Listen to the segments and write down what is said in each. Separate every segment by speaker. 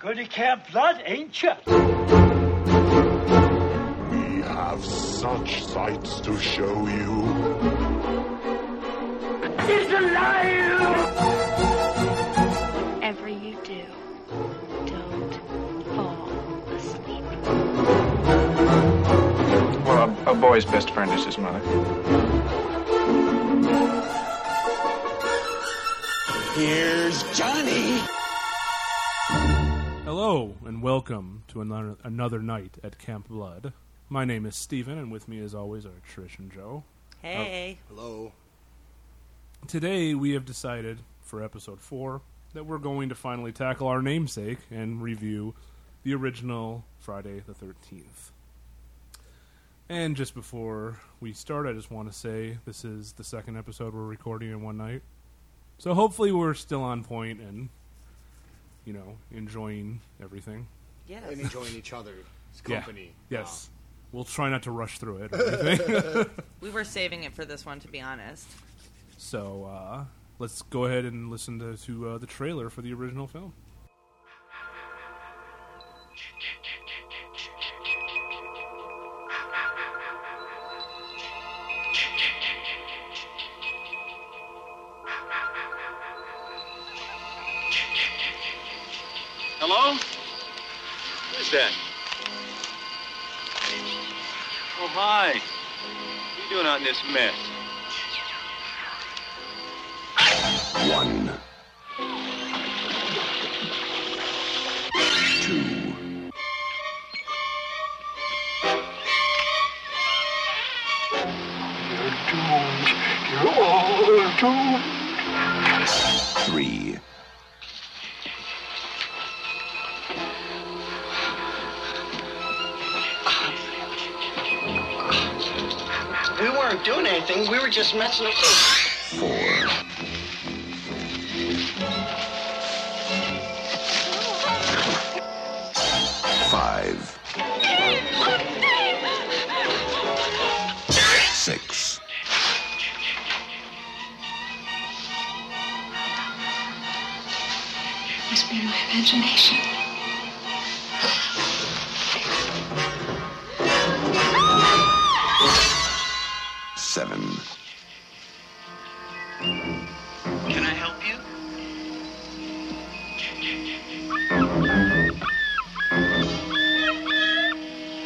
Speaker 1: Good to camp blood, ain't you?
Speaker 2: We have such sights to show you.
Speaker 3: Whatever you do, don't fall asleep.
Speaker 4: Well, a, a boy's best friend is his mother.
Speaker 5: Hello and welcome to another another night at Camp Blood. My name is Steven, and with me, as always, are Trish and Joe.
Speaker 6: Hey.
Speaker 5: Today, we have decided for episode four that we're going to finally tackle our namesake and review the original Friday the 13th. And just before we start, I just want to say this is the second episode we're recording in one night. So hopefully, we're still on point and, you know, enjoying everything.
Speaker 6: Yes.
Speaker 7: and enjoying each other's company.
Speaker 5: Yeah. Yes. We'll try not to rush through it or anything.
Speaker 6: We were saving it for this one, to be honest.
Speaker 5: so uh, let's go ahead and listen to, to uh, the trailer for the original film.
Speaker 8: Hello? Who's that? Oh, hi. What are you doing out in this mess?
Speaker 2: One. Two. Three.
Speaker 9: We weren't doing anything. We were just messing up.
Speaker 2: Four. Five. Six.
Speaker 3: Must be in my imagination.
Speaker 2: Seven.
Speaker 9: Can I help you?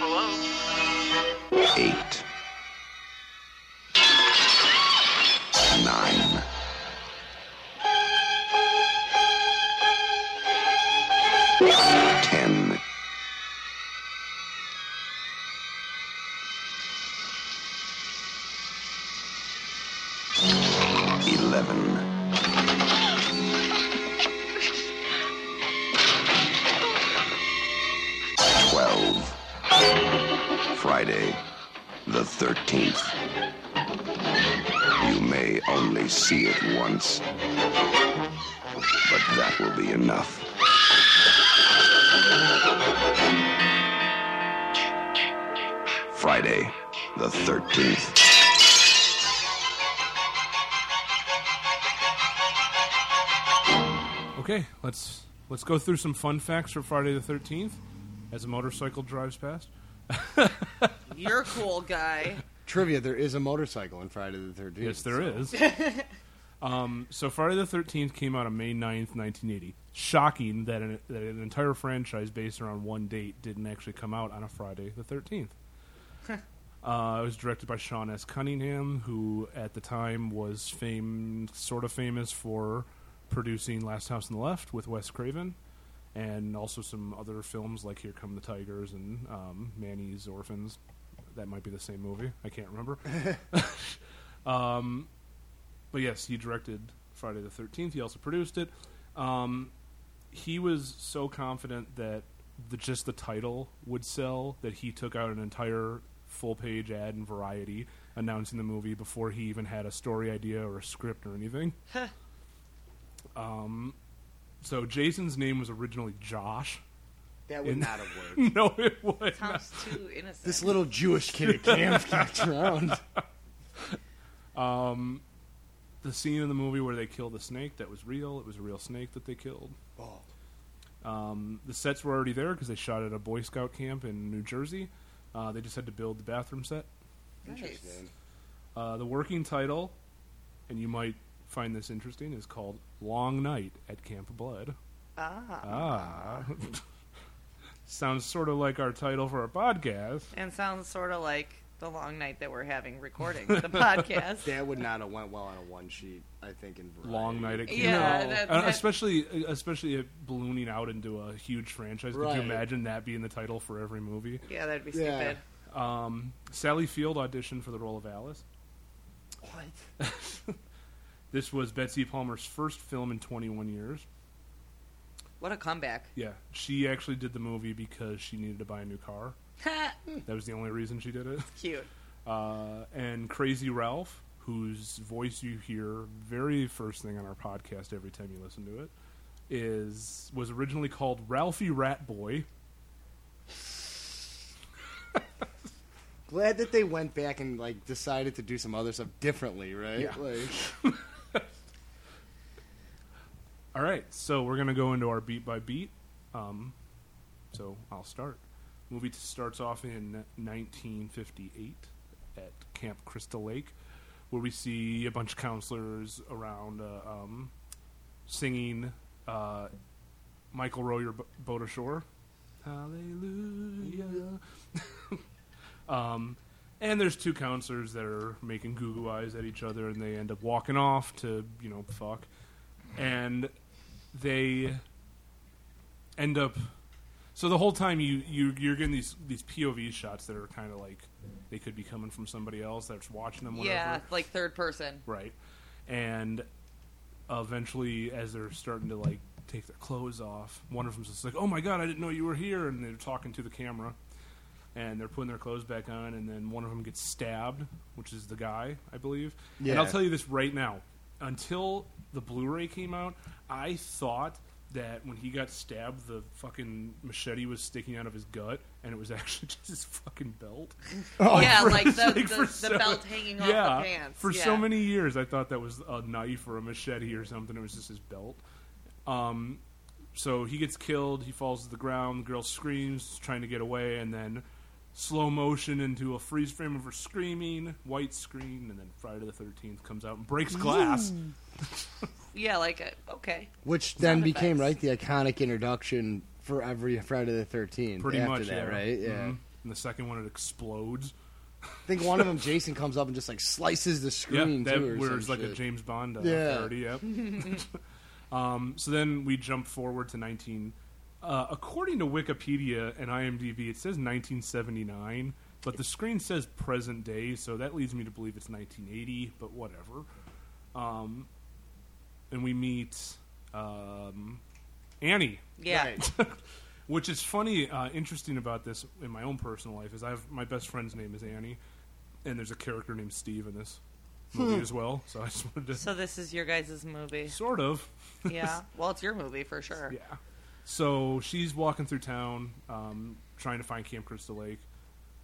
Speaker 9: Hello?
Speaker 2: Eight. Nine. Ten. Eleven. Twelve. Friday, the 13th. You may only see it once, but that will be enough. Friday, the 13th.
Speaker 5: Okay, let's let's go through some fun facts for Friday the Thirteenth as a motorcycle drives past.
Speaker 6: You're cool, guy.
Speaker 7: Trivia: There is a motorcycle on Friday the Thirteenth.
Speaker 5: Yes, there is. um, so Friday the Thirteenth came out on May 9th, nineteen eighty. Shocking that an, that an entire franchise based around one date didn't actually come out on a Friday the Thirteenth. Uh, it was directed by Sean S. Cunningham, who at the time was fame, sort of famous for producing Last House on the Left with Wes Craven, and also some other films like Here Come the Tigers and um, Manny's Orphans. That might be the same movie. I can't remember. um, but yes, he directed Friday the 13th. He also produced it. Um, he was so confident that the, just the title would sell that he took out an entire full page ad in Variety announcing the movie before he even had a story idea or a script or anything. um, so Jason's name was originally Josh.
Speaker 7: That would not have worked.
Speaker 5: no, it was.
Speaker 6: Sounds too innocent.
Speaker 7: This little Jewish kid at camp got drowned.
Speaker 5: The scene in the movie where they kill the snake that was real. It was a real snake that they killed.
Speaker 7: Oh,
Speaker 5: Um, the sets were already there because they shot at a Boy Scout camp in New Jersey. Uh, they just had to build the bathroom set.
Speaker 6: Nice.
Speaker 5: Uh, the working title, and you might find this interesting, is called Long Night at Camp Blood.
Speaker 6: Ah.
Speaker 5: Ah. Sounds sort of like our title for our podcast.
Speaker 6: And sounds sort of like the long night that we're having recording the podcast.
Speaker 7: That would not have went well on a one sheet, I think. In variety.
Speaker 5: Long night at Camp
Speaker 6: Yeah,
Speaker 5: Blood.
Speaker 6: that-
Speaker 5: And
Speaker 6: that-
Speaker 5: especially uh, especially it ballooning out into a huge franchise. Could
Speaker 7: Right.
Speaker 5: you imagine that being the title for every movie?
Speaker 6: Yeah, that'd be
Speaker 7: Yeah.
Speaker 6: stupid.
Speaker 5: Um, Sally Field auditioned for the role of Alice.
Speaker 7: What?
Speaker 5: This was Betsy Palmer's first film in 21 years.
Speaker 6: What a comeback.
Speaker 5: Yeah, she actually did the movie because she needed to buy a new car. That was the only reason she did it.
Speaker 6: Cute.
Speaker 5: Uh, and Crazy Ralph, whose voice you hear very first thing on our podcast every time you listen to it, is was originally called Ralphie Rat Boy.
Speaker 7: Glad that they went back and like decided to do some other stuff differently, right?
Speaker 5: Yeah.
Speaker 7: Like,
Speaker 5: All right, so we're gonna go into our beat by beat. Um, so I'll start. Movie t- starts off in 1958 at Camp Crystal Lake, where we see a bunch of counselors around uh, um, singing uh, "Michael Row Your Bo- Boat Ashore." Hallelujah. um, and there's two counselors that are making goo goo eyes at each other, and they end up walking off to you know fuck and they end up. So the whole time you you you're getting these these POV shots that are kind of like they could be coming from somebody else that's watching them. Whatever.
Speaker 6: Yeah, like third person.
Speaker 5: Right. And eventually, as they're starting to like take their clothes off, one of them's just like, "Oh my god, I didn't know you were here!" And they're talking to the camera, and they're putting their clothes back on, and then one of them gets stabbed, which is the guy, I believe. And I'll
Speaker 7: Yeah.
Speaker 5: tell you this right now: until the Blu-ray came out, I thought. That when he got stabbed, the fucking machete was sticking out of his gut, and it was actually just his fucking belt.
Speaker 6: yeah, like the,
Speaker 5: Like,
Speaker 6: the,
Speaker 5: for
Speaker 6: the
Speaker 5: so-
Speaker 6: belt hanging
Speaker 5: yeah,
Speaker 6: off the pants.
Speaker 5: For
Speaker 6: yeah.
Speaker 5: so many years, I thought that was a knife or a machete or something. It was just his belt. Um, so he gets killed. He falls to the ground. The girl screams, trying to get away, and then slow motion into a freeze frame of her screaming, white screen, and then Friday the Thirteenth comes out and breaks glass.
Speaker 7: Mm.
Speaker 6: Yeah, like, uh, okay.
Speaker 7: which then
Speaker 6: Sound
Speaker 7: became
Speaker 6: effects.
Speaker 7: right the iconic introduction for every Friday the Thirteenth.
Speaker 5: Pretty
Speaker 7: after
Speaker 5: much,
Speaker 7: that,
Speaker 5: yeah.
Speaker 7: right? Yeah.
Speaker 5: Mhm. And the second one, it explodes.
Speaker 7: I think one of them, Jason, comes up and just like slices the
Speaker 5: Yeah,
Speaker 7: screen
Speaker 5: that
Speaker 7: too, or
Speaker 5: where
Speaker 7: some
Speaker 5: it's like a
Speaker 7: shit.
Speaker 5: James Bond uh,
Speaker 7: Yeah.
Speaker 5: parody. Yep. um, so then we jump forward to 19. Uh, according to Wikipedia and IMDb, it says 1979, but the screen says present day, so that leads me to believe it's 1980. But whatever. Um, and we meet um, Annie
Speaker 6: Yeah.
Speaker 7: Right.
Speaker 5: which is funny, uh, interesting about this in my own personal life is I have my best friend's name is Annie, and there's a character named Steve in this movie as well. So I just wanted to
Speaker 6: So this is your guys' movie.
Speaker 5: sort of,
Speaker 6: Yeah. Well, it's your movie for sure.
Speaker 5: yeah. So she's walking through town, um, trying to find Camp Crystal Lake,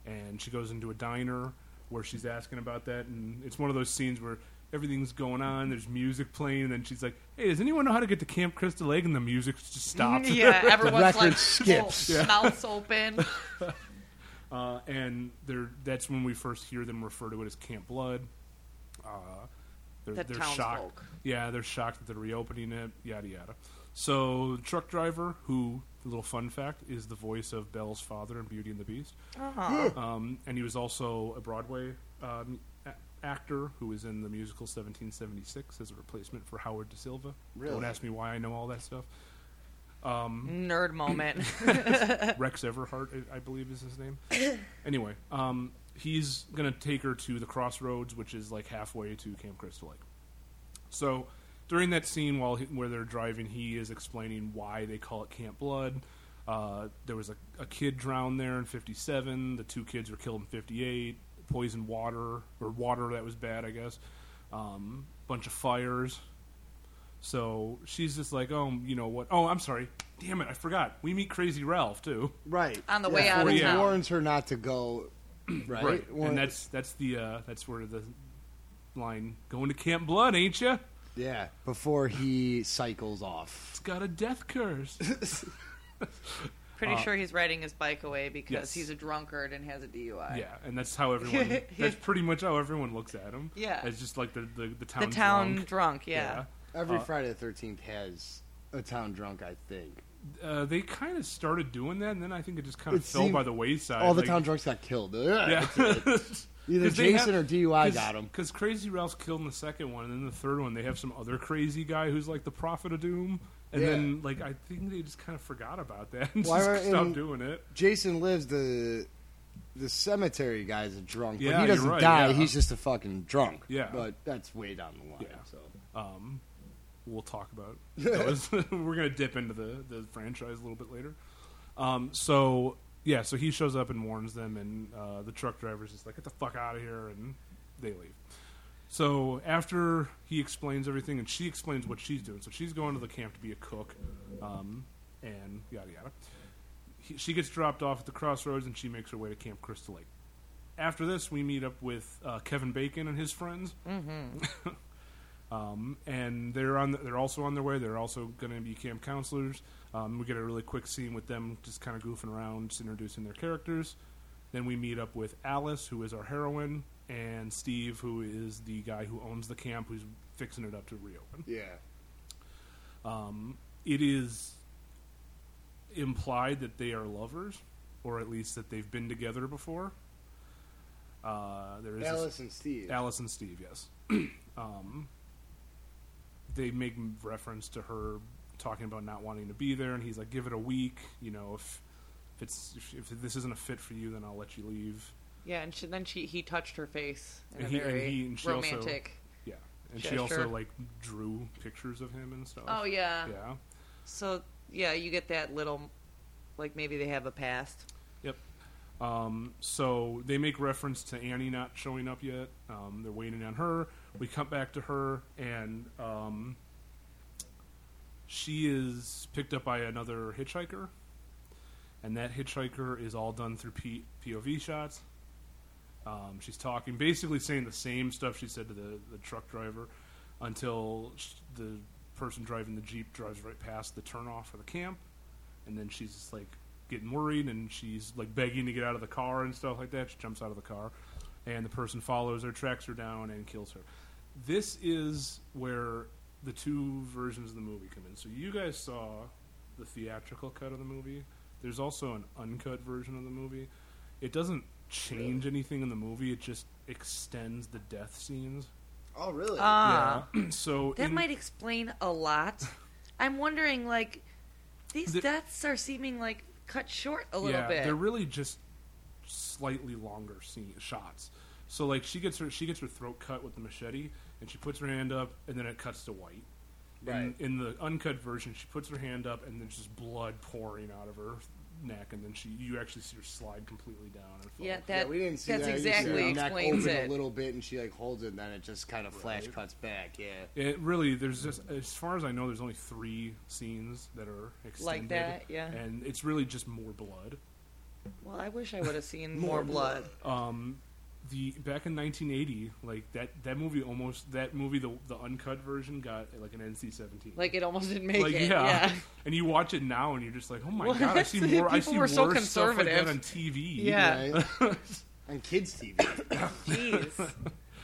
Speaker 5: and she goes into a diner where she's asking about that, and it's one of those scenes where. Everything's going on. There's music playing, and then she's like, "Hey, does anyone know how to get to Camp Crystal Lake?" And the music just stops.
Speaker 6: Yeah, everyone's
Speaker 7: record
Speaker 6: like
Speaker 7: skips.
Speaker 6: oh, mouths open.
Speaker 5: uh, and they're, that's when we first hear them refer to it as Camp Blood. Uh, they're,
Speaker 6: The
Speaker 5: they're shocked.
Speaker 6: townsfolk.
Speaker 5: Yeah, they're shocked that they're reopening it. Yada yada. So, the truck driver, who little fun fact is the voice of Belle's father in Beauty and the Beast,
Speaker 6: Oh,
Speaker 5: um, and he was also a Broadway um, a- actor who was in the musical 1776 as a replacement for Howard De Silva. Don't
Speaker 7: Really?
Speaker 5: ask me why I know all that stuff.
Speaker 6: nerd moment.
Speaker 5: Rex Everhart, I I believe, is his name. anyway, um, he's gonna take her to the crossroads, which is like halfway to Camp Crystal Lake. So, during that scene while he, where they're driving, he is explaining why they call it Camp Blood. Uh, there was a, a kid drowned there in '57. The two kids were killed in '58. Poisoned water or water that was bad, I guess. Um, bunch of fires. So she's just like, oh, you know what? Oh, I'm sorry. Damn it, I forgot. We meet Crazy Ralph too.
Speaker 7: right
Speaker 6: On the way out
Speaker 5: of
Speaker 7: He
Speaker 5: town.
Speaker 7: warns her not to go. Right, Warn-
Speaker 5: and that's that's the uh, that's where the line going to Camp Blood, ain't you?
Speaker 7: Yeah, before he cycles off.
Speaker 5: It's got a death curse.
Speaker 6: Pretty sure he's riding his bike away because
Speaker 5: Uh, yes.
Speaker 6: he's a drunkard and has a DUI.
Speaker 5: yeah, and that's how everyone. that's pretty much how everyone looks at him.
Speaker 6: Yeah.
Speaker 5: it's just like the the, the town.
Speaker 6: The town
Speaker 5: drunk.
Speaker 6: drunk, yeah.
Speaker 7: Every
Speaker 5: Uh,
Speaker 7: Friday the Thirteenth has a town drunk, I think.
Speaker 5: Yeah. Uh, they kind of started doing that, and then I think it just kind of
Speaker 7: It
Speaker 5: fell
Speaker 7: seemed-
Speaker 5: by the wayside.
Speaker 7: All the
Speaker 5: like-
Speaker 7: town drunks got killed. Ugh,
Speaker 5: Yeah.
Speaker 7: that's it. Either Jason or DUI got him.
Speaker 5: Because Crazy Ralph's killed in the second one, and then the third one they have some other crazy guy who's like the prophet of doom, and
Speaker 7: Yeah.
Speaker 5: then like I think they just kind of forgot about that and
Speaker 7: Why
Speaker 5: just
Speaker 7: were-
Speaker 5: stopped
Speaker 7: in-
Speaker 5: doing it.
Speaker 7: Jason lives the the cemetery guy's a drunk,
Speaker 5: Yeah,
Speaker 7: but he
Speaker 5: you're
Speaker 7: doesn't
Speaker 5: right,
Speaker 7: die.
Speaker 5: yeah.
Speaker 7: He's just a fucking drunk.
Speaker 5: Yeah.
Speaker 7: but that's way down the line.
Speaker 5: Yeah.
Speaker 7: So
Speaker 5: Um, we'll talk about. That was- we're gonna dip into the the franchise a little bit later. Um, so yeah, so he shows up and warns them, and uh, the truck driver's just like, "Get the fuck out of here," and they leave. So after he explains everything, and she explains what she's doing, so she's going to the camp to be a cook, um, and yada yada. He, she gets dropped off at the crossroads, and she makes her way to Camp Crystal Lake. After this, we meet up with uh, Kevin Bacon and his friends, um, and they're on. They're also on their way. They're also going to be camp counselors. Um, we get a really quick scene with them just kind of goofing around, just introducing their characters. Then we meet up with Alice, who is our heroine, and Steve, who is the guy who owns the camp, who's fixing it up to reopen.
Speaker 7: yeah,
Speaker 5: It is implied that they are lovers, or at least that they've been together before. Uh, there is this-
Speaker 7: Alice and Steve.
Speaker 5: Alice and Steve, yes. um, they make m- reference to her talking about not wanting to be there, and he's like, "Give it a week. You know, if if it's if, if this isn't a fit for you, then I'll let you leave."
Speaker 6: Yeah, and she, then she he touched her face
Speaker 5: And
Speaker 6: in a
Speaker 5: he- and
Speaker 6: very
Speaker 5: he- and she also-
Speaker 6: romantic.
Speaker 5: Yeah, and she
Speaker 6: Sure,
Speaker 5: also
Speaker 6: sure.
Speaker 5: like drew pictures of him and stuff.
Speaker 6: oh yeah.
Speaker 5: yeah,
Speaker 6: So yeah, you get that little, like maybe they have a past.
Speaker 5: yep. Um, so they make reference to Annie not showing up yet. Um, they're waiting on her. We come back to her, and um, she is picked up by another hitchhiker, and that hitchhiker is all done through P- POV shots. Um, she's talking, basically saying the same stuff she said to the, the truck driver, until sh- the person driving the jeep drives right past the turnoff for the camp, and then she's just like getting worried, and she's like begging to get out of the car and stuff like that. She jumps out of the car, and the person follows her, tracks her down, and kills her. This is where the two versions of the movie come in. So you guys saw the theatrical cut of the movie. There's also an uncut version of the movie. It doesn't change anything in the movie. It just extends the death scenes.
Speaker 7: Oh, really?
Speaker 6: Ah,
Speaker 5: yeah. so
Speaker 6: that
Speaker 5: in-
Speaker 6: might explain a lot. I'm wondering, like, these
Speaker 5: The-
Speaker 6: deaths are seeming like cut short a little
Speaker 5: yeah,
Speaker 6: bit.
Speaker 5: they're really just slightly longer scene, shots. So like she gets her she gets her throat cut with the machete, and she puts her hand up, and then it cuts to white.
Speaker 7: Right.
Speaker 5: In, in the uncut version, she puts her hand up, and there's just blood pouring out of her neck, and then she you actually see her slide completely down. And fall.
Speaker 6: yeah,
Speaker 7: yeah,
Speaker 6: that
Speaker 7: we didn't see
Speaker 6: that's
Speaker 7: that. You see
Speaker 6: exactly
Speaker 7: her neck
Speaker 6: explains
Speaker 7: open
Speaker 6: it.
Speaker 7: a little bit, and she like holds it, and then it just kind of flash cuts back. Yeah,
Speaker 5: It really, there's just as far as I know, there's only three scenes that are extended,
Speaker 6: that, yeah.
Speaker 5: And it's really just more blood.
Speaker 6: Well, I wish I would have seen more, blood.
Speaker 5: the back in 1980 like that that movie almost that movie the the uncut version got like an NC-17
Speaker 6: Like it almost didn't make
Speaker 5: Like,
Speaker 6: it. Yeah.
Speaker 5: and you watch it now and you're just like oh my
Speaker 6: What?
Speaker 5: god I see more I
Speaker 6: People
Speaker 5: see
Speaker 6: were
Speaker 5: worse
Speaker 6: so
Speaker 5: stuff like that
Speaker 6: conservative.
Speaker 5: on TV
Speaker 6: Yeah.
Speaker 7: Right? on kids TV.
Speaker 6: Jeez.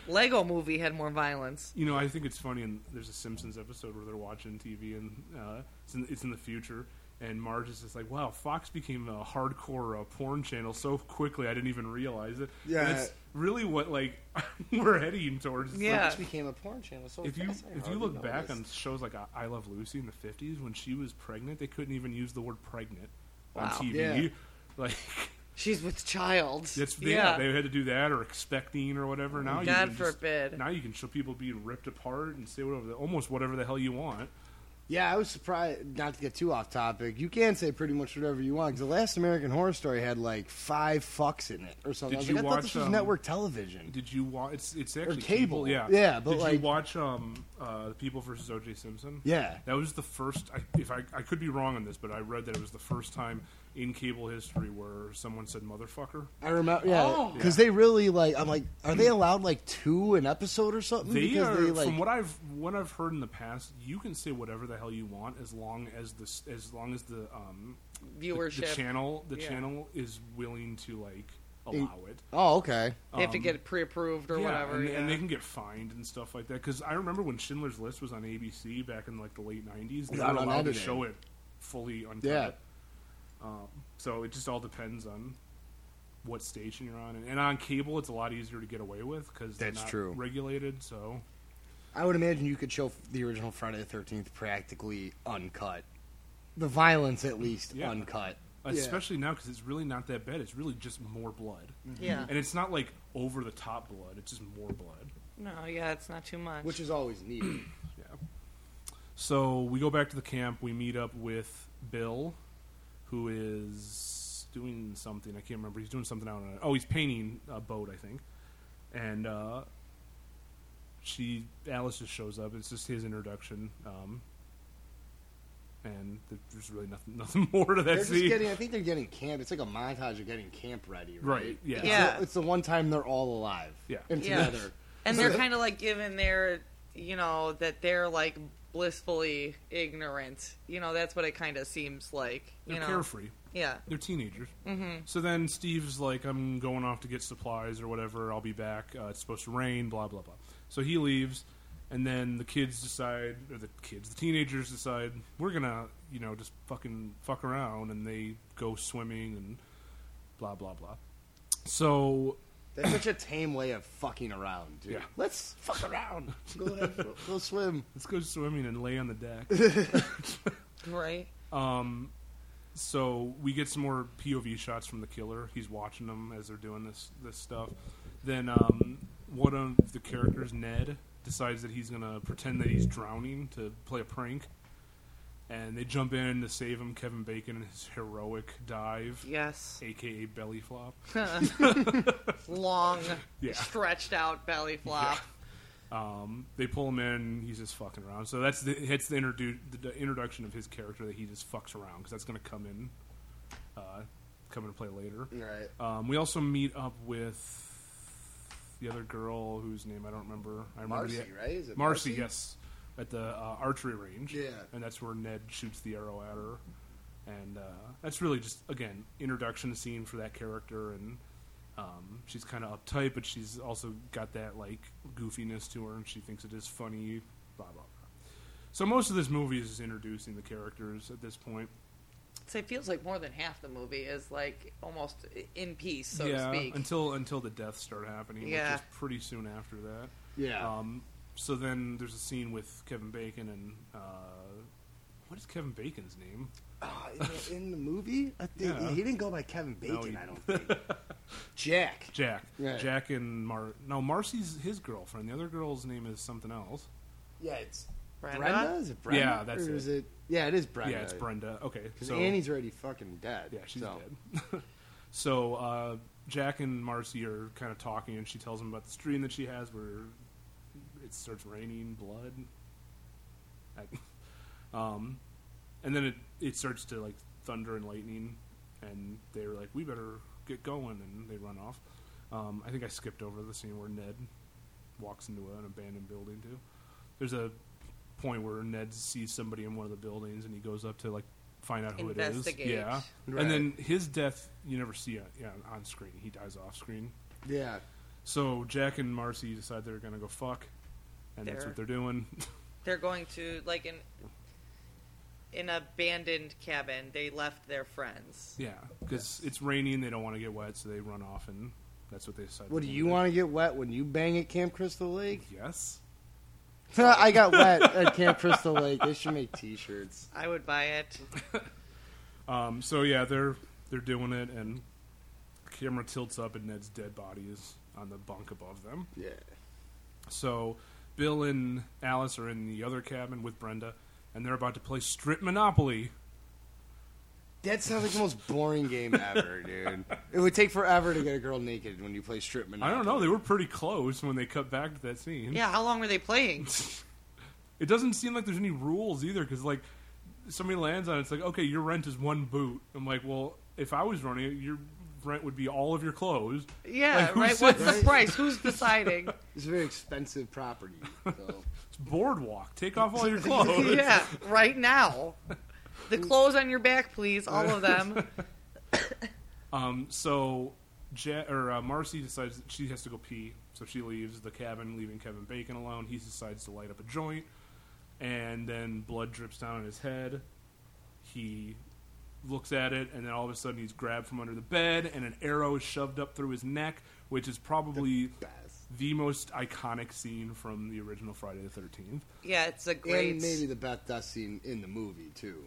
Speaker 6: Lego Movie had more violence.
Speaker 5: you know I think it's funny and there's a Simpsons episode where they're watching TV and uh, it's, in, it's in the future and Marge is just like wow Fox became a hardcore uh, porn channel so quickly I didn't even realize it And
Speaker 7: Yeah.
Speaker 5: that's really what like we're heading towards It's like,
Speaker 6: Yeah.
Speaker 7: Which became a porn channel. So
Speaker 5: if you
Speaker 7: fast, I
Speaker 5: if you
Speaker 7: hardly
Speaker 5: look back on
Speaker 7: noticed.
Speaker 5: shows like uh, I- I Love Lucy in the fifties, when she was pregnant, they couldn't even use the word pregnant on
Speaker 6: Wow.
Speaker 5: TV.
Speaker 7: Yeah.
Speaker 5: Like
Speaker 6: She's with child.
Speaker 5: that's yeah. uh, they had to do that or expecting or whatever. Now
Speaker 6: God
Speaker 5: you can just-
Speaker 6: forbid.
Speaker 5: now you can show people being ripped apart and say whatever the, almost whatever the hell you want.
Speaker 7: Yeah, I was surprised. Not to get too off topic, you can say pretty much whatever you want. 'cause the last American Horror Story had like five fucks in it or
Speaker 5: Did
Speaker 7: something. I was
Speaker 5: you
Speaker 7: like, I
Speaker 5: watch,
Speaker 7: thought this was
Speaker 5: um,
Speaker 7: network television.
Speaker 5: Did you watch? It's it's actually
Speaker 7: cable.
Speaker 5: Yeah,
Speaker 7: Yeah, but
Speaker 5: did you
Speaker 7: like-
Speaker 5: watch um uh People versus O.J. Simpson?
Speaker 7: Yeah.
Speaker 5: that was the first. I, if I I could be wrong on this, but I read that it was the first time in cable history where someone said motherfucker.
Speaker 7: I remember, yeah,
Speaker 6: Oh.
Speaker 7: because they really like. I'm like, are they allowed like two an episode or something?
Speaker 5: They
Speaker 7: Hmm, because
Speaker 5: are,
Speaker 7: they like,
Speaker 5: from what I've what I've heard in the past, you can say whatever the hell you want as long as the s- as long as the um the, the
Speaker 6: Viewership.
Speaker 5: channel the
Speaker 6: Yeah.
Speaker 5: channel is willing to like allow it.
Speaker 7: oh, okay.
Speaker 6: They have to get pre-approved or
Speaker 5: um, yeah,
Speaker 6: whatever.
Speaker 5: and,
Speaker 6: yeah.
Speaker 5: and they can get fined and stuff like that. Because I remember when Schindler's List was on ABC back in like the late '90s, they
Speaker 7: Not
Speaker 5: were
Speaker 7: on
Speaker 5: allowed to
Speaker 7: editing.
Speaker 5: show it fully uncut.
Speaker 7: Yeah.
Speaker 5: Um, so it just all depends on what station you're on, and, and on cable, it's a lot easier to get away with because they're
Speaker 7: That's
Speaker 5: not
Speaker 7: true.
Speaker 5: regulated. So
Speaker 7: I would imagine you could show the original Friday the Thirteenth practically uncut. The violence, at least,
Speaker 5: Yeah.
Speaker 7: uncut.
Speaker 5: especially now 'cause now because it's really not that bad. It's really just more blood,
Speaker 6: yeah.
Speaker 5: and it's not like over the top blood. It's just more blood.
Speaker 6: No, yeah, it's not too much.
Speaker 7: which is always needed.
Speaker 5: So we go back to the camp. We meet up with Bill, who is doing something. I can't remember. He's doing something out on. A, oh, he's painting a boat, I think. And uh, she, Alice, just shows up. It's just his introduction. Um, and th- there's really nothing, nothing more to that
Speaker 7: They're just
Speaker 5: scene.
Speaker 7: getting. I think they're getting camp. It's like a montage of getting camp ready. Right.
Speaker 5: right. Yeah.
Speaker 7: It's,
Speaker 6: Yeah.
Speaker 7: The, it's the one time they're all alive.
Speaker 5: Yeah.
Speaker 7: And
Speaker 6: Yeah.
Speaker 7: together.
Speaker 6: and they're kind of like given their, you know, that they're like blissfully ignorant. You know, that's what it kind of seems like. You
Speaker 5: They're
Speaker 6: know,
Speaker 5: carefree.
Speaker 6: yeah,
Speaker 5: They're teenagers. Mm-hmm. So then Steve's like, I'm going off to get supplies or whatever. I'll be back. Uh, it's supposed to rain, blah, blah, blah. So he leaves, and then the kids decide, or the kids, the teenagers decide, we're going to, you know, just fucking fuck around, and they go swimming and blah, blah, blah. So
Speaker 7: That's such a tame way of fucking around, dude.
Speaker 5: Yeah.
Speaker 7: Let's fuck around. Go, ahead, go, go swim.
Speaker 5: let's go swimming and lay on the deck.
Speaker 6: right.
Speaker 5: so we get some more POV shots from the killer. He's watching them as they're doing this this stuff. Then um, one of the characters, Ned, decides that he's gonna pretend that he's drowning to play a prank, and they jump in to save him. Kevin Bacon and his heroic dive,
Speaker 6: Yes,
Speaker 5: aka belly flop.
Speaker 6: long,
Speaker 5: Yeah.
Speaker 6: stretched out belly flop.
Speaker 5: They pull him in. He's just fucking around. So that's the hits the, introdu- the introduction of his character that he just fucks around because that's gonna come in, uh, come into play later.
Speaker 7: Right.
Speaker 5: Um, we also meet up with the other girl whose name I don't remember. I remember
Speaker 7: Marcy,
Speaker 5: the,
Speaker 7: right? Is it
Speaker 5: Marcy,
Speaker 7: Marcy?
Speaker 5: yes, at the uh, archery range.
Speaker 7: Yeah.
Speaker 5: and that's where Ned shoots the arrow at her, and uh, that's really just again introduction scene for that character, and um, she's kind of uptight, but she's also got that like goofiness to her, and she thinks it is funny. Blah blah. blah. So most of this movie is just introducing the characters at this point.
Speaker 6: So it feels like more than half the movie is like almost in peace, so
Speaker 5: yeah,
Speaker 6: to speak.
Speaker 5: until until the deaths start happening,
Speaker 6: Yeah.
Speaker 5: which is pretty soon after that.
Speaker 7: Yeah.
Speaker 5: Um, so then there's a scene with Kevin Bacon and uh, what is Kevin Bacon's name?
Speaker 7: Ah, in, the, in the movie, I think,
Speaker 5: Um, Yeah.
Speaker 7: he didn't go by Kevin Bacon.
Speaker 5: he-
Speaker 7: I don't think. Jack.
Speaker 5: Jack.
Speaker 7: Right.
Speaker 5: Jack and Mar. No, Marcy's his girlfriend. The other girl's name is something else.
Speaker 7: Yeah, it's
Speaker 6: Brenda?
Speaker 7: Brenda. Is it Brenda?
Speaker 5: Yeah, that's
Speaker 7: or
Speaker 5: it.
Speaker 7: is it. Yeah, it is Brenda.
Speaker 5: Yeah, it's Brenda. Okay,
Speaker 7: Because
Speaker 5: so
Speaker 7: Annie's already fucking dead.
Speaker 5: yeah, she's
Speaker 7: so.
Speaker 5: dead. so uh, Jack and Marcy are kind of talking, and she tells him about the stream that she has where it starts raining blood. I- um, and then it, it starts to like thunder and lightning, and they're like, "We better get going," and they run off. Um, I think I skipped over the scene where Ned walks into an abandoned building too. There's a point where Ned sees somebody in one of the buildings, and he goes up to like find out who it is.
Speaker 6: Investigate.
Speaker 5: Yeah,
Speaker 7: Right.
Speaker 5: and then his death you never see on, yeah, on screen. He dies off screen.
Speaker 7: Yeah.
Speaker 5: So Jack and Marcy decide they're gonna go fuck, and that's
Speaker 6: They're-
Speaker 5: what they're doing.
Speaker 6: They're going to like an an abandoned cabin. They left their friends.
Speaker 5: yeah, because it's raining. They don't want to get wet, so they run off, and that's what they decide.
Speaker 7: What do
Speaker 5: they're
Speaker 7: you
Speaker 5: gonna
Speaker 7: want to get wet when you bang at Camp Crystal Lake?
Speaker 5: do. Yes.
Speaker 7: I got wet at Camp Crystal Lake. They should make T-shirts.
Speaker 6: I would buy it.
Speaker 5: Um. So yeah, they're they're doing it, and camera tilts up, and Ned's dead body is on the bunk above them.
Speaker 7: Yeah.
Speaker 5: So Bill and Alice are in the other cabin with Brenda, and they're about to play strip Monopoly.
Speaker 7: That sounds like the most boring game ever, dude. It would take forever to get a girl naked when you play strip
Speaker 5: I
Speaker 7: monopoly.
Speaker 5: don't know. They were pretty close when they cut back to that scene.
Speaker 6: Yeah, how long were they playing?
Speaker 5: It doesn't seem like there's any rules either, because like somebody lands on it, it's like, okay, your rent is one boot. I'm like, well, if I was running it, your rent would be all of your clothes.
Speaker 6: Yeah,
Speaker 5: Like, who
Speaker 6: right.
Speaker 5: said-
Speaker 6: What's the price? Who's deciding?
Speaker 7: It's a very expensive property. So.
Speaker 5: It's boardwalk. Take off all your clothes.
Speaker 6: yeah, right now. The clothes on your back, please, all of them.
Speaker 5: Um, so ja- or uh, Marcy decides that she has to go pee, so she leaves the cabin, leaving Kevin Bacon alone. He decides to light up a joint, and then blood drips down on his head. He looks at it, and then all of a sudden he's grabbed from under the bed, and an arrow is shoved up through his neck, which is probably the most iconic scene from the original Friday the Thirteenth.
Speaker 6: Yeah, it's a great.
Speaker 7: And maybe the Beth Dust scene in the movie too.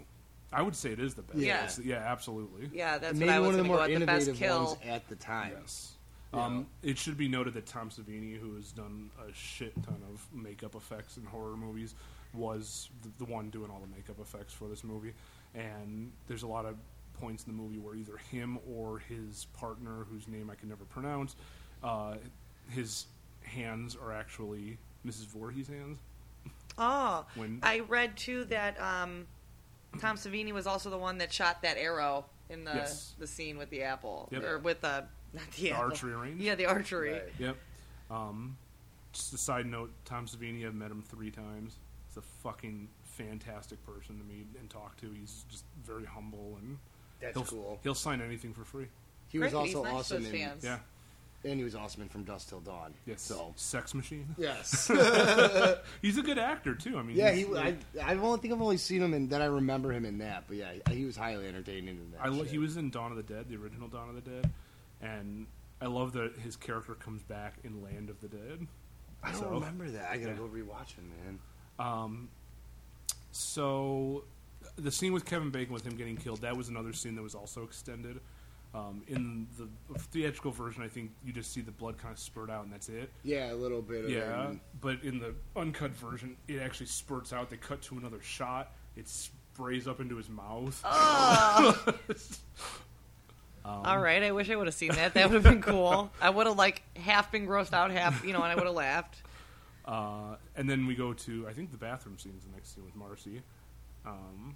Speaker 5: I would say it is the best.
Speaker 6: Yeah.
Speaker 5: It's- yeah absolutely.
Speaker 6: yeah, that's
Speaker 7: Maybe
Speaker 6: what I was
Speaker 7: one of the
Speaker 6: going to go at.
Speaker 7: more
Speaker 6: The best
Speaker 7: innovative
Speaker 6: kill.
Speaker 7: ones at the time.
Speaker 5: Yes. Um, it should be noted that Tom Savini, who has done a shit ton of makeup effects in horror movies, was the, the one doing all the makeup effects for this movie. And there's a lot of points in the movie where either him or his partner, whose name I can never pronounce, uh, his hands are actually Mrs. Voorhees' hands.
Speaker 6: Oh,
Speaker 5: When-
Speaker 6: I read too that um, Tom Savini was also the one that shot that arrow in the
Speaker 5: Yes.
Speaker 6: the scene with the apple
Speaker 5: Yep.
Speaker 6: or with the not the, apple.
Speaker 5: archery range?
Speaker 6: Yeah, the archery.
Speaker 7: Right.
Speaker 5: Yep. Um, just a side note: Tom Savini. I've met him three times. He's a fucking fantastic person to meet and talk to. He's just very humble and
Speaker 7: That's
Speaker 5: he'll,
Speaker 7: cool.
Speaker 5: He'll sign anything for free.
Speaker 7: He was
Speaker 6: Great,
Speaker 7: also
Speaker 6: he's nice to
Speaker 7: awesome
Speaker 6: those
Speaker 7: in,
Speaker 6: fans.
Speaker 5: Yeah.
Speaker 7: and he was awesome in From Dust Till Dawn.
Speaker 5: Yes.
Speaker 7: So
Speaker 5: Sex machine.
Speaker 7: yes,
Speaker 5: He's a good actor too. I mean,
Speaker 7: yeah.
Speaker 5: he's-
Speaker 7: He, I, I only think I've only seen him, and then I remember him in that. But yeah, he was highly entertaining in that.
Speaker 5: I lo-
Speaker 7: shit.
Speaker 5: he was in Dawn of the Dead, the original Dawn of the Dead, and I love that his character comes back in Land of the Dead.
Speaker 7: I don't
Speaker 5: so-
Speaker 7: remember that. I gotta
Speaker 5: Yeah.
Speaker 7: go rewatch him, man.
Speaker 5: So, the scene with Kevin Bacon with him getting killed, that was another scene that was also extended. Um, in the theatrical version, I think you just see the blood kind of spurt out, and that's it.
Speaker 7: Yeah, a little bit. of
Speaker 5: Yeah,
Speaker 7: him.
Speaker 5: but in the uncut version, it actually spurts out. They cut to another shot. It sprays up into his mouth.
Speaker 6: All right, I wish I would have seen that. That would have been cool. I would have like half been grossed out, half you know, and I would have laughed.
Speaker 5: Uh, and then we go to I think the bathroom scene is the next scene with Marcy. Um,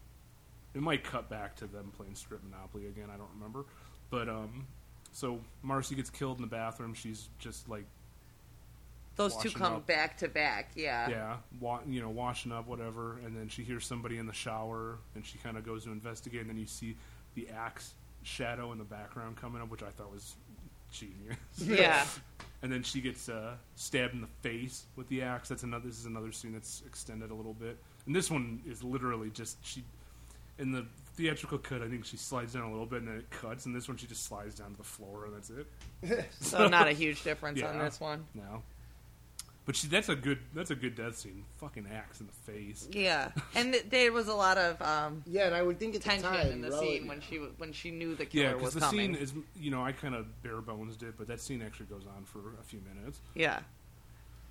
Speaker 5: it might cut back to them playing Strip Monopoly again. I don't remember, but um, so Marcy gets killed in the bathroom. She's just like
Speaker 6: Those two
Speaker 5: Washing
Speaker 6: come
Speaker 5: up.
Speaker 6: back to back. Yeah.
Speaker 5: yeah, wa- you know, washing up, whatever, and then she hears somebody in the shower, and she kind of goes to investigate, and then you see the axe shadow in the background coming up, which I thought was genius.
Speaker 6: Yeah.
Speaker 5: and then she gets uh, stabbed in the face with the axe. That's another. This is another scene that's extended a little bit, and this one is literally just she. In the theatrical cut, I think she slides down a little bit, and then it cuts. And this one, she just slides down to the floor, and that's it.
Speaker 6: So not a huge difference on
Speaker 5: Yeah.
Speaker 6: this one.
Speaker 5: No. But she, that's a good that's a good death scene. Fucking axe in the face.
Speaker 6: Yeah, and th- there was a lot of um,
Speaker 7: Yeah, and I would think at the
Speaker 6: tension
Speaker 7: time,
Speaker 6: in the
Speaker 7: rel-
Speaker 6: scene when she w- when she knew the killer
Speaker 5: Yeah, because
Speaker 6: was
Speaker 5: the
Speaker 6: coming.
Speaker 5: scene is, you know, I kind of bare bones did, but that scene actually goes on for a few minutes.
Speaker 6: Yeah.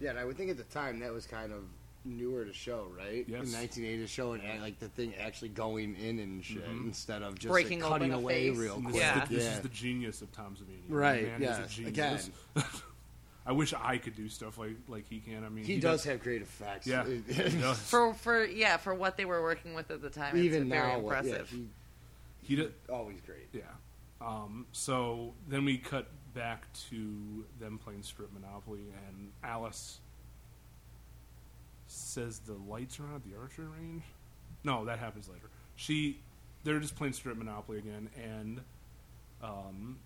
Speaker 7: Yeah, and I would think at the time that was kind of newer to show, right?
Speaker 5: Yes.
Speaker 7: In 1980 to show and act- like the thing actually going in and shit instead of just
Speaker 6: Breaking
Speaker 7: like, cutting
Speaker 6: open a
Speaker 7: away
Speaker 6: face.
Speaker 7: real
Speaker 5: And
Speaker 7: quick.
Speaker 5: this,
Speaker 6: Yeah.
Speaker 5: is the, Mm-hmm. this is the genius of Tom Savini. The
Speaker 7: Right,
Speaker 5: man
Speaker 7: yeah,
Speaker 5: is a genius. I wish I could do stuff like like he can. I mean,
Speaker 7: he, does, have great effects.
Speaker 5: Yeah, he does.
Speaker 6: For for yeah, for what they were working with at the time,
Speaker 7: Even
Speaker 6: it's
Speaker 7: now,
Speaker 6: very
Speaker 7: what- yeah,
Speaker 6: impressive.
Speaker 7: he-
Speaker 5: He does.
Speaker 7: always great.
Speaker 5: Yeah. Um, so then we cut back to them playing Strip Monopoly, and Alice says the lights are on at the archery range. No, that happens later. She, they're just playing Strip Monopoly again, and um,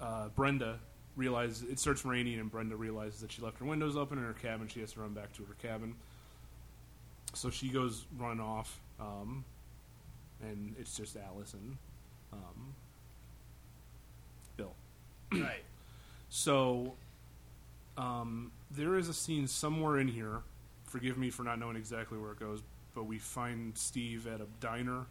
Speaker 5: uh, Brenda realizes it starts raining, and Brenda realizes that she left her windows open in her cabin. She has to run back to her cabin, so she goes run off. Um, and it's just Alice and um, Bill.
Speaker 7: Right.
Speaker 5: So um, there is a scene somewhere in here. Forgive me for not knowing exactly where it goes, but we find Steve at a diner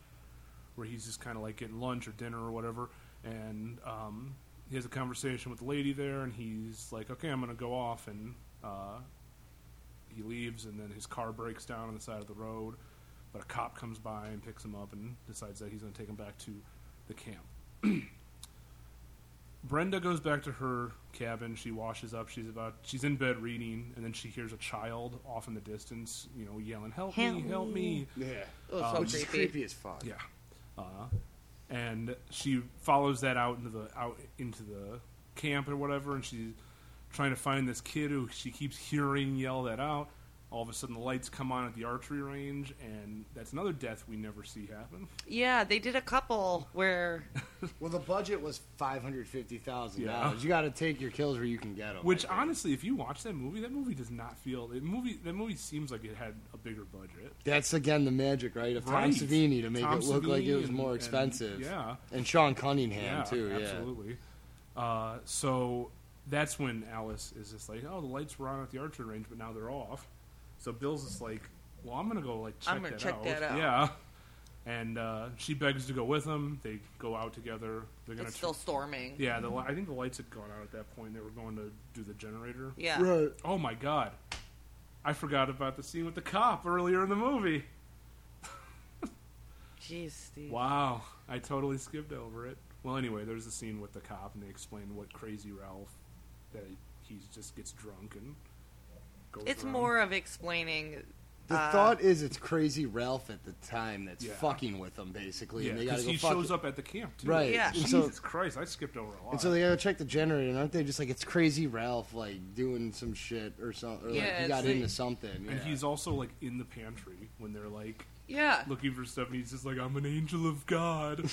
Speaker 5: where he's just kind of like getting lunch or dinner or whatever, and um, he has a conversation with the lady there, and he's like, "Okay, I'm gonna go off," and uh, he leaves, and then his car breaks down on the side of the road, but a cop comes by and picks him up and decides that he's gonna take him back to the camp. Brenda goes back to her cabin. She washes up. She's about. She's in bed reading, and then she hears a child off in the distance, you know, yelling, "Help, me!
Speaker 6: Help
Speaker 5: Help me!"
Speaker 7: Yeah.
Speaker 6: Oh, so
Speaker 7: Which is
Speaker 6: creepy.
Speaker 7: creepy as fuck.
Speaker 5: Um, Yeah. Uh, and she follows that out into the out into the camp or whatever, and she's trying to find this kid who she keeps hearing yell that out. All of a sudden, the lights come on at the archery range, and that's another death we never see happen.
Speaker 6: Yeah, they did a couple where
Speaker 7: Well, the budget was five hundred fifty thousand
Speaker 5: Yeah.
Speaker 7: dollars. You got to take your kills where you can get them.
Speaker 5: Which, honestly, if you watch that movie, that movie does not feel. That movie, that movie seems like it had a bigger budget.
Speaker 7: that's again the magic, right? Of Tom
Speaker 5: Right.
Speaker 7: Savini to make
Speaker 5: Tom
Speaker 7: it look like it
Speaker 5: Savini
Speaker 7: was
Speaker 5: and-
Speaker 7: more
Speaker 5: and-
Speaker 7: expensive.
Speaker 5: yeah.
Speaker 7: and Sean Cunningham
Speaker 5: yeah,
Speaker 7: too. Yeah,
Speaker 5: absolutely. Uh, so that's when Alice is just like, "Oh, the lights were on at the archery range, but now they're off." So Bill's just like, "Well, I'm gonna go like check,
Speaker 6: I'm gonna
Speaker 5: that,
Speaker 6: check
Speaker 5: out.
Speaker 6: that out.
Speaker 5: Yeah, and uh, she begs to go with him. They go out together. They're gonna
Speaker 6: it's still
Speaker 5: tr-
Speaker 6: storming.
Speaker 5: yeah. The, li- I think the lights had gone out at that point. They were going to do the generator.
Speaker 6: Yeah.
Speaker 7: right.
Speaker 5: Oh my god, I forgot about the scene with the cop earlier in the movie.
Speaker 6: Jeez, Steve.
Speaker 5: Wow, I totally skipped over it. Well, anyway, there's a scene with the cop, and they explain what crazy Ralph that he just gets drunk and goes.
Speaker 6: It's
Speaker 5: around.
Speaker 6: more of explaining.
Speaker 7: The
Speaker 6: uh,
Speaker 7: thought is it's crazy Ralph at the time that's
Speaker 5: Yeah.
Speaker 7: fucking with them basically,
Speaker 5: yeah,
Speaker 7: and they got
Speaker 5: because
Speaker 7: to go
Speaker 5: he
Speaker 7: fuck
Speaker 5: shows
Speaker 7: it.
Speaker 5: up at the camp too.
Speaker 7: Right.
Speaker 6: Yeah.
Speaker 7: And so,
Speaker 5: Jesus Christ, I skipped over a lot.
Speaker 7: and so they got to check the generator, and aren't they just like it's crazy Ralph like doing some shit or something? Or like
Speaker 6: Yeah,
Speaker 7: he
Speaker 6: it's
Speaker 7: got
Speaker 6: like-
Speaker 7: into something.
Speaker 5: and
Speaker 7: yeah.
Speaker 5: he's also like in the pantry when they're like
Speaker 6: Yeah.
Speaker 5: looking for stuff, and he's just like, "I'm an angel of God."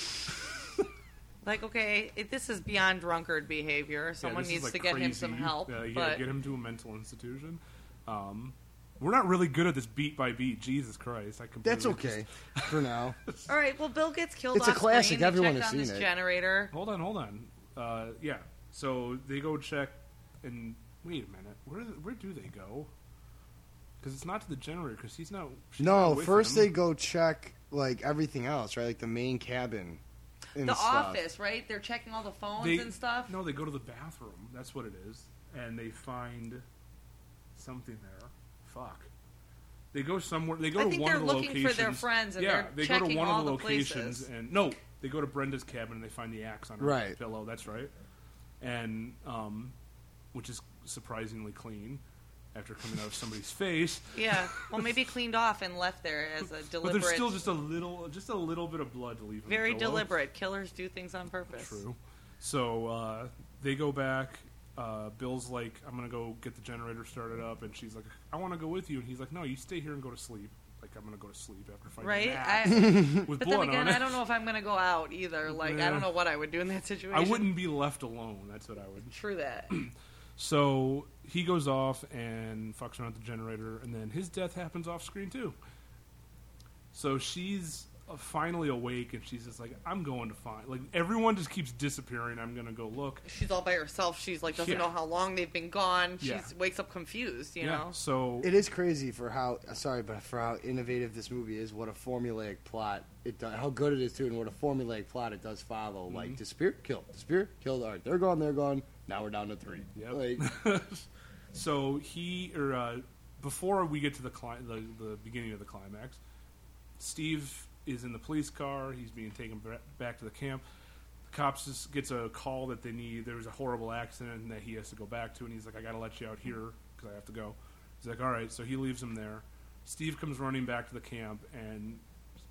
Speaker 6: Like, okay, it, this is beyond drunkard behavior.
Speaker 5: Yeah,
Speaker 6: Someone
Speaker 5: this is,
Speaker 6: needs
Speaker 5: like,
Speaker 6: to get him
Speaker 5: crazy.
Speaker 6: some help.
Speaker 5: Yeah, you gotta
Speaker 6: but
Speaker 5: get him to a mental institution. Um, we're not really good at this beat by beat. Jesus Christ, I completely
Speaker 7: that's okay for now.
Speaker 6: all right, well, Bill gets killed.
Speaker 7: It's a
Speaker 6: off
Speaker 7: classic.
Speaker 6: screen. They
Speaker 7: Everyone
Speaker 6: checked
Speaker 7: has
Speaker 6: on this
Speaker 7: seen it.
Speaker 6: generator.
Speaker 5: Hold on, hold on. Uh, yeah. So they go check, and wait a minute. Where where do they go? Because it's not to the generator. Because he's not. she's
Speaker 7: No,
Speaker 5: not with
Speaker 7: first
Speaker 5: him.
Speaker 7: they go check like everything else, right? Like the main cabin. and
Speaker 6: The
Speaker 7: stuff.
Speaker 6: office, right? They're checking all the phones
Speaker 5: They-
Speaker 6: and stuff.
Speaker 5: No, they go to the bathroom. That's what it is, and they find something there. Fuck. They go somewhere. They go
Speaker 6: I
Speaker 5: to
Speaker 6: think
Speaker 5: one of
Speaker 6: they're
Speaker 5: the
Speaker 6: looking for
Speaker 5: locations.
Speaker 6: their friends, and
Speaker 5: yeah,
Speaker 6: they're
Speaker 5: they go to
Speaker 6: checking
Speaker 5: one
Speaker 6: all
Speaker 5: of the
Speaker 6: the
Speaker 5: locations,
Speaker 6: places.
Speaker 5: and no, they go to Brenda's cabin and they find the axe on her
Speaker 7: Right.
Speaker 5: pillow. That's right, and um, which is surprisingly clean after coming out of somebody's face.
Speaker 6: Yeah. Well, maybe cleaned off and left there as a
Speaker 5: But
Speaker 6: deliberate,
Speaker 5: there's still just a little, just a little bit of blood to leave. on the
Speaker 6: very
Speaker 5: pillow.
Speaker 6: deliberate. Killers do things on purpose.
Speaker 5: True. So uh, they go back. Uh, Bill's like, I'm gonna go get the generator started up, and she's like, I want to go with you, and he's like, No, you stay here and go to sleep. Like I'm gonna go to sleep after fighting
Speaker 6: Right?
Speaker 5: that
Speaker 6: I,
Speaker 5: with
Speaker 6: but then
Speaker 5: blood
Speaker 6: again,
Speaker 5: on it.
Speaker 6: I don't know if I'm going to go out either. Like, I
Speaker 5: Yeah.
Speaker 6: don't know what I would do in that situation.
Speaker 5: I wouldn't be left alone. That's what I would.
Speaker 6: True that.
Speaker 5: So he goes off and fucks around with the generator, and then his death happens off screen too. So she's uh, finally awake, and she's just like, "I'm going to find." Like everyone just keeps disappearing. I'm gonna go look.
Speaker 6: She's all by herself. She's like doesn't
Speaker 5: Yeah.
Speaker 6: know how long they've been gone. She
Speaker 5: Yeah.
Speaker 6: wakes up confused. You know.
Speaker 5: So
Speaker 7: It is crazy for how uh, sorry, but for how innovative this movie is. What a formulaic plot it does, how good it is too, and what a formulaic plot it does follow.
Speaker 5: Mm-hmm.
Speaker 7: Like disappear, kill, disappear, kill. All right, they're gone, they're gone. Now we're down to three.
Speaker 5: Yep.
Speaker 7: Like,
Speaker 5: so he or uh, before we get to the, cli- the the beginning of the climax, Steve is in the police car. He's being taken ba- back to the camp. The cops just gets a call that they need. There was a horrible accident and that he has to go back to, and he's like, "I got to let you out here because I have to go." He's like, "All right." So he leaves him there. Steve comes running back to the camp and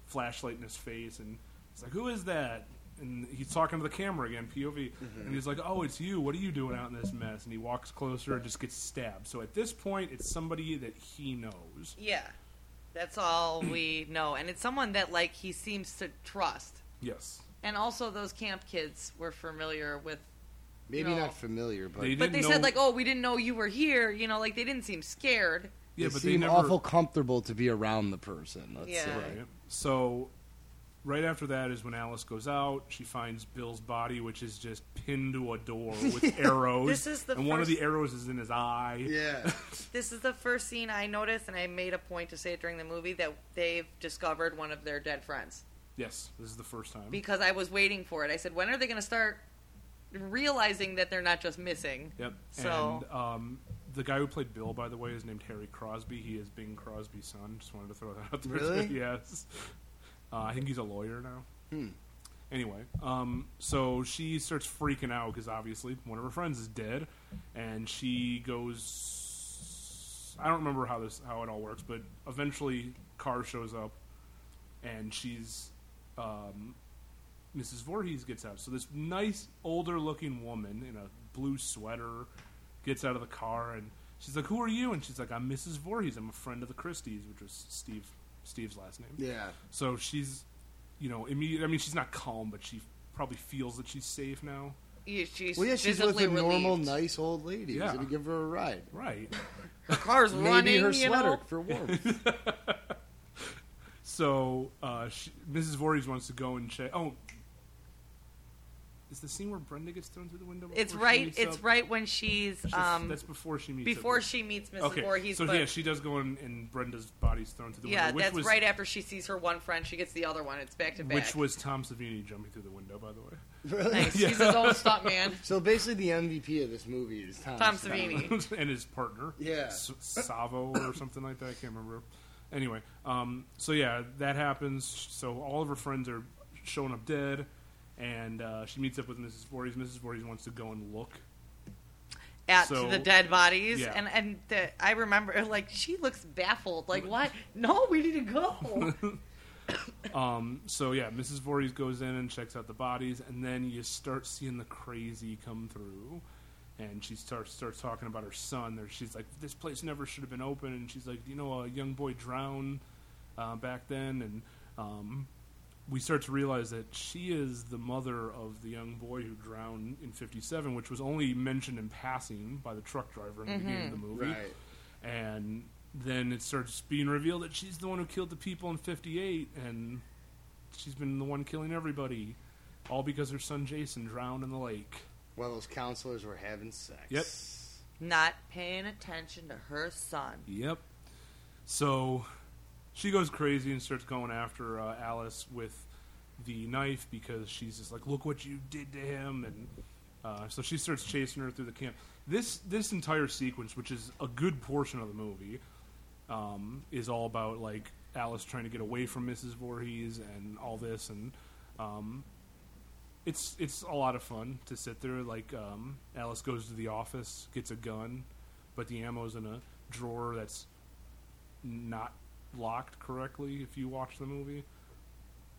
Speaker 5: flashlight in his face, and he's like, "Who is that?" And he's talking to the camera again, POV, and he's like, "Oh, it's you. What are you doing out in this mess?" And he walks closer and just gets stabbed. So at this point, it's somebody that he knows.
Speaker 6: yeah. That's all we know, and it's someone that like he seems to trust.
Speaker 5: Yes,
Speaker 6: And also, those camp kids were familiar with.
Speaker 7: maybe
Speaker 6: No.
Speaker 7: not familiar, but
Speaker 5: They
Speaker 7: they,
Speaker 5: did-
Speaker 6: But they
Speaker 5: didn't
Speaker 6: said
Speaker 5: know-
Speaker 6: like, "Oh, we didn't know you were here." You know, like they didn't seem scared.
Speaker 5: yeah, but
Speaker 7: seem
Speaker 5: they never.
Speaker 7: awful comfortable to be around the person. Let's
Speaker 6: Yeah.
Speaker 7: say.
Speaker 5: Right. So, right after that is when Alice goes out. She finds Bill's body, which is just pinned to a door with arrows.
Speaker 6: This is the
Speaker 5: and one of
Speaker 6: first-
Speaker 5: the arrows is in his eye.
Speaker 7: Yeah,
Speaker 6: This is the first scene I noticed, and I made a point to say it during the movie that they've discovered one of their dead friends
Speaker 5: Yes, this is the first time.
Speaker 6: because I was waiting for it. I said, "When are they going to start realizing that they're not just missing?"
Speaker 5: Yep.
Speaker 6: So-
Speaker 5: And um, the guy who played Bill, by the way, is named Harry Crosby. He is Bing Crosby's son. Just wanted to throw that out there.
Speaker 7: Really?
Speaker 5: yes. Uh, I think he's a lawyer now. Anyway, um, so she starts freaking out because obviously one of her friends is dead, and she goes. I don't remember how this how it all works, but eventually Carr shows up, and she's um, Mrs. Voorhees gets out. So this nice older looking woman in a blue sweater gets out of the car and she's like, "Who are you?" And she's like, "I'm Mrs. Voorhees. I'm a friend of the Christies, which was Steve Steve's last name."
Speaker 7: Yeah.
Speaker 5: So she's, you know, immediate. I mean, she's not calm, but she probably feels that she's safe now.
Speaker 6: Yeah, she's
Speaker 7: Well, yeah, she's with
Speaker 6: visibly
Speaker 7: a normal,
Speaker 6: relieved.
Speaker 7: nice old lady.
Speaker 5: Yeah.
Speaker 7: Who's going to give her a ride?
Speaker 5: Right.
Speaker 6: Her car's
Speaker 7: Maybe
Speaker 6: running,
Speaker 7: her
Speaker 6: you
Speaker 7: sweater
Speaker 6: know.
Speaker 7: for warmth.
Speaker 5: So uh, she, Mrs. Voorhees wants to go and check. Oh, is the scene where Brenda gets thrown through the window?
Speaker 6: It's
Speaker 5: before she
Speaker 6: right.
Speaker 5: meets
Speaker 6: It's
Speaker 5: up?
Speaker 6: right when she's
Speaker 5: That's,
Speaker 6: um
Speaker 5: that's before she meets. up
Speaker 6: before
Speaker 5: with-
Speaker 6: she meets Mrs.
Speaker 5: Okay,
Speaker 6: Voorhees.
Speaker 5: so
Speaker 6: but,
Speaker 5: yeah, she does go in, and Brenda's body's thrown through the
Speaker 6: yeah,
Speaker 5: window. Which
Speaker 6: that's
Speaker 5: was,
Speaker 6: right after she sees her one friend, she gets the other one. It's back to back.
Speaker 5: Which was Tom Savini jumping through the window, by the way.
Speaker 6: nice. He's his own stuntman,
Speaker 7: so basically, the MVP of this movie is Tom,
Speaker 6: Tom
Speaker 7: Savini.
Speaker 6: Savini.
Speaker 5: and his partner.
Speaker 7: Yeah.
Speaker 5: S- Savo or something like that. I can't remember. Anyway, um, so yeah, that happens. So all of her friends are showing up dead, and uh, she meets up with Mrs. Voorhees. Mrs. Voorhees wants to go and look.
Speaker 6: at
Speaker 5: So-
Speaker 6: the dead bodies,
Speaker 5: Yeah.
Speaker 6: and and the, I remember like she looks baffled, like what? No, we need to go.
Speaker 5: So yeah, Mrs. Voorhees goes in and checks out the bodies, and then you start seeing the crazy come through. And she starts starts talking about her son. There, she's like, "This place never should have been open." And she's like, "You know, a young boy drowned uh, back then." And um, we start to realize that she is the mother of the young boy who drowned in '57, which was only mentioned in passing by the truck driver in the beginning of the movie
Speaker 7: Right.
Speaker 5: and then it starts being revealed that she's the one who killed the people in 58 and she's been the one killing everybody all because her son jason drowned in the lake
Speaker 7: Well, those counselors were having sex.
Speaker 5: Yep.
Speaker 6: Not paying attention to her son.
Speaker 5: yep so she goes crazy and starts going after uh, alice with the knife because she's just like look what you did to him and uh, so she starts chasing her through the camp this this entire sequence which is a good portion of the movie um, is all about like Alice trying to get away from Mrs. Voorhees and all this, and um, it's it's a lot of fun to sit there. Like um, Alice goes to the office, gets a gun, but the ammo's in a drawer that's not locked correctly. If you watch the movie,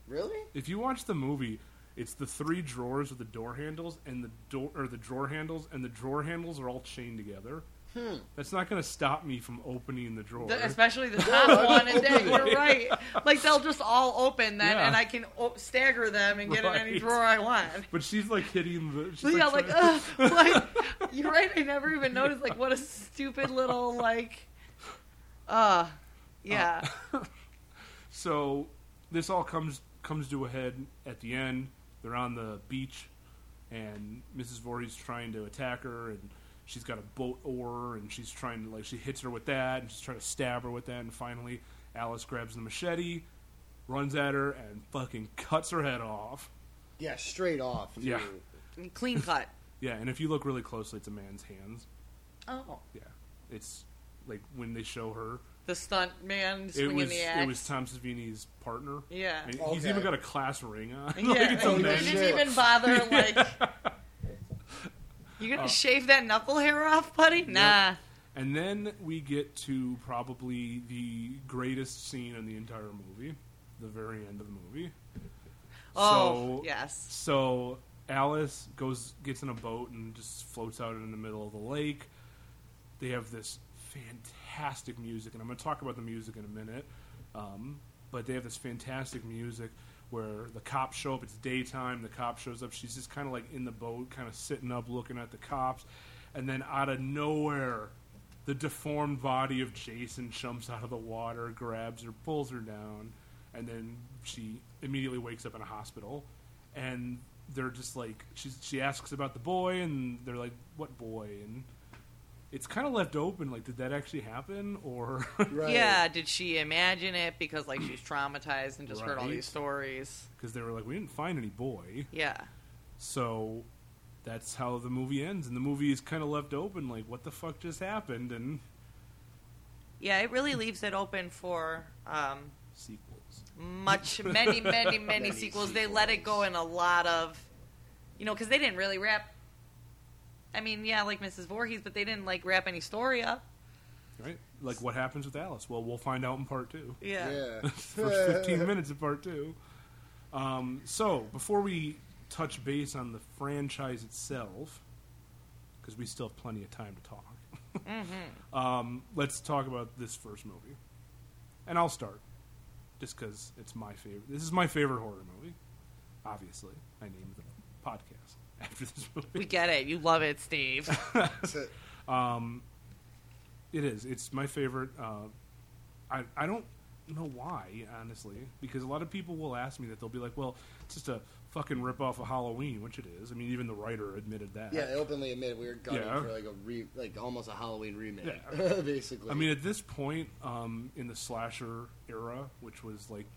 Speaker 7: Really?
Speaker 5: if you watch the movie. It's the three drawers with the door handles and the door or the drawer handles and the drawer handles are all chained together.
Speaker 6: Hmm.
Speaker 5: That's not going to stop me from opening the drawer.
Speaker 6: The- especially the top one, and then you're right. Like they'll just all open then,
Speaker 5: Yeah.
Speaker 6: and I can o- stagger them and get in any
Speaker 5: Right.
Speaker 6: drawer I want.
Speaker 5: But she's like hitting the. She's
Speaker 6: So yeah, like,
Speaker 5: trying-
Speaker 6: ugh, like you're right. I never even noticed. Like, what a stupid little like, uh, yeah.
Speaker 5: so this all comes comes to a head at the end. They're on the beach, and Mrs. Voorhees trying to attack her, and she's got a boat oar, and she's trying to like she hits her with that, and she's trying to stab her with that, and finally Alice grabs the machete, runs at her, and fucking cuts her head off.
Speaker 7: Yeah, straight off. too.
Speaker 5: Yeah.
Speaker 6: clean cut.
Speaker 5: Yeah, and if you look really closely, it's a man's hands.
Speaker 6: Oh,
Speaker 5: Yeah, it's like when they show her
Speaker 6: the stunt man
Speaker 5: it
Speaker 6: swinging
Speaker 5: was
Speaker 6: the axe.
Speaker 5: it was Tom Savini's partner.
Speaker 6: Yeah.
Speaker 5: and he's
Speaker 7: Okay.
Speaker 5: even got a class ring on.
Speaker 6: yeah,
Speaker 5: like it's
Speaker 6: and
Speaker 5: amazing.
Speaker 6: they didn't even bother. Like, you
Speaker 5: Uh.
Speaker 6: gonna shave that knuckle hair off, buddy? Nah.
Speaker 5: And then we get to probably the greatest scene in the entire movie, the very end of the movie.
Speaker 6: Oh,
Speaker 5: so,
Speaker 6: yes.
Speaker 5: So Alice goes gets in a boat and just floats out in the middle of the lake. They have this fantastic music, and I'm going to talk about the music in a minute. Um, but they have this fantastic music where the cops show up. It's daytime. The cop shows up. She's just kind of like in the boat, kind of sitting up, looking at the cops, and then out of nowhere. The deformed body of Jason jumps out of the water, grabs her, pulls her down, and then she immediately wakes up in a hospital and they're just like she's, she asks about the boy and they're like what boy and it's kind of left open like did that actually happen or
Speaker 7: Right.
Speaker 6: Yeah, did she imagine it because like she's traumatized and just heard all
Speaker 5: Right.
Speaker 6: these stories?
Speaker 5: because they were like we didn't find any boy
Speaker 6: Yeah.
Speaker 5: so that's how the movie ends and the movie is kind of left open like what the fuck just happened and
Speaker 6: Yeah, it really leaves it open for um
Speaker 5: sequels.
Speaker 6: much many many many, sequels. They let it go in a lot of, you know, because they didn't really wrap. I mean, yeah, like Mrs. Voorhees, but they didn't like wrap any story up.
Speaker 5: Right? Like what happens with Alice? Well, we'll find out in part two.
Speaker 6: Yeah.
Speaker 5: First fifteen minutes of part two. Um, so before we touch base on the franchise itself, because we still have plenty of time to talk, um, let's talk about this first movie. And I'll start just because it's my favorite. This is my favorite horror movie. Obviously, I named the podcast after this movie.
Speaker 6: We get it. You love it, Steve.
Speaker 5: It is. It's my favorite. Uh, I I don't know why, honestly, because a lot of people will ask me that. They'll be like, "Well, it's just a fucking rip off of Halloween," which it is. I mean, even the writer admitted that.
Speaker 7: Yeah, they openly admit we were gunning
Speaker 5: Yeah.
Speaker 7: for like a re, like almost a Halloween remake,
Speaker 5: Yeah.
Speaker 7: basically.
Speaker 5: I mean, at this point um, in the slasher era, which was like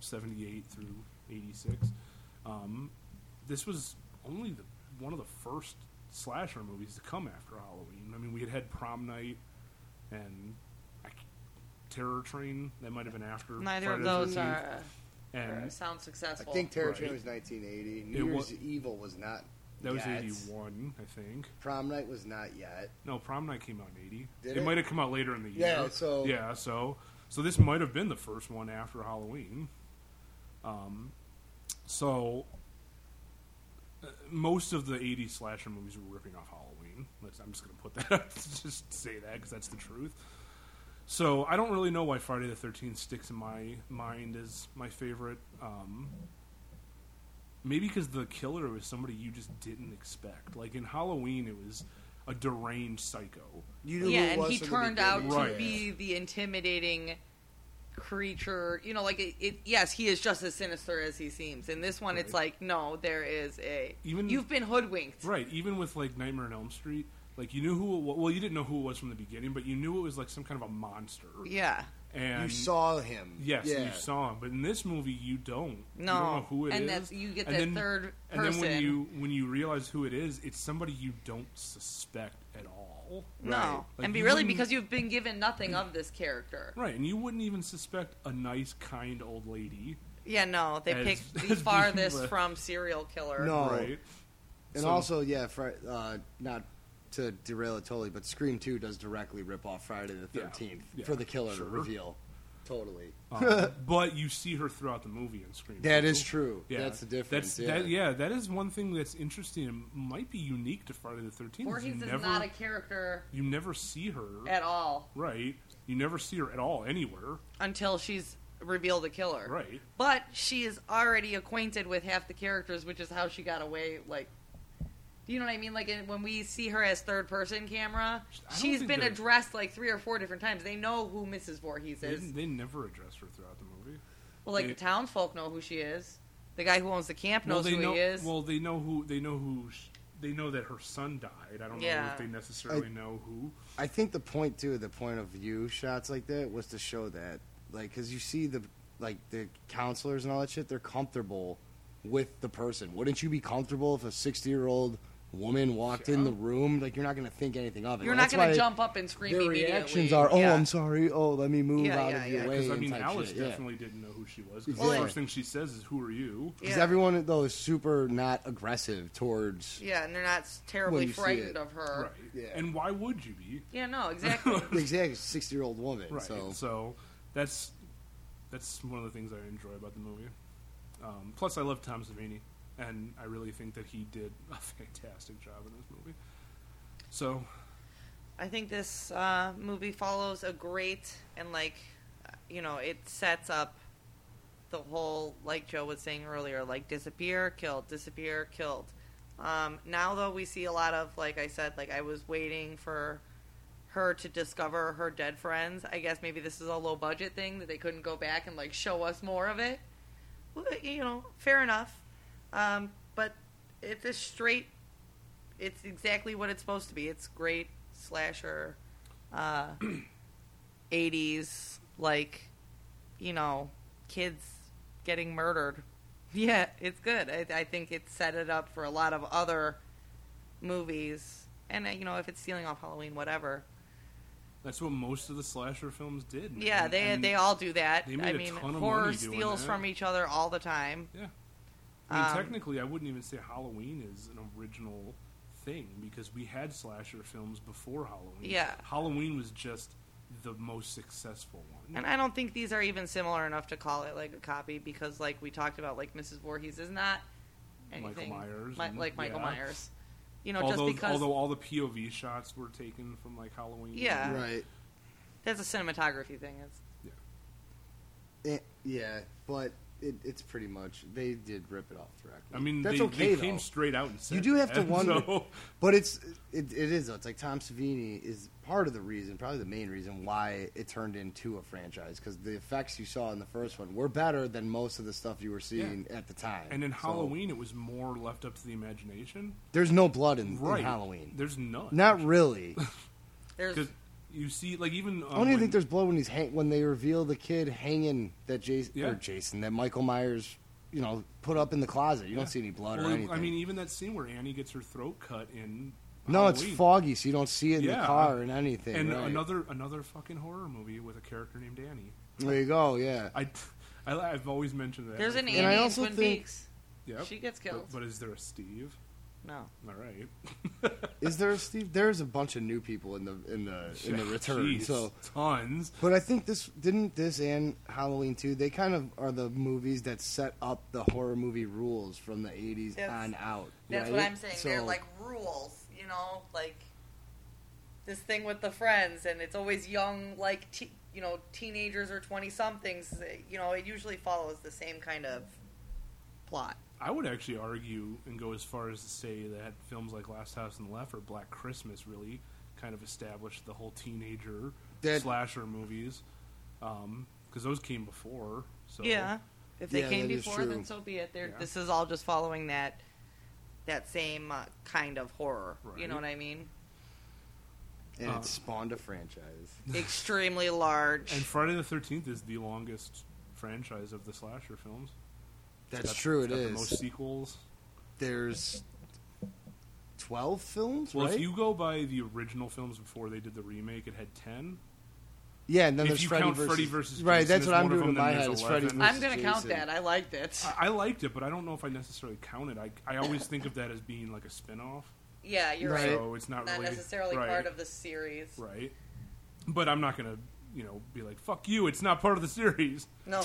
Speaker 5: '78 through '86, um, this was only the, one of the first slasher movies to come after Halloween. I mean, we had had Prom Night and I c- Terror Train. That might have been after.
Speaker 6: Neither of
Speaker 5: Friday the
Speaker 6: those
Speaker 5: 13th.
Speaker 6: are, are
Speaker 5: And
Speaker 6: sound
Speaker 7: I
Speaker 6: successful.
Speaker 7: think Terror
Speaker 5: Right.
Speaker 7: Train was 1980. New
Speaker 5: It wa-
Speaker 7: Year's Evil was not.
Speaker 5: that was
Speaker 7: yet.
Speaker 5: '81, I think.
Speaker 7: Prom Night was not yet.
Speaker 5: No, Prom Night came out in '80.
Speaker 7: Did
Speaker 5: it
Speaker 7: it?
Speaker 5: might have come out later in the year.
Speaker 7: Yeah, so-
Speaker 5: yeah, so so this might have been the first one after Halloween. Um, so uh, most of the '80s slasher movies were ripping off Halloween. Let's, I'm just going to put that up, just say that because that's the truth. So I don't really know why Friday the Thirteenth sticks in my mind as my favorite. Um, maybe because the killer was somebody you just didn't expect. Like in Halloween, it was a deranged psycho.
Speaker 7: You knew
Speaker 6: yeah,
Speaker 7: who it
Speaker 6: and
Speaker 7: was
Speaker 6: he
Speaker 7: from the
Speaker 6: turned out
Speaker 7: beginning.
Speaker 6: to
Speaker 5: Right.
Speaker 6: be the intimidating creature. You know, like it, it. Yes, he is just as sinister as he seems. In this one, it's like no, there is a.
Speaker 5: Even-
Speaker 6: you've been hoodwinked.
Speaker 5: Right. Even with like Nightmare on Elm Street, like you knew who it was. Well, you didn't know who it was from the beginning, but you knew it was like some kind of a monster.
Speaker 6: Yeah.
Speaker 5: And
Speaker 7: You saw him.
Speaker 5: Yes,
Speaker 7: yeah.
Speaker 5: you saw him. But in this movie, you don't. You
Speaker 6: No.
Speaker 5: don't know who it is.
Speaker 6: And that's- you get that third
Speaker 5: And then when
Speaker 6: person.
Speaker 5: you when you realize who it is, it's somebody you don't suspect at all.
Speaker 6: No,
Speaker 5: Like,
Speaker 6: and be
Speaker 5: you
Speaker 6: really
Speaker 5: wouldn't-
Speaker 6: because you've been given nothing of this character.
Speaker 5: Right, and you wouldn't even suspect a nice, kind old lady.
Speaker 6: Yeah, no, they
Speaker 5: As-
Speaker 6: picked
Speaker 5: as
Speaker 6: the
Speaker 5: being
Speaker 6: farthest
Speaker 5: left.
Speaker 6: from serial killer.
Speaker 7: No.
Speaker 5: Right.
Speaker 7: And
Speaker 5: So-
Speaker 7: also, yeah, Fri uh, not to derail it totally, but Scream 2 does directly rip off Friday the
Speaker 5: Yeah.
Speaker 7: 13th
Speaker 5: Yeah.
Speaker 7: for the killer
Speaker 5: Sure.
Speaker 7: reveal. Totally.
Speaker 5: Um, but you see her throughout the movie and Scream.
Speaker 7: That
Speaker 5: two.
Speaker 7: is true. That's the difference.
Speaker 5: That's-
Speaker 7: yeah.
Speaker 5: That, yeah, that is one thing that's interesting and might be unique to Friday the Thirteenth. You
Speaker 6: Voorhees is
Speaker 5: never,
Speaker 6: not a character
Speaker 5: you never see her
Speaker 6: at all
Speaker 5: right. You never see her at all anywhere,
Speaker 6: until she's revealed the killer.
Speaker 5: right?
Speaker 6: But she is already acquainted with half the characters, which is how she got away. Like, do you know what I mean? Like in- when we see her as third person camera,
Speaker 5: I don't
Speaker 6: she's
Speaker 5: think
Speaker 6: been
Speaker 5: they're-
Speaker 6: addressed like three or four different times. They know who Mrs. Voorhees
Speaker 5: They,
Speaker 6: is.
Speaker 5: they never address her throughout the movie.
Speaker 6: Well, like
Speaker 5: They-
Speaker 6: the townsfolk know who she is. The guy who owns the camp
Speaker 5: well,
Speaker 6: knows
Speaker 5: they
Speaker 6: who
Speaker 5: know.
Speaker 6: he is.
Speaker 5: Well, they know who. They know who. Sh- they know that her son died. I don't know
Speaker 6: Yeah.
Speaker 5: if they necessarily know who.
Speaker 7: I think the point too, the point of view shots like that was to show that, like, because you see the like the counselors and all that shit, they're comfortable with the person. Wouldn't you be comfortable if a sixty-year-old woman walked in the room? Like, you're not going to think anything of it.
Speaker 6: You're not
Speaker 7: going to
Speaker 6: jump up and scream.
Speaker 7: Their
Speaker 6: immediately.
Speaker 7: reactions are, "Oh,
Speaker 6: Yeah.
Speaker 7: I'm sorry. Oh, let me move
Speaker 6: Yeah,
Speaker 7: out
Speaker 6: yeah,
Speaker 7: of your
Speaker 6: yeah.
Speaker 7: way."
Speaker 5: Because I
Speaker 7: and
Speaker 5: mean,
Speaker 7: type
Speaker 5: Alice
Speaker 7: shit, yeah.
Speaker 5: definitely didn't know who she was. 'cause
Speaker 7: Well,
Speaker 5: the
Speaker 7: yeah.
Speaker 5: first thing she says is, "Who are you?"
Speaker 7: Because
Speaker 6: Yeah.
Speaker 7: everyone though is super not aggressive towards.
Speaker 6: Yeah, and they're not s-
Speaker 7: When
Speaker 6: terribly
Speaker 7: you see it.
Speaker 6: frightened of her.
Speaker 5: Right.
Speaker 7: Yeah.
Speaker 5: And why would you be?
Speaker 6: Yeah, no, exactly.
Speaker 7: Exactly, sixty-year-old woman.
Speaker 5: Right.
Speaker 7: So,
Speaker 5: So. that's that's one of the things I enjoy about the movie. Um, plus, I love Tom Savini, and I really think that he did a fantastic job in this movie. So,
Speaker 6: I think this uh, movie follows a great and like, uh, you know, it sets up the whole like Joe was saying earlier, like disappear, killed, disappear, killed. Um, now though, we see a lot of like I said, like I was waiting for her to discover her dead friends. I guess maybe this is a low budget thing that they couldn't go back and like show us more of it. Well, You know, fair enough. Um, but it's a straight it's exactly what it's supposed to be. It's great slasher, uh, '80s like, you know, kids getting murdered. Yeah, it's good. I, I think it set it up for a lot of other movies, and uh, you know, if it's stealing off Halloween, whatever.
Speaker 5: That's what most of the slasher films did. man.
Speaker 6: Yeah, they
Speaker 5: And-
Speaker 6: they all do that.
Speaker 5: they made
Speaker 6: I
Speaker 5: a
Speaker 6: mean,
Speaker 5: ton of money
Speaker 6: horror
Speaker 5: doing
Speaker 6: steals
Speaker 5: that.
Speaker 6: from each other all the time.
Speaker 5: Yeah. I mean,
Speaker 6: Um,
Speaker 5: technically, I wouldn't even say Halloween is an original thing because we had slasher films before Halloween.
Speaker 6: Yeah.
Speaker 5: Halloween was just the most successful one.
Speaker 6: And I don't think these are even similar enough to call it like a copy because, like we talked about, like Mrs. Voorhees is not
Speaker 5: Michael
Speaker 6: anything
Speaker 5: Myers
Speaker 6: mi-
Speaker 5: and-
Speaker 6: like Michael
Speaker 5: yeah.
Speaker 6: Myers. You know,
Speaker 5: although,
Speaker 6: just because
Speaker 5: although all the POV shots were taken from like Halloween.
Speaker 6: Yeah.
Speaker 7: Right.
Speaker 6: that's a cinematography thing. It's,
Speaker 7: Eh, yeah, but it, it's pretty much they did rip it off directly.
Speaker 5: I mean,
Speaker 7: that's
Speaker 5: they,
Speaker 7: okay
Speaker 5: they came
Speaker 7: though.
Speaker 5: straight out and said
Speaker 7: You do have to
Speaker 5: that,
Speaker 7: wonder,
Speaker 5: so-
Speaker 7: but it's it, it is though. It's like Tom Savini is part of the reason, probably the main reason why it turned into a franchise because the effects you saw in the first one were better than most of the stuff you were seeing at the time.
Speaker 5: And in
Speaker 7: So,
Speaker 5: Halloween, it was more left up to the imagination.
Speaker 7: there's no blood in, in
Speaker 5: Right.
Speaker 7: Halloween.
Speaker 5: There's none.
Speaker 7: Not really.
Speaker 6: there's
Speaker 5: Because you see, like, even. Um,
Speaker 7: I don't even
Speaker 5: when-
Speaker 7: think there's blood when he's hang- when they reveal the kid hanging that Jason
Speaker 5: Yeah.
Speaker 7: or Jason that Michael Myers, you know, put up in the closet. You
Speaker 5: Yeah.
Speaker 7: don't see any blood
Speaker 5: Well,
Speaker 7: or anything.
Speaker 5: I mean, even that scene where Annie gets her throat cut in.
Speaker 7: no, it's
Speaker 5: Halloween.
Speaker 7: foggy, so you don't see it in
Speaker 5: Yeah.
Speaker 7: the car and anything.
Speaker 5: And
Speaker 7: right.
Speaker 5: another another fucking horror movie with a character named Annie.
Speaker 7: there you go. Yeah,
Speaker 5: I, I I've always mentioned that.
Speaker 6: there's an
Speaker 7: And I
Speaker 6: Annie in
Speaker 7: also
Speaker 6: Twin
Speaker 7: think-
Speaker 6: Peaks.
Speaker 5: Yep.
Speaker 6: She gets killed.
Speaker 5: But, but is there a Steve?
Speaker 6: No,
Speaker 5: All right.
Speaker 7: is there a Steve? There's a bunch of new people in the in the in the return.
Speaker 5: Jeez,
Speaker 7: So,
Speaker 5: tons.
Speaker 7: but I think this didn't this and Halloween two. They kind of are the movies that set up the horror movie rules from the '80s
Speaker 6: That's-
Speaker 7: on out.
Speaker 6: that's
Speaker 7: right?
Speaker 6: what I'm saying. They're
Speaker 7: So-
Speaker 6: like rules. You know, like this thing with the friends, and it's always young, like te- you know, teenagers or twenty somethings. You know, it usually follows the same kind of plot.
Speaker 5: I would actually argue and go as far as to say that films like Last House on the Left or Black Christmas really kind of established the whole teenager
Speaker 7: That-
Speaker 5: slasher movies because those came before. So
Speaker 6: Yeah. If they
Speaker 7: Yeah,
Speaker 6: came
Speaker 7: that is
Speaker 6: before, then
Speaker 7: true.
Speaker 6: so be it. They're,
Speaker 5: Yeah.
Speaker 6: This is all just following that that same uh, kind of horror. You know
Speaker 5: Right.
Speaker 6: what I mean?
Speaker 7: and
Speaker 5: Uh.
Speaker 7: it spawned a franchise.
Speaker 6: Extremely large.
Speaker 5: And Friday the Thirteenth is the longest franchise of the slasher films.
Speaker 7: That's
Speaker 5: Got-
Speaker 7: true. It
Speaker 5: got
Speaker 7: is.
Speaker 5: the most sequels.
Speaker 7: there's 12 films,
Speaker 5: Well,
Speaker 7: right?
Speaker 5: if you go by the original films before they did the remake, it had ten.
Speaker 7: yeah, and then
Speaker 5: if
Speaker 7: there's
Speaker 5: you
Speaker 7: Freddy
Speaker 5: count
Speaker 7: versus,
Speaker 5: Freddy versus
Speaker 7: right.
Speaker 5: Jason
Speaker 7: That's
Speaker 5: as
Speaker 7: what I'm
Speaker 5: one of
Speaker 7: doing in
Speaker 5: them,
Speaker 7: my
Speaker 5: then
Speaker 7: head.
Speaker 5: there's
Speaker 7: Is Freddy
Speaker 5: 11.
Speaker 7: versus
Speaker 6: I'm going to count
Speaker 7: Jason.
Speaker 6: that. I liked it.
Speaker 5: I, I liked it, but I don't know if I necessarily count it. I, I always think of that as being like a spin off.
Speaker 6: yeah, you're right.
Speaker 7: Right.
Speaker 5: So it's not,
Speaker 6: Not
Speaker 5: really
Speaker 6: necessarily
Speaker 5: right,
Speaker 6: part of the series.
Speaker 5: right. But I'm not gonna, you know, be like "fuck you." It's not part of the series,
Speaker 6: No.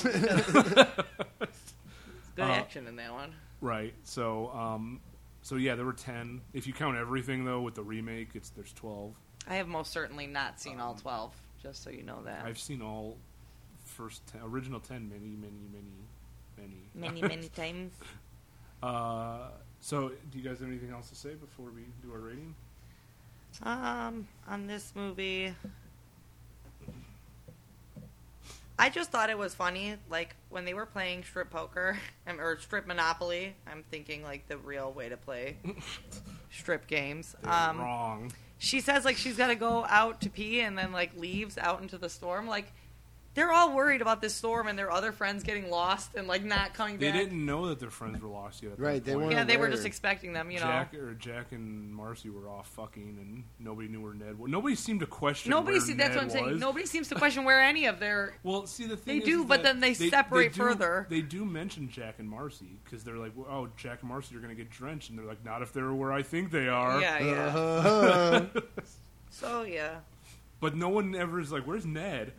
Speaker 6: Good action in that one.
Speaker 5: right? So, um, so yeah, there were ten. If you count everything though, with the remake, it's there's twelve.
Speaker 6: I have most certainly not seen all 12, just so you know that.
Speaker 5: I've seen all first 10, original ten many, many, many, many.
Speaker 6: Many, many times.
Speaker 5: Uh, so, do you guys have anything else to say before we do our rating?
Speaker 6: Um, on this movie, I just thought it was funny. Like when they were playing strip poker um, or strip Monopoly, I'm thinking like the real way to play strip games.
Speaker 5: They were
Speaker 6: Um,
Speaker 5: wrong.
Speaker 6: she says like she's got to go out to pee and then like leaves out into the storm. Like they're all worried about this storm and their other friends getting lost and like not coming
Speaker 5: They
Speaker 6: back.
Speaker 5: didn't know that their friends were lost yet. At
Speaker 7: Right,
Speaker 5: that
Speaker 7: they
Speaker 5: point.
Speaker 7: weren't
Speaker 6: Yeah, they were
Speaker 7: aware.
Speaker 6: just expecting them. You know,
Speaker 5: Jack or Jack and Marcy were off fucking, and nobody knew where Ned. was. Nobody seemed to question.
Speaker 6: nobody.
Speaker 5: where
Speaker 6: See,
Speaker 5: Ned
Speaker 6: that's what I'm saying.
Speaker 5: was.
Speaker 6: Nobody seems to question where any of their
Speaker 5: Well, see the thing
Speaker 6: They
Speaker 5: is
Speaker 6: do,
Speaker 5: is
Speaker 6: but
Speaker 5: that
Speaker 6: then they separate
Speaker 5: do-
Speaker 6: further.
Speaker 5: They do mention Jack and Marcy because they're like, well, "Oh, Jack and Marcy are going to get drenched," and they're like, "Not if they're where I think they are." Uh-huh.
Speaker 6: Yeah, yeah.
Speaker 7: Uh,
Speaker 6: So yeah,
Speaker 5: But no one ever is like, "Where's Ned?"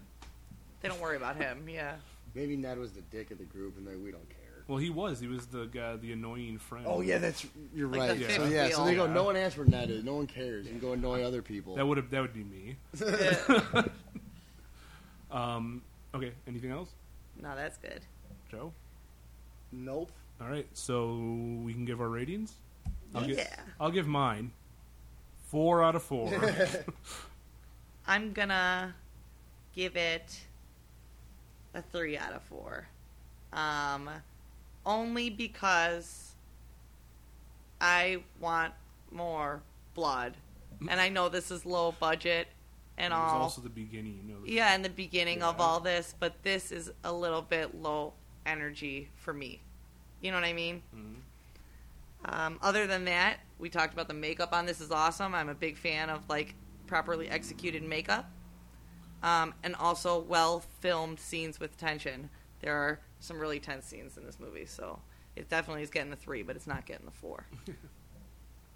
Speaker 6: they don't worry about him. Yeah,
Speaker 7: maybe Ned was the dick of the group, and like we don't care.
Speaker 5: Well, he was. He was the guy, the annoying friend.
Speaker 7: Oh yeah, that's you're
Speaker 6: Like
Speaker 7: right.
Speaker 6: the
Speaker 5: fifth
Speaker 7: So yeah, so they
Speaker 6: wheel.
Speaker 7: go. No one asks where Ned is. No one cares. You can go annoy other people.
Speaker 5: that would have that would be me.
Speaker 6: no,
Speaker 5: Um, okay, anything else,
Speaker 6: that's good.
Speaker 5: Joe?
Speaker 7: nope.
Speaker 5: All right, so we can give our ratings. I'll gi-
Speaker 6: Yeah.
Speaker 5: I'll give mine four out of four.
Speaker 6: I'm gonna give it a three out of four, um, only because I want more blood, and I know this is low budget and
Speaker 5: It was
Speaker 6: all.
Speaker 5: also the beginning. Of,
Speaker 6: yeah, in the beginning of
Speaker 5: Yeah.
Speaker 6: all this, but this is a little bit low energy for me. You know what I mean?
Speaker 5: Mhm.
Speaker 6: Um, other than that, we talked about the makeup on this is awesome. I'm a big fan of like properly executed makeup. um, and also well filmed scenes with tension. There are some really tense scenes in this movie, so it definitely is getting a three, but it's not getting a four.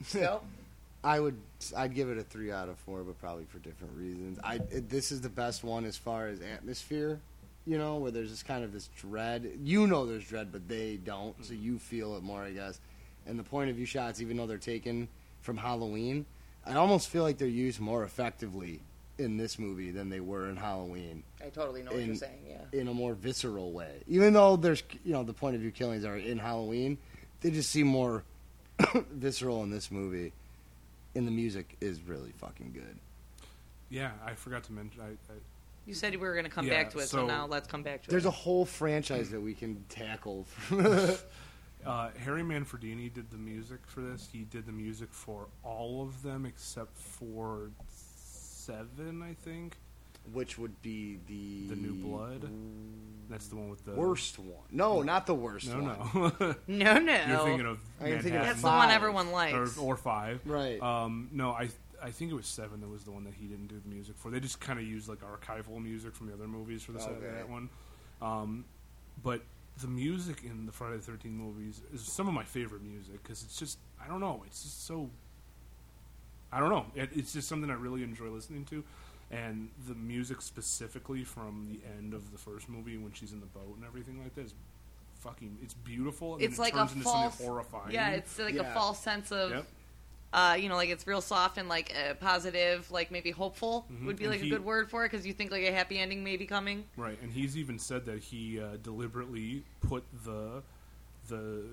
Speaker 7: So, I would I'd give it a three out of four, but probably for different reasons. I it- this is the best one as far as atmosphere, you know, where there's this kind of this dread. You know, there's dread, but they don't, so you feel it more, I guess. And the point of view shots, even though they're taken from Halloween, I almost feel like they're used more effectively in this movie than they were in Halloween
Speaker 10: I totally know what you're
Speaker 7: In-
Speaker 10: saying. Yeah.
Speaker 7: in a more visceral way. Even though there's, you know, the point of view killings are in Halloween, they just seem more visceral in this movie. And the music is really fucking good.
Speaker 5: Yeah, I forgot to mention. I, I,
Speaker 6: You said we were going to come
Speaker 5: Yeah,
Speaker 6: back to it, so,
Speaker 5: so-
Speaker 6: now let's come back to
Speaker 7: There's
Speaker 6: it.
Speaker 7: a whole franchise that we can tackle.
Speaker 5: Uh, Harry Manfredini did the music for this. He did the music for all of them except for seven, I think.
Speaker 7: which would be the
Speaker 5: The New Blood. That's the one with the
Speaker 7: worst one. No, not the worst
Speaker 5: No,
Speaker 7: one.
Speaker 5: no.
Speaker 6: no, no.
Speaker 5: You're thinking of
Speaker 7: I am thinking of
Speaker 5: Manhattan
Speaker 6: That's the one
Speaker 7: five.
Speaker 6: everyone
Speaker 5: or,
Speaker 6: likes.
Speaker 5: or five,
Speaker 7: Right.
Speaker 5: Um, no, I I think it was seven that was the one that he didn't do the music for. They just kind of used like archival music from the other movies for the Saturday
Speaker 7: Okay.
Speaker 5: Night one. Um, but the music in the Friday the Thirteenth movies is some of my favorite music because it's just I don't know, it's just so I don't know, it, it's just something I really enjoy listening to. And the music specifically from the end of the first movie when she's in the boat and everything like that is fucking it's beautiful. And then
Speaker 6: it's
Speaker 5: it
Speaker 6: like a
Speaker 5: turns into something
Speaker 6: false,
Speaker 5: horrifying.
Speaker 6: yeah, it's like
Speaker 7: Yeah.
Speaker 6: a false sense of,
Speaker 5: Yep.
Speaker 6: uh, you know, like it's real soft and like uh, positive, like maybe hopeful would
Speaker 5: Mm-hmm.
Speaker 6: be
Speaker 5: And
Speaker 6: like
Speaker 5: he-
Speaker 6: a good word for it because you think like a happy ending may be coming.
Speaker 5: Right, and he's even said that he uh, deliberately put the the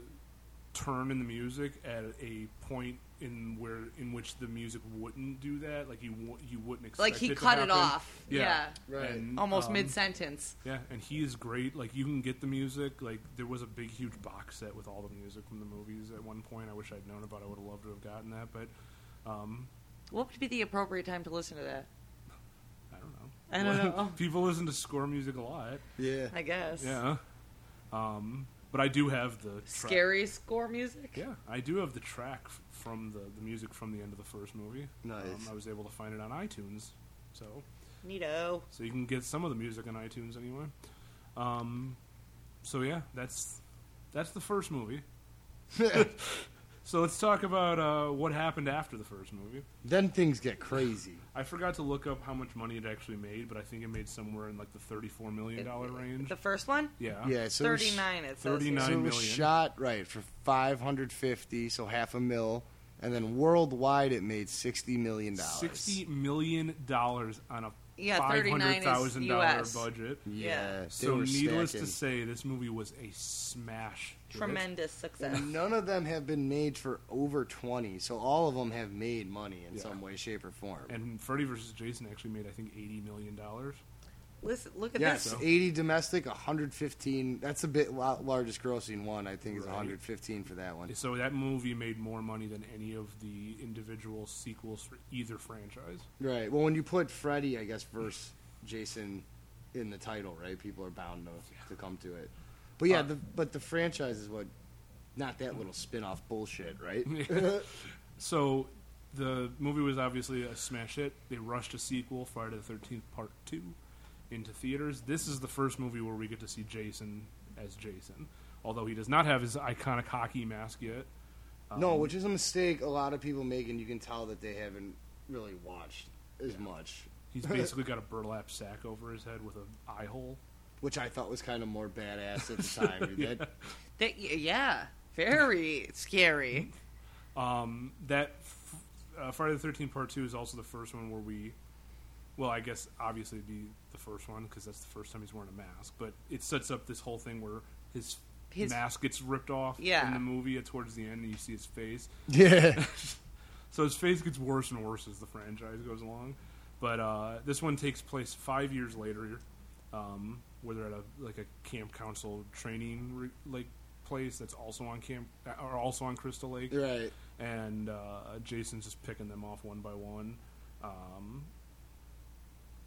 Speaker 5: turn in the music at a point in where in which the music wouldn't do that. Like you wou- you wouldn't expect
Speaker 6: Like he
Speaker 5: it to
Speaker 6: cut it
Speaker 5: happen.
Speaker 6: off. Yeah.
Speaker 7: Right.
Speaker 6: Almost
Speaker 5: um,
Speaker 6: mid sentence.
Speaker 5: Yeah, and he is great. Like you can get the music. Like there was a big, huge box set with all the music from the movies at one point. I wish I'd known about. it. I would have loved to have gotten that, but um,
Speaker 6: What would be the appropriate time to listen to that?
Speaker 5: I don't know.
Speaker 6: I don't know.
Speaker 5: People listen to score music a lot.
Speaker 7: Yeah.
Speaker 6: I guess.
Speaker 5: Yeah. Um, but I do have the track-
Speaker 6: Scary score music.
Speaker 5: Yeah, I do have the track f- from the, the music from the end of the first movie.
Speaker 7: Nice.
Speaker 5: Um, I was able to find it on iTunes, so
Speaker 6: Neato.
Speaker 5: so you can get some of the music on iTunes anyway. Um, so yeah, that's that's the first movie. so let's talk about uh, what happened after the first movie.
Speaker 7: Then things get crazy.
Speaker 5: I forgot to look up how much money it actually made, but I think it made somewhere in like the thirty-four million dollar range.
Speaker 6: The first one?
Speaker 5: yeah,
Speaker 7: Yeah, so it was-
Speaker 6: Thirty nine it says.
Speaker 5: 39.
Speaker 6: here.
Speaker 5: nine
Speaker 7: so it was
Speaker 5: million.
Speaker 7: shot right for 550 so half a mil and then worldwide it made 60 million dollars
Speaker 5: sixty million dollars on a
Speaker 6: Yeah,
Speaker 5: five
Speaker 6: 39
Speaker 5: hundred
Speaker 6: is
Speaker 5: thousand dollar
Speaker 6: US.
Speaker 5: budget.
Speaker 7: yeah,
Speaker 6: Yeah.
Speaker 7: they
Speaker 5: So
Speaker 7: were
Speaker 5: needless
Speaker 7: stacking.
Speaker 5: to say, this movie was a smash. hit.
Speaker 6: Tremendous
Speaker 5: Oh,
Speaker 6: success.
Speaker 7: none of them have been made for over 20 so all of them have made money in
Speaker 5: Yeah.
Speaker 7: some way shape or form
Speaker 5: And Freddy vs. Jason actually made, I think, eighty million dollars.
Speaker 6: Listen look at
Speaker 7: yes
Speaker 6: this.
Speaker 7: 80 domestic 115 that's a bit lo- largest grossing one i think is
Speaker 5: Right.
Speaker 7: 115 for that one
Speaker 5: So that movie made more money than any of the individual sequels for either franchise.
Speaker 7: right well when you put freddy i guess versus jason in the title right people are bound to, to come to it but yeah
Speaker 5: Uh,
Speaker 7: the, but the franchise is what not that little spin-off bullshit right
Speaker 5: So the movie was obviously a smash hit. They rushed a sequel, Friday the Thirteenth Part Two, into theaters. This is the first movie where we get to see Jason as Jason, although he does not have his iconic hockey mask yet.
Speaker 7: No,
Speaker 5: Um,
Speaker 7: which is a mistake a lot of people make, and you can tell that they haven't really watched as much,
Speaker 5: He's basically got a burlap sack over his head with an eye hole.
Speaker 7: which I thought was kind of more badass at the time. dude. That-
Speaker 6: That- y- yeah. Very
Speaker 5: Mm-hmm.
Speaker 6: scary.
Speaker 5: Um, that f- uh, Friday the Thirteenth Part Two is also the first one where we, well, I guess obviously it'd be the first one because that's the first time he's wearing a mask. But it sets up this whole thing where his,
Speaker 6: His-
Speaker 5: mask gets ripped off in
Speaker 6: Yeah.
Speaker 5: the movie at towards the end, and you see his face.
Speaker 7: Yeah.
Speaker 5: So his face gets worse and worse as the franchise goes along. But uh, this one takes place five years later, um, where they're at a like a camp council training re- like place that's also on camp uh, or also on Crystal Lake
Speaker 7: right.
Speaker 5: and uh, Jason's just picking them off one by one. Um,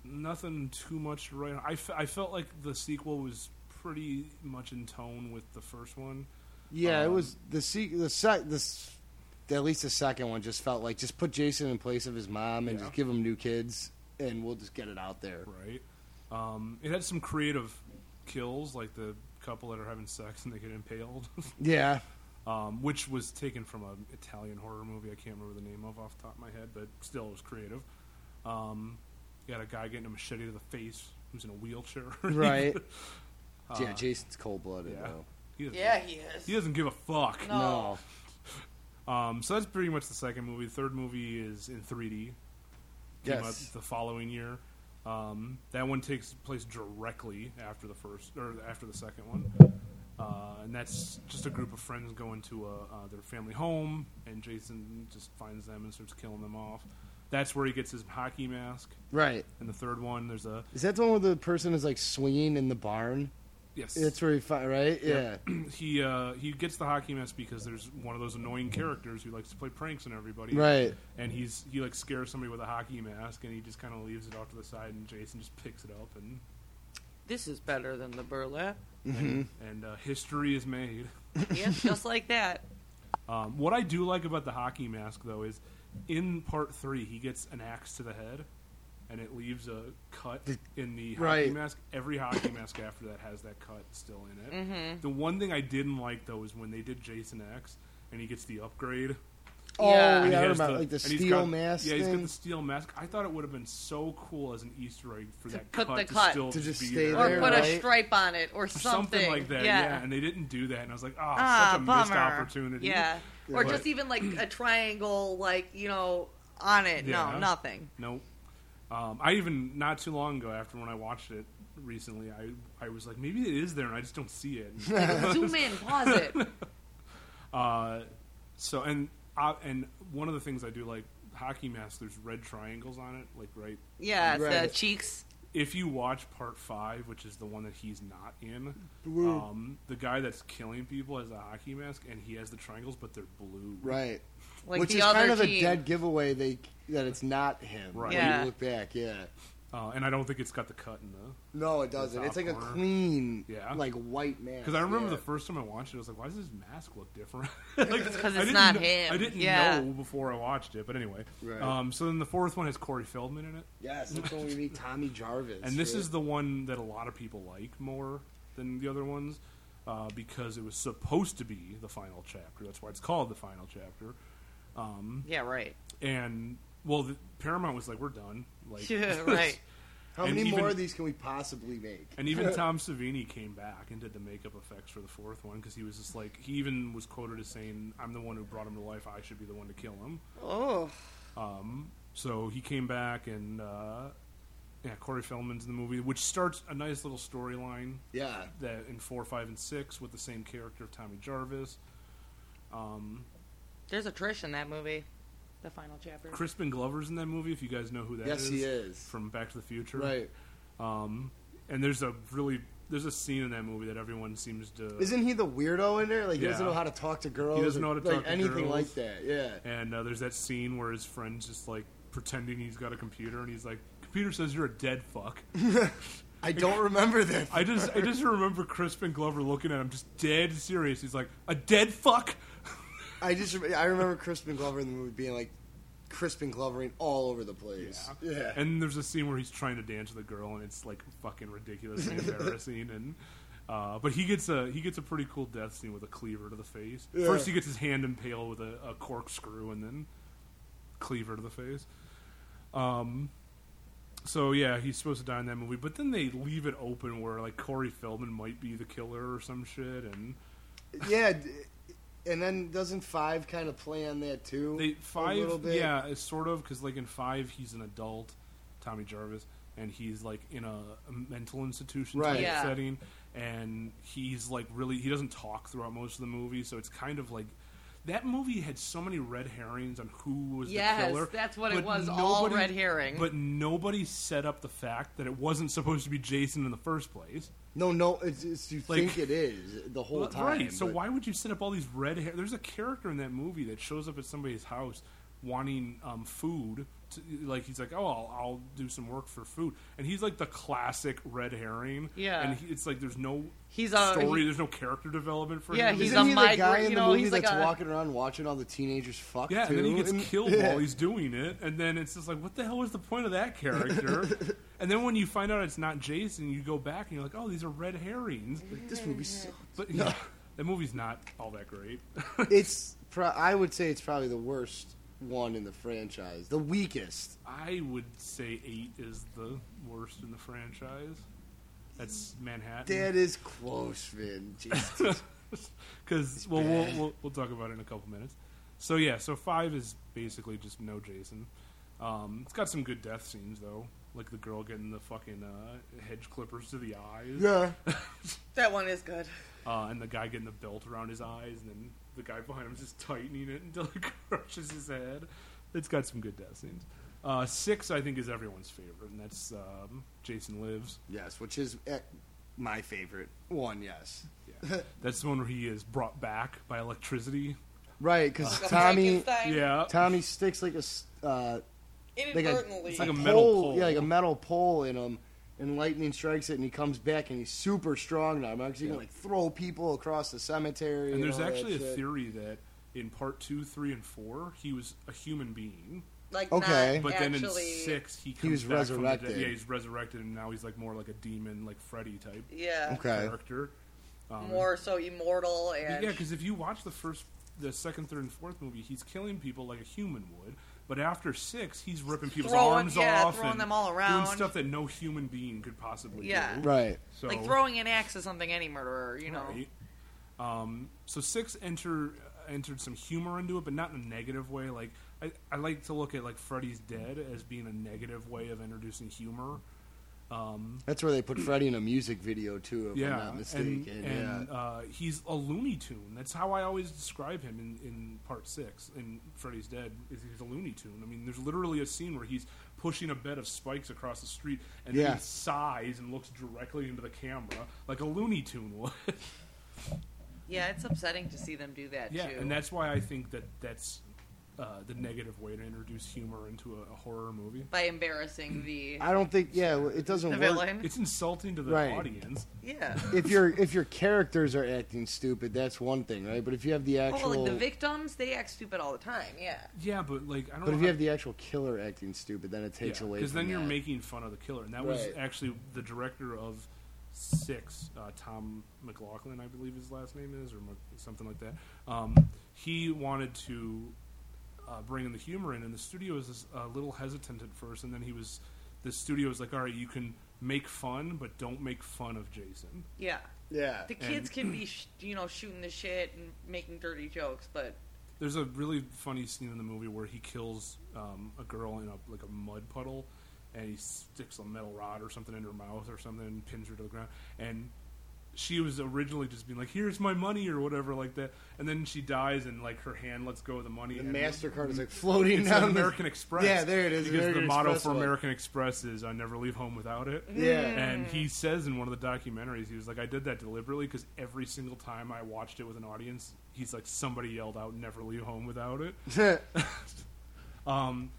Speaker 5: nothing too much to write. on. I, f- I felt like the sequel was pretty much in tone with the first one.
Speaker 7: Yeah,
Speaker 5: Um,
Speaker 7: it was the se- the sec this. At least the second one just felt like just put Jason in place of his mom and
Speaker 5: Yeah.
Speaker 7: just give him new kids, and we'll just get it out there.
Speaker 5: right? Um, it had some creative kills, like the couple that are having sex and they get impaled,
Speaker 7: Yeah,
Speaker 5: um, which was taken from an Italian horror movie I can't remember the name of off the top of my head, but still it was creative. Um, you got a guy getting a machete to the face who's in a wheelchair.
Speaker 7: right. yeah, Jason's cold blooded
Speaker 5: Uh, yeah.
Speaker 7: though.
Speaker 5: He doesn't,
Speaker 6: Yeah, he is.
Speaker 5: he doesn't give a fuck.
Speaker 6: No.
Speaker 7: No,
Speaker 5: Um, so that's pretty much the second movie. The third movie is in 3D. Came out
Speaker 7: yes,
Speaker 5: the following year. Um, that one takes place directly after the first or after the second one, uh, and that's just a group of friends going to a, uh, their family home, and Jason just finds them and starts killing them off. That's where he gets his hockey mask.
Speaker 7: right.
Speaker 5: And the third one, there's a
Speaker 7: Is that the one where the person is like swinging in the barn?
Speaker 5: yes,
Speaker 7: That's where he fi- right? Yeah.
Speaker 5: he uh, he gets the hockey mask because there's one of those annoying characters who likes to play pranks on everybody,
Speaker 7: Right.
Speaker 5: And he's he like scares somebody with a hockey mask, and he just kind of leaves it off to the side, and Jason just picks it up and
Speaker 6: This is better than the burlap.
Speaker 7: Mm-hmm.
Speaker 5: and uh, history is made.
Speaker 6: Yes, just like that.
Speaker 5: Um, what I do like about the hockey mask, though, is in part three he gets an axe to the head, and it leaves a cut in the hockey
Speaker 7: Right.
Speaker 5: mask. Every hockey mask after that has that cut still in it. The one thing I didn't like though is when they did Jason X and he gets the upgrade.
Speaker 7: Oh,
Speaker 6: Yeah.
Speaker 7: yeah.
Speaker 5: And he
Speaker 7: I
Speaker 5: has
Speaker 7: remember, like the
Speaker 5: and he's
Speaker 7: steel
Speaker 5: got-
Speaker 7: mask
Speaker 5: Yeah, he's got
Speaker 7: thing.
Speaker 5: the steel mask. I thought it would have been so cool as an Easter egg for
Speaker 6: To
Speaker 5: that
Speaker 6: put
Speaker 5: cut
Speaker 6: the
Speaker 5: to
Speaker 6: cut.
Speaker 5: still
Speaker 7: To just
Speaker 5: be
Speaker 7: stay
Speaker 5: there.
Speaker 7: there,
Speaker 6: Or put
Speaker 7: right?
Speaker 6: a stripe on it or something.
Speaker 5: Something. like that, yeah. And they didn't do that, and I was like, oh,
Speaker 6: ah,
Speaker 5: such a missed
Speaker 6: bummer.
Speaker 5: opportunity.
Speaker 6: Yeah. Or
Speaker 5: But-
Speaker 6: just even like a triangle, like, you know, on it.
Speaker 5: Yeah.
Speaker 6: No, nothing.
Speaker 5: Nope. Um, I even not too long ago after when I watched it recently, I I was like, maybe it is there and I just don't see it.
Speaker 6: Zoom in, pause it.
Speaker 5: uh, so and uh, and one of the things I do like hockey masks, there's red triangles on it, like right.
Speaker 6: Yeah, it's the
Speaker 7: Right.
Speaker 6: cheeks.
Speaker 5: If you watch part five, which is the one that he's not in, um, the guy that's killing people has a hockey mask and he has the triangles, but they're blue.
Speaker 7: Right.
Speaker 6: Like
Speaker 7: Which
Speaker 6: the
Speaker 7: is
Speaker 6: other
Speaker 7: kind of
Speaker 6: team.
Speaker 7: a dead giveaway they that it's not him.
Speaker 5: Right.
Speaker 7: When
Speaker 6: Yeah.
Speaker 7: you look back, yeah.
Speaker 5: Uh, and I don't think it's got the cut in the
Speaker 7: No, it doesn't.
Speaker 5: top
Speaker 7: It's like a
Speaker 5: corner.
Speaker 7: clean,
Speaker 5: Yeah.
Speaker 7: like white man.
Speaker 5: Because I remember
Speaker 7: yeah.
Speaker 5: the first time I watched it, I was like, "Why does his mask look different?" Because
Speaker 6: it's 'cause it's not him.
Speaker 5: I didn't
Speaker 6: Yeah.
Speaker 5: know before I watched it, but anyway.
Speaker 7: Right.
Speaker 5: Um, so then the fourth one has Corey Feldman in it,
Speaker 7: Yes, that's when we meet Tommy Jarvis.
Speaker 5: and this
Speaker 7: right?
Speaker 5: is the one that a lot of people like more than the other ones uh, because it was supposed to be the final chapter. That's why it's called the final chapter.
Speaker 6: Yeah, right.
Speaker 5: And well, the, Paramount was like, "We're done." Like,
Speaker 6: Yeah, right.
Speaker 7: how
Speaker 5: and
Speaker 7: many
Speaker 5: even-
Speaker 7: more of these can we possibly make?
Speaker 5: And even Tom Savini came back and did the makeup effects for the fourth one because he was just like he even was quoted as saying, "I'm the one who brought him to life. I should be the one to kill him."
Speaker 6: Oh.
Speaker 5: So he came back and uh, yeah, Corey Feldman's in the movie, which starts a nice little storyline
Speaker 7: Yeah,
Speaker 5: that in four, five, and six with the same character of Tommy Jarvis.
Speaker 6: There's a Trish in that movie. The final chapter.
Speaker 5: Crispin Glover's in that movie. If you guys know who that is,
Speaker 7: Yes, he is.
Speaker 5: from Back to the Future,
Speaker 7: right.
Speaker 5: And there's a really there's a scene in that movie that everyone seems to
Speaker 7: Isn't he the weirdo in there? Like he doesn't
Speaker 5: Yeah.
Speaker 7: know how to talk to girls.
Speaker 5: He doesn't know
Speaker 7: or,
Speaker 5: how to
Speaker 7: like,
Speaker 5: talk to
Speaker 7: anything
Speaker 5: girls.
Speaker 7: like that. Yeah.
Speaker 5: And uh, there's that scene where his friend's just like pretending he's got a computer, and he's like, "Computer says you're a dead fuck."
Speaker 7: I don't remember that.
Speaker 5: I just I just remember Crispin Glover looking at him, just dead serious. He's like, "A dead fuck."
Speaker 7: I just rem- I remember Crispin Glover in the movie being like Crispin Glovering all over the place. Yeah.
Speaker 5: And there's a scene where he's trying to dance with a girl, and it's like fucking ridiculous and embarrassing. And uh, but he gets a he gets a pretty cool death scene with a cleaver to the face.
Speaker 7: Yeah.
Speaker 5: First, he gets his hand impaled with a, a corkscrew, and then cleaver to the face. Um. So yeah, he's supposed to die in that movie, but then they leave it open where like Corey Feldman might be the killer or some shit, and
Speaker 7: Yeah, d- and then doesn't five kind of play on that too?
Speaker 5: They
Speaker 7: a little
Speaker 5: five,
Speaker 7: bit.
Speaker 5: yeah, it's sort of because like in five, he's an adult, Tommy Jarvis, and he's like in a, a mental institution
Speaker 7: Right.
Speaker 5: type
Speaker 6: Yeah.
Speaker 5: setting, and he's like really he doesn't talk throughout most of the movie, so it's kind of like that movie had so many red herrings on who was
Speaker 6: Yes,
Speaker 5: the killer.
Speaker 6: that's what
Speaker 5: but
Speaker 6: it was, all red herring.
Speaker 5: But nobody set up the fact that it wasn't supposed to be Jason in the first place.
Speaker 7: No, no, it's, it's you
Speaker 5: Like-
Speaker 7: think it is the whole
Speaker 5: Well,
Speaker 7: time.
Speaker 5: Right. So
Speaker 7: but-
Speaker 5: why would you set up all these red hair? There's a character in that movie that shows up at somebody's house wanting um, food. To, like he's like, oh, I'll, I'll do some work for food, and he's like the classic red herring.
Speaker 6: Yeah.
Speaker 5: and he, it's like there's no
Speaker 6: He's a-
Speaker 5: story,
Speaker 6: he-
Speaker 5: there's no character development for
Speaker 6: Yeah,
Speaker 5: him.
Speaker 6: he's
Speaker 7: Isn't
Speaker 6: a
Speaker 7: he the
Speaker 6: migrant,
Speaker 7: guy in
Speaker 6: you
Speaker 7: the
Speaker 6: know,
Speaker 7: movie
Speaker 6: he's like
Speaker 7: that's
Speaker 6: a-
Speaker 7: walking around watching all the teenagers fuck?
Speaker 5: Yeah, and then he
Speaker 7: too?
Speaker 5: gets
Speaker 7: And-
Speaker 5: killed
Speaker 7: yeah.
Speaker 5: while he's doing it, and then it's just like, what the hell was the point of that character? and then when you find out it's not Jason, you go back and you're like, oh, these are red herrings.
Speaker 7: This movie sucks.
Speaker 5: But yeah, the movie's not all that great.
Speaker 7: It's. Pro- I would say it's probably the worst one in the franchise. The weakest.
Speaker 5: I would say eight is the worst in the franchise. That's Manhattan.
Speaker 7: That is close, Vin. Jesus.
Speaker 5: Because well, we'll, we'll we'll talk about it in a couple minutes. So yeah, so five is basically just no Jason. Um, it's got some good death scenes though, like the girl getting the fucking uh, hedge clippers to the eyes,
Speaker 7: yeah.
Speaker 6: That one is good.
Speaker 5: uh, and the guy getting the belt around his eyes, and then the guy behind him just tightening it until it crushes his head. It's got some good death scenes. Uh, six, I think, is everyone's favorite, and that's um, Jason Lives.
Speaker 7: Yes, which is eh, my favorite one. Yes.
Speaker 5: Yeah. That's the one where he is brought back by electricity.
Speaker 7: Right, because Tommy.
Speaker 6: Frankenstein
Speaker 5: Uh. Yeah.
Speaker 7: Tommy sticks like a s- uh,
Speaker 6: inadvertently.
Speaker 5: It's like a metal pole.
Speaker 7: Yeah, like a metal pole in him, and lightning strikes it, and he comes back, and he's super strong now. Because he can like throw people across the cemetery.
Speaker 5: And there's
Speaker 7: all that
Speaker 5: actually a
Speaker 7: shit.
Speaker 5: theory that in part two, three, and four, he was a human being,
Speaker 6: like
Speaker 7: Okay.
Speaker 6: not
Speaker 5: but then in
Speaker 6: actually-
Speaker 5: six, he comes
Speaker 7: was
Speaker 5: back From the
Speaker 7: resurrected.
Speaker 5: dead. Yeah, he's resurrected, and now he's like more like a demon, like Freddy type
Speaker 6: Yeah.
Speaker 7: Okay.
Speaker 5: character.
Speaker 6: More so immortal and
Speaker 5: Yeah, because if you watch the first, the second, third, and fourth movie, he's killing people like a human would. But after six, he's ripping people's
Speaker 6: Throwing-
Speaker 5: arms
Speaker 6: yeah,
Speaker 5: off,
Speaker 6: throwing
Speaker 5: and
Speaker 6: them all
Speaker 5: doing
Speaker 6: around.
Speaker 5: stuff that no human being could possibly
Speaker 6: Yeah.
Speaker 5: do.
Speaker 7: Right.
Speaker 5: So,
Speaker 6: like throwing an axe is something any murderer, you know.
Speaker 5: Right. Um, so six enter entered some humor into it, but not in a negative way. Like I, I like to look at like Freddy's Dead as being a negative way of introducing humor.
Speaker 7: That's where they put Freddy in a music video too, if
Speaker 5: yeah,
Speaker 7: I'm not mistaken.
Speaker 5: and,
Speaker 7: yeah.
Speaker 5: and uh, he's a Looney Tune. That's how I always describe him in, in part six in Freddy's Dead. Is he's a Looney Tune? I mean, there's literally a scene where he's pushing a bed of spikes across the street, and then
Speaker 7: Yeah.
Speaker 5: he sighs and looks directly into the camera like a Looney Tune would.
Speaker 6: Yeah, it's upsetting to see them do that
Speaker 5: Yeah,
Speaker 6: too.
Speaker 5: and that's why I think that that's uh, the negative way to introduce humor into a, a horror movie.
Speaker 6: by embarrassing the,
Speaker 7: I don't think. Yeah, well, it doesn't
Speaker 6: the
Speaker 7: work.
Speaker 6: villain.
Speaker 5: It's insulting to the
Speaker 7: Right.
Speaker 5: audience.
Speaker 6: yeah.
Speaker 7: If your if your characters are acting stupid, that's one thing, right? But if you have the
Speaker 6: Oh,
Speaker 7: actual,
Speaker 6: like the victims, they act stupid all the time. Yeah.
Speaker 5: Yeah, but like I don't. know
Speaker 7: but if
Speaker 5: how-
Speaker 7: you have the actual killer acting stupid, then it takes
Speaker 5: yeah,
Speaker 7: away.
Speaker 5: because
Speaker 7: Because
Speaker 5: then you're making fun of the killer, and that was
Speaker 7: Right.
Speaker 5: actually the director of Six, uh, Tom McLaughlin, I believe his last name is, or Mc- something like that. Um, he wanted to uh, bring in the humor in, and the studio was a little hesitant at first, and then he was. The studio was like, "All right, you can make fun, but don't make fun of Jason."
Speaker 6: Yeah.
Speaker 7: yeah.
Speaker 6: The kids can be, sh- you know, shooting the shit and making dirty jokes, but
Speaker 5: There's a really funny scene in the movie where he kills um, a girl in a like a mud puddle, and he sticks a metal rod or something in her mouth or something, and pins her to the ground. And she was originally just being like, "Here's my money" or whatever like that, and then she dies, and like her hand lets go of the money.
Speaker 7: The
Speaker 5: and
Speaker 7: Mastercard is like floating
Speaker 5: It's
Speaker 7: down
Speaker 5: an
Speaker 7: the-
Speaker 5: American Express.
Speaker 7: Yeah, there it is.
Speaker 5: Because
Speaker 7: American
Speaker 5: the motto
Speaker 7: Express
Speaker 5: for
Speaker 7: one.
Speaker 5: American Express is "I never leave home without it."
Speaker 7: Yeah,
Speaker 5: And
Speaker 6: Mm.
Speaker 5: he says in one of the documentaries, he was like, I did that deliberately because every single time I watched it with an audience, he's like, somebody yelled out, never leave home without it. Um,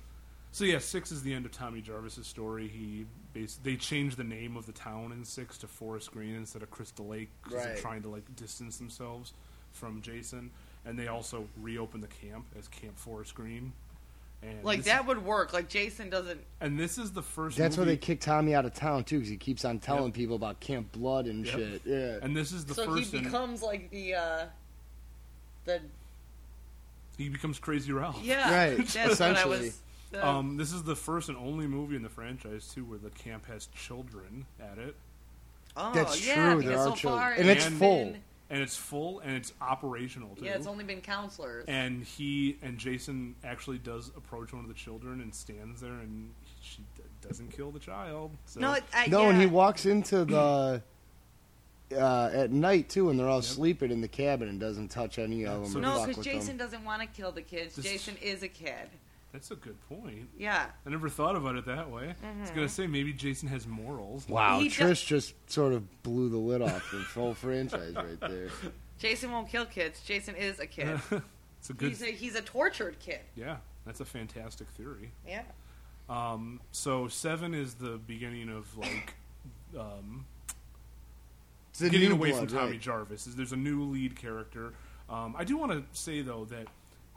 Speaker 5: so yeah, six is the end of Tommy Jarvis's story. He bas- they changed the name of the town in six to Forest Green instead of Crystal Lake because they're
Speaker 7: Right.
Speaker 5: trying to like distance themselves from Jason. And they also reopened the camp as Camp Forest Green. And
Speaker 6: like
Speaker 5: this-
Speaker 6: that would work. Like Jason doesn't.
Speaker 5: and this is the first.
Speaker 7: that's why
Speaker 5: movie-
Speaker 7: they kick Tommy out of town too, because he keeps on telling
Speaker 5: Yep.
Speaker 7: people about Camp Blood and
Speaker 5: Yep.
Speaker 7: shit. Yeah,
Speaker 5: And this is the
Speaker 6: so
Speaker 5: first.
Speaker 6: he
Speaker 5: and
Speaker 6: becomes like the, uh, the
Speaker 5: he becomes Crazy Ralph.
Speaker 6: yeah.
Speaker 7: Right,
Speaker 6: That's what I
Speaker 7: essentially.
Speaker 6: was. the-
Speaker 5: Um, this is the first and only movie in the franchise too where the camp has children at it,
Speaker 6: oh,
Speaker 7: that's
Speaker 6: yeah,
Speaker 7: true,
Speaker 6: because
Speaker 7: there are
Speaker 6: so far
Speaker 7: children. And it's full.
Speaker 6: been-
Speaker 5: and it's full and it's operational too.
Speaker 6: Yeah, it's only been counselors.
Speaker 5: and he and Jason actually does approach one of the children and stands there, and she d- doesn't kill the child. So
Speaker 6: no, it, I,
Speaker 7: no,
Speaker 6: yeah.
Speaker 7: and he walks into the uh, at night too, and they're all
Speaker 5: Yep.
Speaker 7: sleeping in the cabin and doesn't touch any of them.
Speaker 5: So
Speaker 7: or
Speaker 6: No,
Speaker 7: fuck
Speaker 6: because
Speaker 7: with
Speaker 6: Jason
Speaker 7: them.
Speaker 6: doesn't want to kill the kids.
Speaker 5: This-
Speaker 6: Jason is a kid.
Speaker 5: that's a good point.
Speaker 6: Yeah.
Speaker 5: I never thought about it that way. I was
Speaker 6: Mm-hmm.
Speaker 5: gonna say maybe Jason has morals.
Speaker 7: Wow,
Speaker 6: He
Speaker 7: Trish
Speaker 6: does-
Speaker 7: just sort of blew the lid off the whole franchise right there.
Speaker 6: Jason won't kill kids. Jason is a kid.
Speaker 5: it's a good,
Speaker 6: He's a, he's a tortured kid.
Speaker 5: yeah. That's a fantastic theory.
Speaker 6: Yeah.
Speaker 5: Um, so seven is the beginning of like um,
Speaker 7: It's the
Speaker 5: getting
Speaker 7: new
Speaker 5: away
Speaker 7: blood,
Speaker 5: from Tommy
Speaker 7: right.
Speaker 5: Jarvis. Is there's a new lead character. Um, I do want to say though that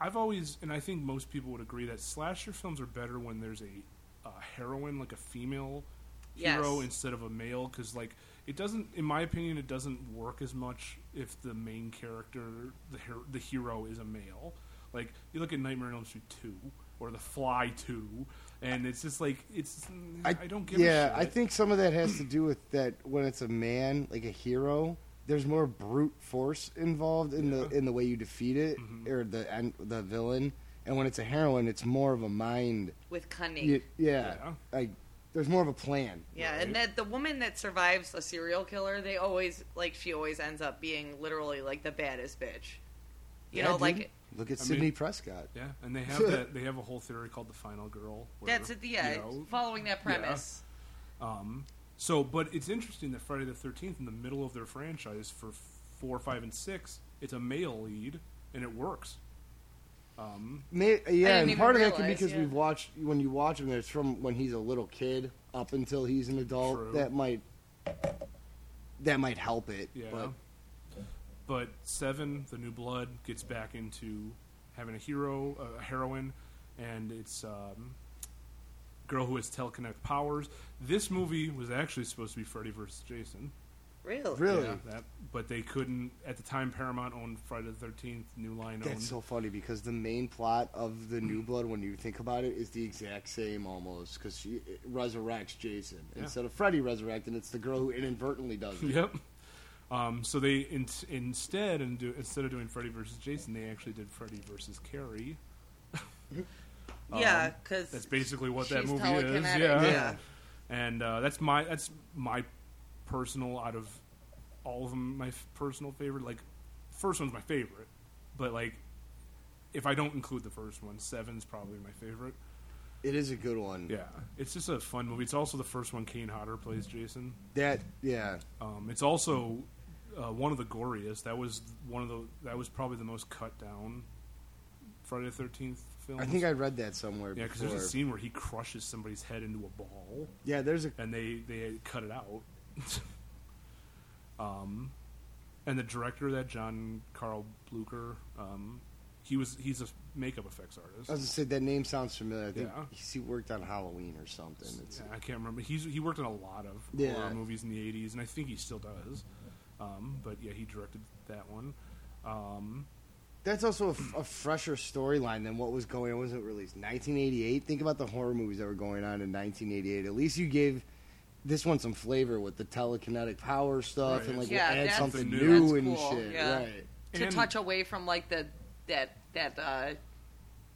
Speaker 5: I've always, and I think most people would agree that slasher films are better when there's a, a heroine, like a female
Speaker 6: Yes.
Speaker 5: hero, instead of a male, because like it doesn't, in my opinion, it doesn't work as much if the main character, the her- the hero, is a male. Like you look at Nightmare on Elm Street two or The Fly two, and it's just like it's I, don't give
Speaker 7: Yeah,
Speaker 5: a shit.
Speaker 7: I think some of that has to do with that when it's a man, like a hero. There's more brute force involved in the in the way you defeat it
Speaker 5: Mm-hmm.
Speaker 7: or the end, the villain, and when it's a heroine, it's more of a mind.
Speaker 6: With cunning.
Speaker 7: y-
Speaker 6: Yeah,
Speaker 7: yeah,
Speaker 5: Yeah.
Speaker 7: like there's more of a plan.
Speaker 6: and that the woman that survives a serial killer, they always like she always ends up being literally like the baddest bitch. You
Speaker 7: Yeah,
Speaker 6: know,
Speaker 7: dude.
Speaker 6: like
Speaker 7: look at
Speaker 5: I
Speaker 7: Sidney
Speaker 5: mean-
Speaker 7: Prescott.
Speaker 5: Yeah, and they have that. They have a whole theory called the final girl. where,
Speaker 6: that's it. Yeah,
Speaker 5: you know,
Speaker 6: following that premise.
Speaker 5: so, but it's interesting that Friday the Thirteenth, in the middle of their franchise for four, five, and six, it's a male lead, and it works.
Speaker 7: May, yeah, and
Speaker 6: even
Speaker 7: part of that can be
Speaker 6: realize,
Speaker 7: because
Speaker 6: yeah.
Speaker 7: we've watched when you watch him. It's from when he's a little kid up until he's an adult.
Speaker 5: True.
Speaker 7: That might that might help it.
Speaker 5: Yeah.
Speaker 7: but-
Speaker 5: But seven, the new blood gets back into having a hero, a heroine, and it's um, girl who has telekinetic powers. This movie was actually supposed to be Freddy versus Jason.
Speaker 6: Really?
Speaker 7: really,
Speaker 5: Yeah, that, but they couldn't at the time. Paramount owned Friday the Thirteenth. New Line owned.
Speaker 7: That's so funny because the main plot of the New Blood, when you think about it, is the exact same almost. Because she it resurrects Jason
Speaker 5: Yeah.
Speaker 7: instead of Freddy resurrecting. It's the girl who inadvertently does it.
Speaker 5: Yep. Um, so they in, instead and do, instead of doing Freddy versus Jason, they actually did Freddy versus Carrie.
Speaker 6: Yeah, because
Speaker 5: Um, That's basically what that
Speaker 6: She's
Speaker 5: movie is.
Speaker 6: telekinetic,
Speaker 5: Yeah.
Speaker 6: yeah.
Speaker 5: And uh, that's my that's my personal out of all of them my f- personal favorite. Like first one's my favorite, but like if I don't include the first one, seven's probably my favorite.
Speaker 7: It is a good one.
Speaker 5: Yeah, it's just a fun movie. It's also the first one Kane Hodder plays Jason.
Speaker 7: That yeah.
Speaker 5: Um, it's also uh, one of the goriest. That was one of the that was probably the most cut down Friday the Thirteenth film.
Speaker 7: I think I read that somewhere.
Speaker 5: yeah, because
Speaker 7: before.
Speaker 5: there's a scene where he crushes somebody's head into a ball,
Speaker 7: Yeah, there's a
Speaker 5: and they they cut it out. um, and the director of that John Carl Blucher, um, he was he's a makeup effects
Speaker 7: I was
Speaker 5: artist.
Speaker 7: gonna say that name sounds familiar. I think
Speaker 5: Yeah.
Speaker 7: he's- he worked on Halloween or something. It's,
Speaker 5: Yeah, I can't remember. He's he worked on a lot of
Speaker 7: Yeah.
Speaker 5: horror movies in the '80s, and I think he still does. Um, but yeah, he directed that one. Um,
Speaker 7: That's also a, f- a fresher storyline than what was going. on. wasn't released 1988. Think about the horror movies that were going on in 1988. At least you gave this one some flavor with the telekinetic power stuff
Speaker 5: Right,
Speaker 7: and like
Speaker 5: it's-
Speaker 6: Yeah,
Speaker 7: add
Speaker 6: that's-
Speaker 7: something
Speaker 5: that's
Speaker 7: new
Speaker 6: cool,
Speaker 7: and shit.
Speaker 6: yeah.
Speaker 7: Right.
Speaker 6: to
Speaker 5: And-
Speaker 6: touch away from like the that that uh,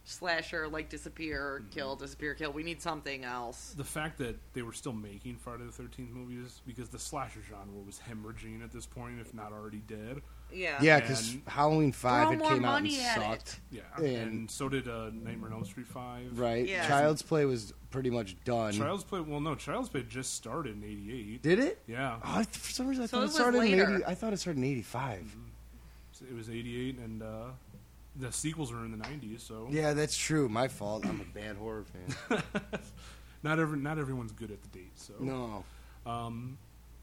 Speaker 6: slasher like disappear
Speaker 5: Mm-hmm.
Speaker 6: kill disappear kill. We need something else.
Speaker 5: the fact that they were still making Friday the Thirteenth movies because the slasher genre was hemorrhaging at this point, if not already dead.
Speaker 6: Yeah,
Speaker 7: Yeah, because
Speaker 5: And-
Speaker 7: Halloween Five
Speaker 6: Throw
Speaker 7: it
Speaker 6: more
Speaker 7: came out and
Speaker 6: money at
Speaker 7: sucked.
Speaker 5: Yeah,
Speaker 7: And-
Speaker 5: and, so did uh, Nightmare on Elm Street Five.
Speaker 7: Right.
Speaker 6: Yeah.
Speaker 7: Child's Play was pretty much done.
Speaker 5: Child's Play. Well, no, Child's Play just started in '88.
Speaker 7: Did it?
Speaker 5: Yeah,
Speaker 7: Oh, I- for some reason I
Speaker 6: So
Speaker 7: thought
Speaker 6: it
Speaker 7: it,
Speaker 6: was
Speaker 7: started in
Speaker 6: later.
Speaker 7: 80, I thought it started in 85.
Speaker 5: Mm-hmm. So it was '88, and uh, the sequels were in the '90s. So
Speaker 7: Yeah, that's true. My fault. I'm a bad horror fan.
Speaker 5: not every not everyone's good at the date. So
Speaker 7: no.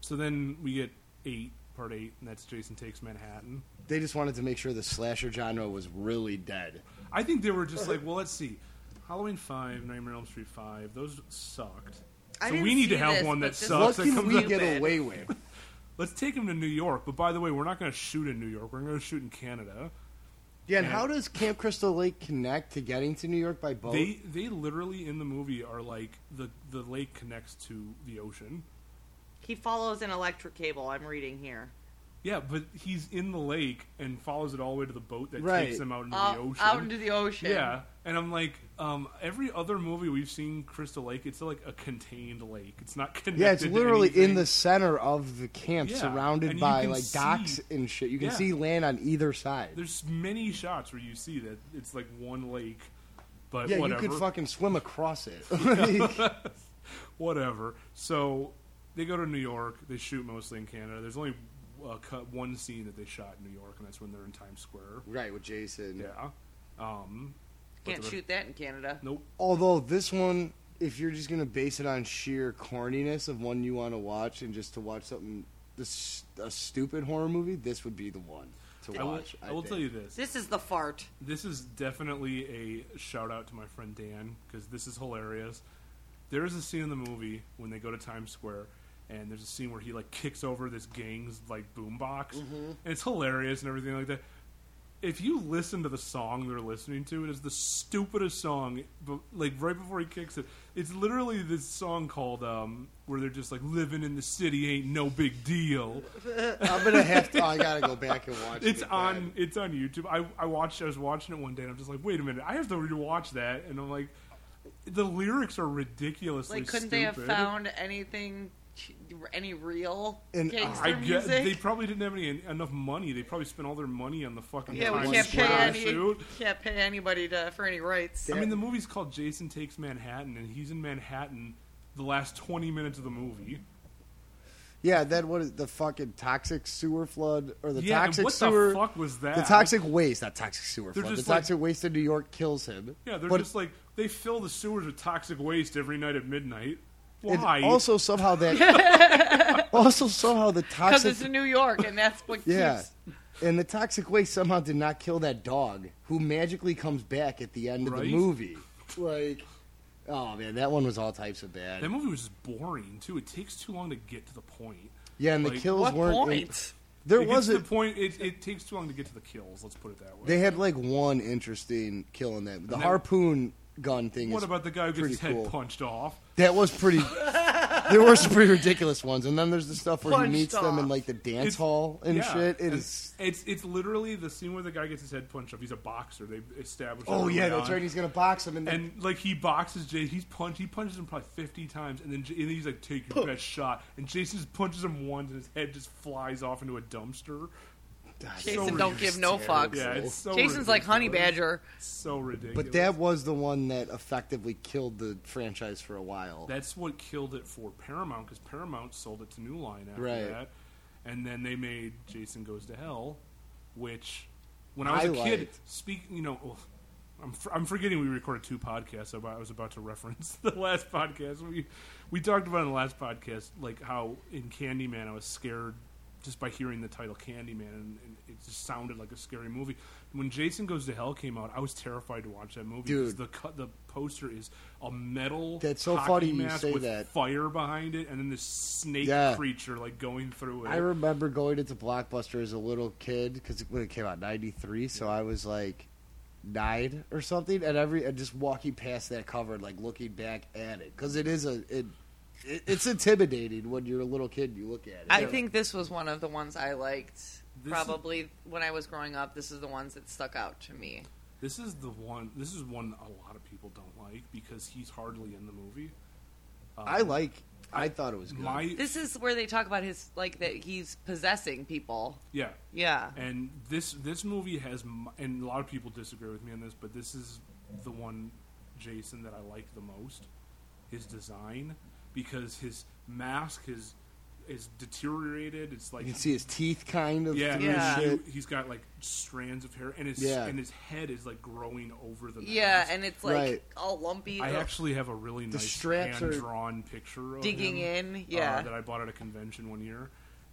Speaker 5: so then we get eight, part eight, and that's Jason Takes Manhattan.
Speaker 7: They just wanted to make sure the slasher genre was really dead.
Speaker 5: I think they were just like, well, let's see. Halloween 5, Nightmare on Elm Street 5, those sucked.
Speaker 6: I
Speaker 5: So
Speaker 6: didn't
Speaker 5: we need to
Speaker 6: see
Speaker 5: have
Speaker 6: this,
Speaker 5: one
Speaker 6: but
Speaker 5: that
Speaker 6: this
Speaker 5: sucks.
Speaker 7: what
Speaker 5: That
Speaker 7: can
Speaker 5: comes
Speaker 7: we
Speaker 5: out-
Speaker 7: get
Speaker 6: Stupid.
Speaker 7: away with?
Speaker 5: Let's take him to New York. But by the way, we're not going to shoot in New York. We're going to shoot in Canada.
Speaker 7: Yeah, and
Speaker 5: Yeah.
Speaker 7: how does Camp Crystal Lake connect to getting to New York by boat?
Speaker 5: They they literally in the movie are like the the lake connects to the ocean.
Speaker 6: he follows an electric cable. I'm reading here.
Speaker 5: Yeah, but he's in the lake and follows it all the way to the boat that
Speaker 7: Right.
Speaker 5: takes them out into
Speaker 6: Out-
Speaker 5: the ocean.
Speaker 6: out into the ocean.
Speaker 5: Yeah, and I'm like, um, every other movie we've seen, Crystal Lake, it's like a contained lake. It's not connected.
Speaker 7: yeah, it's
Speaker 5: to
Speaker 7: literally in
Speaker 5: anything.
Speaker 7: the center of the camp,
Speaker 5: Yeah, and
Speaker 7: surrounded
Speaker 5: you
Speaker 7: by
Speaker 5: can
Speaker 7: like
Speaker 5: see-
Speaker 7: docks and shit. You can
Speaker 5: Yeah.
Speaker 7: see land on either side.
Speaker 5: There's many shots where you see that it's like one lake, but
Speaker 7: yeah,
Speaker 5: whatever.
Speaker 7: you could fucking swim across it. Like,
Speaker 5: whatever. So they go to New York. They shoot mostly in Canada. There's only uh, cut one scene that they shot in New York, and that's when they're in Times Square.
Speaker 7: right with Jason.
Speaker 5: Yeah. Um,
Speaker 6: Can't
Speaker 5: they're-
Speaker 6: shoot that in Canada.
Speaker 5: Nope.
Speaker 7: Although this one, if you're just gonna base it on sheer corniness of one you want to watch, and just to watch something this a stupid horror movie, this would be the one to
Speaker 5: I will,
Speaker 7: watch.
Speaker 5: I will
Speaker 7: think.
Speaker 5: tell you this.
Speaker 6: This is the fart.
Speaker 5: This is definitely a shout out to my friend Dan because this is hilarious. There is a scene in the movie when they go to Times Square, and there's a scene where he like kicks over this gang's like boombox, and it's hilarious and everything like that. If you listen to the song they're listening to, it is the stupidest song. But like right before he kicks it, it's literally this song called um, where they're just like living in the city ain't no big deal.
Speaker 7: I'm gonna have to. oh, I gotta go back and watch.
Speaker 5: It's
Speaker 7: it again.
Speaker 5: on it's on YouTube. I, I watched I was watching it one day and I'm just like, wait a minute, I have to rewatch that and I'm like the lyrics are ridiculously
Speaker 6: Like, couldn't
Speaker 5: stupid.
Speaker 6: they have found anything, any real
Speaker 7: And
Speaker 6: gangster
Speaker 5: I guess
Speaker 6: music?
Speaker 5: they probably didn't have any enough money. They probably spent all their money on the fucking
Speaker 6: yeah, we
Speaker 5: Times
Speaker 6: can't pay
Speaker 5: Square
Speaker 6: any,
Speaker 5: suit.
Speaker 6: can't pay anybody to, for any rights.
Speaker 5: I mean, the movie's called Jason Takes Manhattan, and he's in Manhattan the last twenty minutes of the movie.
Speaker 7: Yeah, that what is the fucking toxic sewer flood or the
Speaker 5: yeah,
Speaker 7: toxic
Speaker 5: and what
Speaker 7: sewer?
Speaker 5: the fuck was that?
Speaker 7: The toxic waste, not toxic sewer
Speaker 5: They're
Speaker 7: flood. The
Speaker 5: just like-
Speaker 7: toxic waste in New York kills him.
Speaker 5: Yeah, they're
Speaker 7: but
Speaker 5: just like they fill the sewers with toxic waste every night at midnight.
Speaker 7: and
Speaker 5: Why?
Speaker 7: also somehow that also somehow the
Speaker 6: Because
Speaker 7: toxic
Speaker 6: it's in New York, and that's what
Speaker 7: yeah,
Speaker 6: keeps.
Speaker 7: and the toxic waste somehow did not kill that dog who magically comes back at the end of
Speaker 5: Right?
Speaker 7: the movie. Like, oh man, that one was all types of bad.
Speaker 5: That movie was just boring too. It takes too long to get to the point.
Speaker 7: yeah, and
Speaker 5: like,
Speaker 7: the kills
Speaker 6: What
Speaker 7: weren't. in-
Speaker 6: point?
Speaker 7: there
Speaker 5: it gets to
Speaker 7: wasn't.
Speaker 5: the point. It, it takes too long to get to the kills. Let's put it that way.
Speaker 7: They had like one interesting kill in that. The
Speaker 5: that-
Speaker 7: harpoon gun thing.
Speaker 5: what
Speaker 7: is
Speaker 5: about the guy who gets
Speaker 7: pretty
Speaker 5: his head
Speaker 7: cool.
Speaker 5: punched off?
Speaker 7: That was pretty. there were some pretty ridiculous ones, and then there's the stuff where
Speaker 6: Punched
Speaker 7: he meets them in
Speaker 6: off.
Speaker 7: like the dance
Speaker 5: It's-
Speaker 7: hall and
Speaker 5: yeah,
Speaker 7: shit. It
Speaker 5: and
Speaker 7: is.
Speaker 5: It's it's literally the scene where the guy gets his head punched off. He's a boxer. They established. that
Speaker 7: Oh
Speaker 5: early
Speaker 7: yeah, that's
Speaker 5: on.
Speaker 7: right. He's gonna box him, and then
Speaker 5: And like he boxes Jay, he's punched. He punches him probably fifty times, and then J- and he's like, "Take your best shot." And Jason just punches him once, and his head just flies off into a dumpster.
Speaker 6: Jason
Speaker 5: so
Speaker 6: don't give no fucks.
Speaker 5: Yeah, it's so
Speaker 6: Jason's like Honey
Speaker 5: ridiculous.
Speaker 6: Badger.
Speaker 5: So ridiculous.
Speaker 7: But that was the one that effectively killed the franchise for a while.
Speaker 5: That's what killed it for Paramount because Paramount sold it to New Line after
Speaker 7: Right.
Speaker 5: that, and then they made Jason Goes to Hell, which when I was
Speaker 7: I
Speaker 5: a kid,
Speaker 7: liked.
Speaker 5: speak you know, oh, I'm for, I'm forgetting we recorded two podcasts. About, I was about to reference the last podcast we we talked about in the last podcast, like how in Candyman I was scared just by hearing the title Candyman, and, and it just sounded like a scary movie. When Jason Goes to Hell came out, I was terrified to watch that movie because
Speaker 7: Dude.
Speaker 5: the cut the poster is a metal
Speaker 7: That's so
Speaker 5: hockey
Speaker 7: funny you
Speaker 5: mask
Speaker 7: say
Speaker 5: with
Speaker 7: that.
Speaker 5: Fire behind it, and then this snake
Speaker 7: Yeah.
Speaker 5: creature like going through it.
Speaker 7: I remember going into Blockbuster as a little kid because when it came out '93, so I was like nine or something, and every and just walking past that cover, and, like looking back at it, because it is a it, it it's intimidating when you're a little kid. and You look at it.
Speaker 6: I think this was one of the ones I liked.
Speaker 5: This-
Speaker 6: Probably when I was growing up, this is the ones that stuck out to me.
Speaker 5: this is the one. This is one a lot of people don't like because he's hardly in the movie.
Speaker 7: I like. I thought it was good.
Speaker 5: My
Speaker 6: This is where they talk about his like that he's possessing people.
Speaker 5: yeah,
Speaker 6: Yeah.
Speaker 5: and this this movie has m- and a lot of people disagree with me on this, but this is the one Jason that I like the most. His design because his mask is is deteriorated. It's like
Speaker 7: you can see his teeth kind of
Speaker 5: Yeah,
Speaker 7: through
Speaker 6: Yeah.
Speaker 7: his
Speaker 5: and
Speaker 7: shit.
Speaker 5: he- he's got like strands of hair, and his
Speaker 7: Yeah.
Speaker 5: and his head is like growing over the.
Speaker 6: Yeah,
Speaker 5: mask.
Speaker 6: and Oh. it's like
Speaker 7: Right.
Speaker 6: all lumpy.
Speaker 5: I
Speaker 6: ugh,
Speaker 5: actually have a really nice
Speaker 7: straps are-
Speaker 5: hand drawn picture of
Speaker 6: Digging
Speaker 5: him,
Speaker 6: in, yeah.
Speaker 5: uh, that I bought at a convention one year,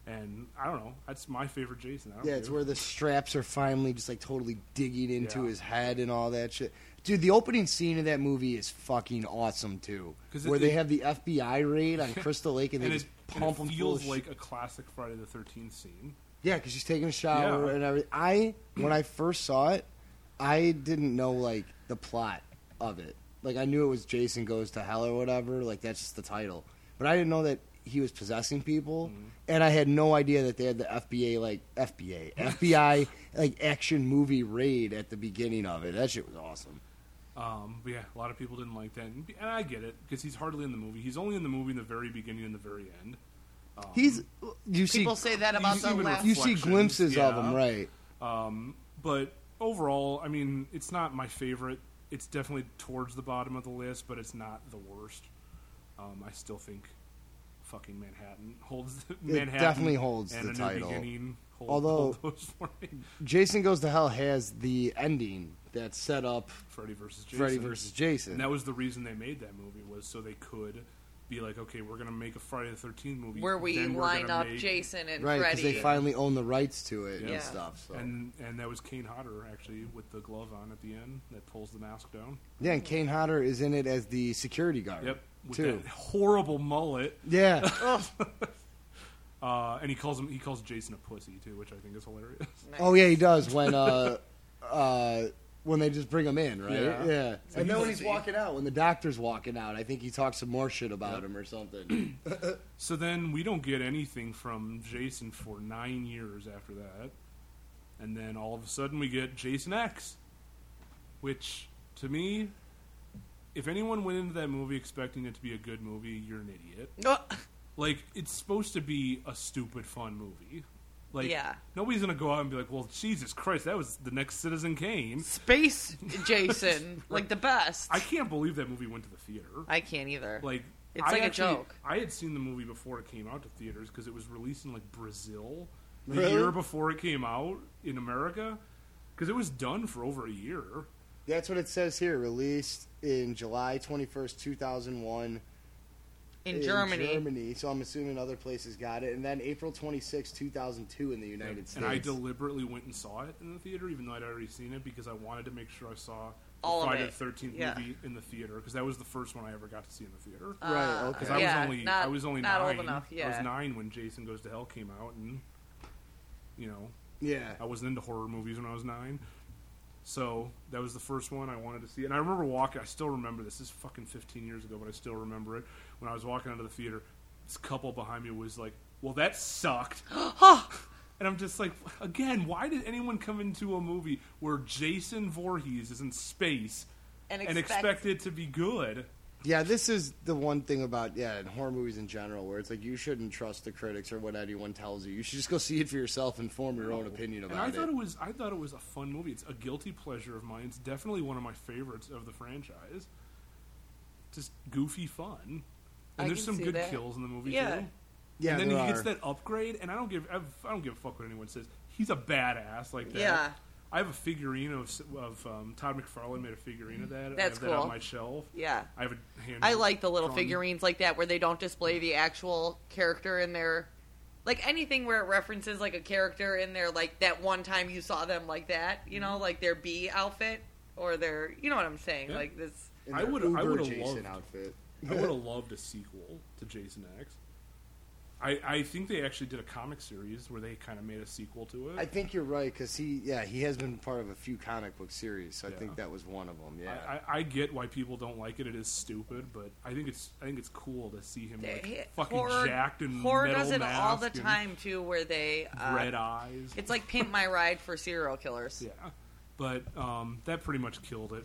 Speaker 5: and I don't know. That's my favorite Jason. I don't
Speaker 7: Yeah, it's
Speaker 5: care.
Speaker 7: where the straps are finally just like totally digging into
Speaker 5: Yeah.
Speaker 7: his head and all that shit. Dude, the opening scene of that movie is fucking awesome too.
Speaker 5: 'Cause it-
Speaker 7: Where they
Speaker 5: it-
Speaker 7: have the FBI raid on Crystal Lake and they
Speaker 5: and
Speaker 7: just
Speaker 5: it,
Speaker 7: pump
Speaker 5: and
Speaker 7: him
Speaker 5: it
Speaker 7: full
Speaker 5: feels
Speaker 7: of shit.
Speaker 5: like a classic Friday the Thirteenth scene.
Speaker 7: Yeah, because she's taking a shower
Speaker 5: Yeah.
Speaker 7: and everything. I when I first saw it, I didn't know like the plot of it. Like I knew it was Jason goes to hell or whatever. Like that's just the title, but I didn't know that he was possessing people,
Speaker 5: Mm-hmm.
Speaker 7: and I had no idea that they had the FBA like FBA FBI like action movie raid at the beginning of it. That shit was awesome.
Speaker 5: Um, but yeah, a lot of people didn't like that, and, and I get it because he's hardly in the movie. He's only in the movie in the very beginning and the very end.
Speaker 7: He's you see
Speaker 6: people say that about
Speaker 5: Um, you
Speaker 6: the
Speaker 5: even
Speaker 6: last.
Speaker 7: you see
Speaker 5: reflections,
Speaker 7: glimpses of
Speaker 5: yeah.
Speaker 7: him, right?
Speaker 5: but overall, I mean, it's not my favorite. It's definitely towards the bottom of the list, but it's not the worst. Um, I still think fucking Manhattan holds
Speaker 7: It
Speaker 5: Manhattan.
Speaker 7: definitely holds
Speaker 5: and
Speaker 7: the
Speaker 5: a New
Speaker 7: title.
Speaker 5: Beginning hold,
Speaker 7: Although-
Speaker 5: hold those for me.
Speaker 7: Jason Goes to Hell has the ending that set up
Speaker 5: Freddy versus Jason.
Speaker 7: Freddy versus Jason.
Speaker 5: And that was the reason they made that movie was so they could be like, okay, we're gonna make a Friday the Thirteenth movie
Speaker 6: where we
Speaker 5: then we're
Speaker 6: line
Speaker 5: gonna
Speaker 6: up
Speaker 5: make-
Speaker 6: Jason and
Speaker 7: right, because
Speaker 6: Freddy.
Speaker 7: they finally own the rights to it
Speaker 6: Yeah.
Speaker 7: and stuff. So.
Speaker 5: And and that was Kane Hodder actually with the glove on at the end that pulls the mask down.
Speaker 7: yeah, and Kane Hodder is in it as the security guard.
Speaker 5: Yep, with
Speaker 7: Too.
Speaker 5: that horrible mullet.
Speaker 7: Yeah.
Speaker 5: Oh, Uh, and he calls him he calls Jason a pussy too, which I think is hilarious.
Speaker 7: Oh yeah, he does when uh, uh, when they just bring him in, right?
Speaker 5: Yeah.
Speaker 7: Yeah. and then when he's
Speaker 6: pussy.
Speaker 7: walking out, when the doctor's walking out, I think he talks some more shit about him or something.
Speaker 5: So then we don't get anything from Jason for nine years after that. And then all of a sudden we get Jason X. Which, to me, if anyone went into that movie expecting it to be a good movie, you're an idiot.
Speaker 6: Oh,
Speaker 5: Like, it's supposed to be a stupid, fun movie. Like,
Speaker 6: Yeah.
Speaker 5: nobody's going to go out and be like, well, Jesus Christ, that was the next Citizen Kane.
Speaker 6: space Jason, like the best.
Speaker 5: I can't believe that movie went to the theater.
Speaker 6: I can't either.
Speaker 5: Like
Speaker 6: It's
Speaker 5: I
Speaker 6: like a
Speaker 5: actually-
Speaker 6: joke.
Speaker 5: I had seen the movie before it came out to theaters because it was released in like Brazil the
Speaker 7: Really?
Speaker 5: year before it came out in America because it was done for over a year.
Speaker 7: That's what it says here. Released in July twenty first, two thousand one.
Speaker 6: in, Germany.
Speaker 7: Germany. So I'm assuming other places got it, and then April twenty sixth, two thousand two, in the United States.
Speaker 5: and I deliberately went and saw it in the theater even though I'd already seen it because I wanted to make sure I saw the
Speaker 6: All of
Speaker 5: Friday
Speaker 6: it.
Speaker 5: the Thirteenth
Speaker 6: Yeah. Uh,
Speaker 5: movie in the theater because that was the first one I ever got to see in the theater.
Speaker 7: right. Okay.
Speaker 5: Because I
Speaker 6: Yeah,
Speaker 5: was only
Speaker 6: not-
Speaker 5: I was only
Speaker 6: not
Speaker 5: nine.
Speaker 6: old enough,
Speaker 5: I was
Speaker 6: yeah.
Speaker 5: nine when Jason Goes to Hell came out, and you know
Speaker 7: yeah.
Speaker 5: I wasn't into horror movies when I was nine. So that was the first one I wanted to see. And I remember walking, I still remember this. This is fucking 15 years ago, but I still remember it. When I was walking out of the theater, this couple behind me was like, well, that sucked. and I'm just like, again, why did anyone come into a movie where Jason Voorhees is in space
Speaker 6: And
Speaker 5: and
Speaker 6: expect-
Speaker 5: expect it to be good?
Speaker 7: Yeah, this is the one thing about yeah, in horror movies in general, where it's like you shouldn't trust the critics or what anyone tells you. You should just go see it for yourself and form your own opinion
Speaker 5: And I
Speaker 7: about
Speaker 5: thought
Speaker 7: it.
Speaker 5: it was I thought it was a fun movie. It's a guilty pleasure of mine. It's definitely one of my favorites of the franchise. Just goofy fun. And
Speaker 6: I
Speaker 5: there's
Speaker 6: can
Speaker 5: some
Speaker 6: see
Speaker 5: good
Speaker 6: that.
Speaker 5: kills in the movie
Speaker 6: Yeah.
Speaker 5: too.
Speaker 7: Yeah,
Speaker 5: and then he
Speaker 7: there
Speaker 5: gets
Speaker 7: are.
Speaker 5: that upgrade and I don't give I've, I don't give a fuck what anyone says. He's a badass like that.
Speaker 6: Yeah.
Speaker 5: I have a figurine of, s- of um, Todd McFarlane made a figurine of that. I
Speaker 6: That's
Speaker 5: have that on
Speaker 6: cool.
Speaker 5: my shelf.
Speaker 6: Yeah.
Speaker 5: I have a hand
Speaker 6: I like the little
Speaker 5: drawn-
Speaker 6: figurines like that where they don't display the actual character in their like anything where it references like a character in their like that one time you saw them like that, you know, like their B outfit or their you know what I'm saying?
Speaker 5: Mm-hmm. Yeah.
Speaker 6: Like this
Speaker 7: In
Speaker 5: I
Speaker 7: their
Speaker 5: would I
Speaker 7: Uber
Speaker 5: would have
Speaker 7: Jason
Speaker 5: loved
Speaker 7: outfit.
Speaker 5: I would have loved a sequel to Jason X. I, I think they actually did a comic series where they kind of made a sequel to it.
Speaker 7: I think you're right because he, yeah, he has been part of a few comic book series. So I
Speaker 5: Yeah.
Speaker 7: think that was one of them. Yeah,
Speaker 5: I, I, I get why people don't like it. It is stupid, but I think it's I think it's cool to see him like,
Speaker 6: Hey,
Speaker 5: fucking jacked and
Speaker 6: eh, horror
Speaker 5: metal
Speaker 6: does it
Speaker 5: mask
Speaker 6: all the
Speaker 5: and
Speaker 6: time too where they uh,
Speaker 5: red eyes.
Speaker 6: It's like paint my ride for serial killers.
Speaker 5: Yeah, but um, that pretty much killed it.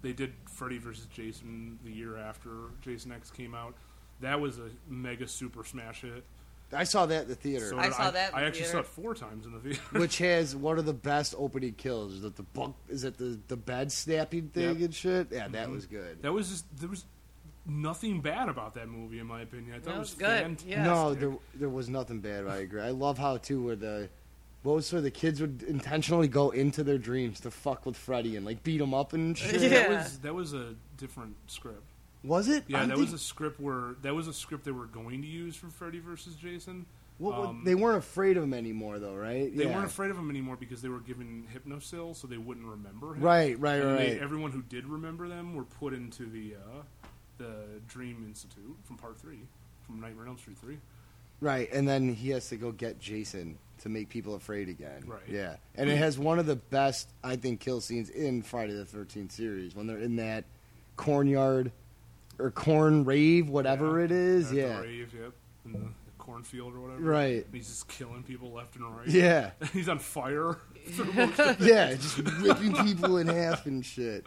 Speaker 5: They did Freddy vs. Jason the year after Jason X came out. That was a mega super smash hit.
Speaker 7: I saw that at the theater,
Speaker 5: So
Speaker 6: I
Speaker 5: did
Speaker 6: saw that in
Speaker 5: I
Speaker 6: the
Speaker 5: actually saw it
Speaker 6: theater.
Speaker 5: four times in the theater.
Speaker 7: which has one of the best opening kills. Is that the bunk? Is that the the bed snapping thing
Speaker 5: Yep. Mm-hmm.
Speaker 7: and shit? Yeah, that was good.
Speaker 5: That was just there was nothing bad about that movie in my opinion. I thought
Speaker 6: No,
Speaker 5: it was
Speaker 6: good.
Speaker 5: fantastic.
Speaker 6: Yeah.
Speaker 7: No, there there was nothing bad. I agree. I love how too where the what was where the kids would intentionally go into their dreams to fuck with Freddy and like beat him up and shit.
Speaker 6: Yeah.
Speaker 5: That was that was a different script.
Speaker 7: Was it?
Speaker 5: Yeah,
Speaker 7: I
Speaker 5: that
Speaker 7: think-
Speaker 5: was a script where that was a script they were going to use for Freddy versus Jason.
Speaker 7: what, what-
Speaker 5: um,
Speaker 7: they weren't afraid of him anymore, though, right?
Speaker 5: They
Speaker 7: Yeah.
Speaker 5: weren't afraid of him anymore because they were given hypnosil, so they wouldn't remember him.
Speaker 7: Right, right,
Speaker 5: And they-
Speaker 7: right.
Speaker 5: everyone who did remember them were put into the uh, the Dream Institute from Part Three, from Nightmare on Elm Street Three.
Speaker 7: Right, and then he has to go get Jason to make people afraid again.
Speaker 5: Right.
Speaker 7: Yeah, and it has one of the best, I think, kill scenes in Friday the Thirteenth series when they're in that cornyard or corn rave, whatever it is.
Speaker 5: At the
Speaker 7: Yeah.
Speaker 5: rave, yep, in the, the cornfield or whatever.
Speaker 7: Right.
Speaker 5: And he's just killing people left and right.
Speaker 7: Yeah.
Speaker 5: he's on fire.
Speaker 7: yeah, just ripping people in half and shit.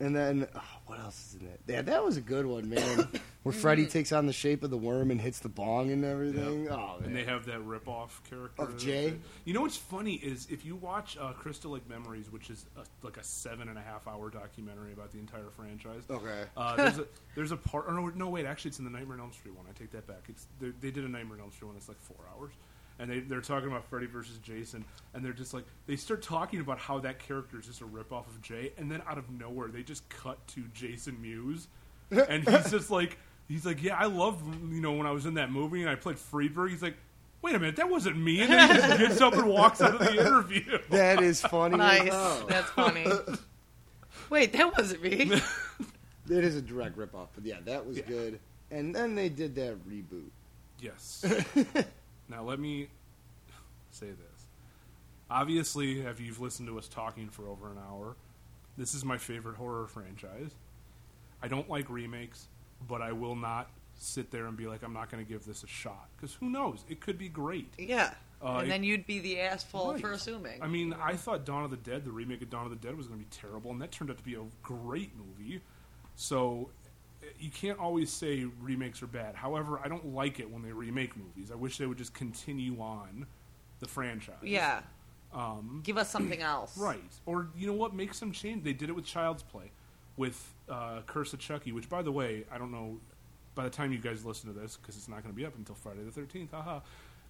Speaker 7: And then oh, what else is in it? Yeah, that was a good one, man. Where
Speaker 5: Mm.
Speaker 7: Freddy takes on the shape of the worm and hits the bong and everything. Oh, man.
Speaker 5: And they have that rip-off character
Speaker 7: Of Jay?
Speaker 5: You know what's funny is if you watch uh, Crystalic Memories, which is a, like a seven and a half hour documentary about the entire franchise.
Speaker 7: Okay.
Speaker 5: Uh, there's a there's a part. Or no, no, wait. Actually, it's in the Nightmare on Elm Street one. I take that back. It's they they did a Nightmare on Elm Street one. It's like four hours, and they they're talking about Freddy versus Jason, and they're just like they start talking about how that character is just a ripoff of Jay, and then out of nowhere they just cut to Jason Mewes, and he's just like he's like yeah I love you know when I was in that movie and I played Friedberg. He's like. Wait a minute, that wasn't me. And then he just gets up and walks out of the interview.
Speaker 7: that is funny. as
Speaker 6: Nice.
Speaker 7: hell.
Speaker 6: That's funny. Wait, that wasn't me.
Speaker 7: It is a direct ripoff, but yeah, that was good. And then they did that reboot.
Speaker 5: Yes. now let me say this. Obviously, if you've listened to us talking for over an hour, this is my favorite horror franchise. I don't like remakes, but I will not sit there and be like, I'm not going to give this a shot. Because who knows? It could be great.
Speaker 6: Yeah.
Speaker 5: Uh,
Speaker 6: and
Speaker 5: it-
Speaker 6: then you'd be the asshole
Speaker 5: Right.
Speaker 6: for assuming.
Speaker 5: I mean, I thought Dawn of the Dead, the remake of Dawn of the Dead, was going to be terrible, and that turned out to be a great movie. So eh, you can't always say remakes are bad. However, I don't like it when they remake movies. I wish they would just continue on the franchise.
Speaker 6: yeah. Um, Give us something else.
Speaker 5: Right. Or you know what? Make some change. They did it with Child's Play, with uh, Curse of Chucky, which, by the way, I don't know. By the time you guys listen to this, because it's not going to be up until Friday the thirteenth. Haha.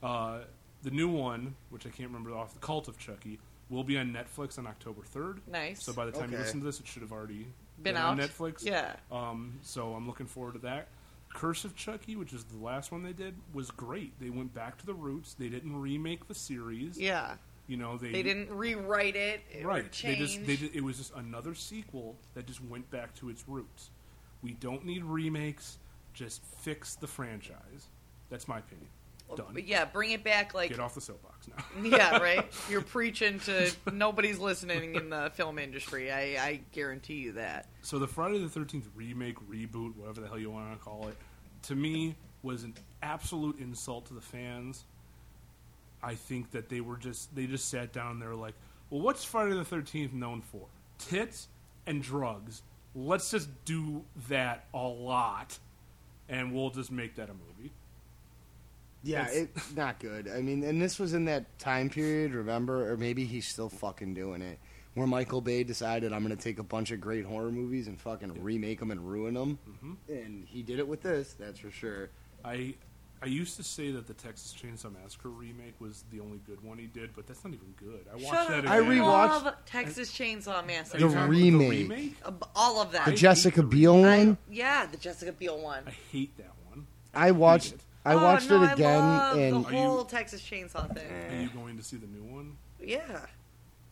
Speaker 5: Uh, the new one, which I can't remember off, the Cult of Chucky, will be on Netflix on October third.
Speaker 6: Nice.
Speaker 5: So by the time you
Speaker 7: Okay.
Speaker 5: listen to this, it should have already
Speaker 6: Been
Speaker 5: on
Speaker 6: out?
Speaker 5: Netflix.
Speaker 6: Yeah.
Speaker 5: Um, so I'm looking forward to that. Curse of Chucky, which is the last one they did, was great. They went back to the roots. They didn't remake the series.
Speaker 6: Yeah.
Speaker 5: You know they
Speaker 6: They didn't rewrite it. or
Speaker 5: right they just they
Speaker 6: change.
Speaker 5: did, it was just another sequel that just went back to its roots we don't need remakes just fix the franchise that's my opinion done
Speaker 6: But yeah, bring it back like
Speaker 5: get off the soapbox now
Speaker 6: yeah, right. You're preaching to nobody's listening in the film industry. I, I guarantee you that.
Speaker 5: so the friday the 13th remake reboot whatever the hell you want to call it to me was an absolute insult to the fans i think that they were just they just sat down and they were like well what's friday the 13th known for tits and drugs let's just do that a lot and we'll just make that a movie
Speaker 7: Yeah, it's not good. I mean, and this was in that time period, remember? Or maybe he's still fucking doing it. Where Michael Bay decided I'm going to take a bunch of great horror movies and fucking remake them and ruin them. And he did it with this, that's for sure.
Speaker 5: I I used to say that the Texas Chainsaw Massacre remake was the only good one he did, but that's not even good. I watched that again.
Speaker 7: I rewatched-
Speaker 6: Love Texas Chainsaw
Speaker 5: Are you
Speaker 6: Massacre.
Speaker 7: The
Speaker 5: talking about
Speaker 7: remake.
Speaker 5: remake?
Speaker 6: Ab- All of that.
Speaker 7: The Jessica Biel one,
Speaker 6: yeah, the Jessica Biel one.
Speaker 5: I hate that one.
Speaker 7: I watched I
Speaker 6: Oh,
Speaker 7: watched
Speaker 6: no,
Speaker 7: it again
Speaker 6: I love
Speaker 7: and
Speaker 6: the
Speaker 5: Are you-
Speaker 6: whole Texas Chainsaw thing.
Speaker 5: Are you going to see the new one?
Speaker 6: Yeah,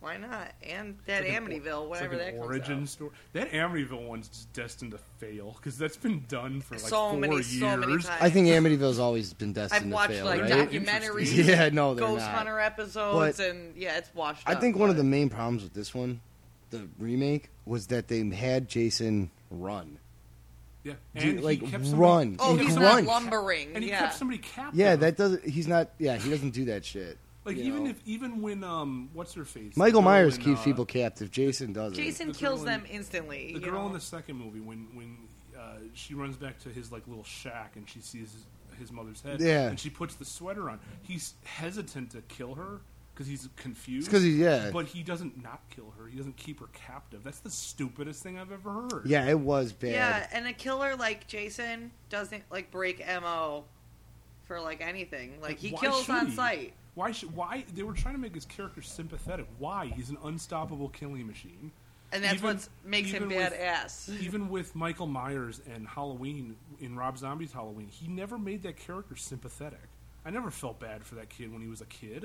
Speaker 6: why not? And that
Speaker 5: Like an or-
Speaker 6: Amityville,
Speaker 5: it's
Speaker 6: whatever
Speaker 5: like
Speaker 6: that
Speaker 5: an
Speaker 6: comes
Speaker 5: origin
Speaker 6: out.
Speaker 5: story. That Amityville one's just destined to fail because that's been done for like
Speaker 6: so
Speaker 5: four
Speaker 6: many,
Speaker 5: years.
Speaker 6: so many times.
Speaker 7: I think Amityville's always been destined
Speaker 6: I've watched
Speaker 7: to fail,
Speaker 6: like
Speaker 7: right?
Speaker 5: doc-
Speaker 6: documentaries,
Speaker 5: Interesting.
Speaker 7: Yeah, no, they're
Speaker 6: Ghost
Speaker 7: not.
Speaker 6: Hunter episodes,
Speaker 7: But-
Speaker 6: and yeah, it's washed.
Speaker 7: I
Speaker 6: up,
Speaker 7: think one of
Speaker 6: but-
Speaker 7: the main problems with this one, the remake, was that they had Jason run.
Speaker 5: Yeah,
Speaker 7: Dude,
Speaker 5: and he
Speaker 7: like,
Speaker 5: kept somebody-
Speaker 7: run.
Speaker 6: Oh,
Speaker 5: and he
Speaker 6: he's
Speaker 5: kept
Speaker 6: not
Speaker 7: grunt.
Speaker 6: lumbering.
Speaker 5: And he
Speaker 6: yeah.
Speaker 5: kept somebody captive.
Speaker 6: Uh-huh.
Speaker 7: Yeah, that doesn't. He's not. Yeah, he doesn't do that shit.
Speaker 5: like
Speaker 7: you
Speaker 5: even
Speaker 7: know.
Speaker 5: if even when um what's her face
Speaker 7: Michael
Speaker 5: The girl
Speaker 7: Myers
Speaker 5: in,
Speaker 7: keeps
Speaker 5: uh,
Speaker 7: people captive, Jason doesn't.
Speaker 6: Jason
Speaker 5: The girl
Speaker 6: kills
Speaker 5: in-
Speaker 6: them instantly.
Speaker 5: The
Speaker 6: you
Speaker 5: girl
Speaker 6: know?
Speaker 5: in the second movie, when when uh, she runs back to his like little shack and she sees his, his mother's head,
Speaker 7: Yeah.
Speaker 5: and she puts the sweater on. He's hesitant to kill her because he's confused.
Speaker 7: It's 'cause he- yeah.
Speaker 5: but he doesn't not kill her. He doesn't keep her captive. That's the stupidest thing I've ever heard.
Speaker 7: Yeah, it was bad.
Speaker 6: yeah, and a killer like Jason doesn't like break mo for like anything. Like he
Speaker 5: Why
Speaker 6: kills
Speaker 5: should
Speaker 6: on
Speaker 5: he?
Speaker 6: sight.
Speaker 5: Why should why they were trying to make his character sympathetic? Why he's an unstoppable killing machine,
Speaker 6: And that's
Speaker 5: Even-
Speaker 6: what makes him
Speaker 5: even with-
Speaker 6: badass.
Speaker 5: even with Michael Myers and Halloween in Rob Zombie's Halloween, he never made that character sympathetic. I never felt bad for that kid when he was a kid.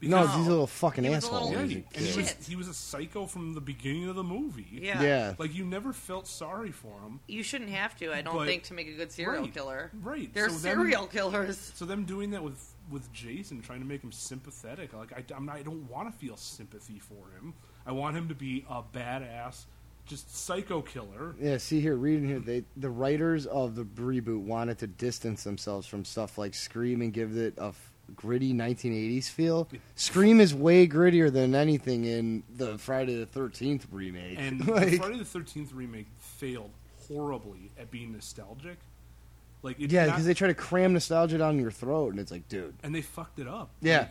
Speaker 7: no,
Speaker 5: because-
Speaker 7: he's a little fucking
Speaker 6: He was a
Speaker 7: asshole.
Speaker 6: little-
Speaker 5: yeah,
Speaker 7: when he
Speaker 5: he,
Speaker 7: was
Speaker 5: and he
Speaker 7: a
Speaker 5: was,
Speaker 7: kid.
Speaker 6: Shit.
Speaker 5: he was a psycho from the beginning of the movie.
Speaker 6: Yeah.
Speaker 7: Yeah,
Speaker 5: like you never felt sorry for him.
Speaker 6: You shouldn't have to, I don't
Speaker 5: But-
Speaker 6: think, to make a good serial
Speaker 5: Right,
Speaker 6: killer.
Speaker 5: right,
Speaker 6: They're
Speaker 5: so then-
Speaker 6: serial killers.
Speaker 5: So them doing that with with Jason, trying to make him sympathetic, like I, I'm not, I don't want to feel sympathy for him. I want him to be a badass, just psycho killer.
Speaker 7: yeah. See here, reading here, they the writers of the reboot wanted to distance themselves from stuff like Scream and give it a f- gritty 1980s feel. Scream is way grittier than anything in the Friday the 13th remake.
Speaker 5: And the
Speaker 7: like,
Speaker 5: Friday the Thirteenth remake failed horribly at being nostalgic. Like it's
Speaker 7: Yeah,
Speaker 5: not-
Speaker 7: because they try to cram nostalgia down your throat, and it's like, dude,
Speaker 5: and they fucked it up.
Speaker 7: Yeah.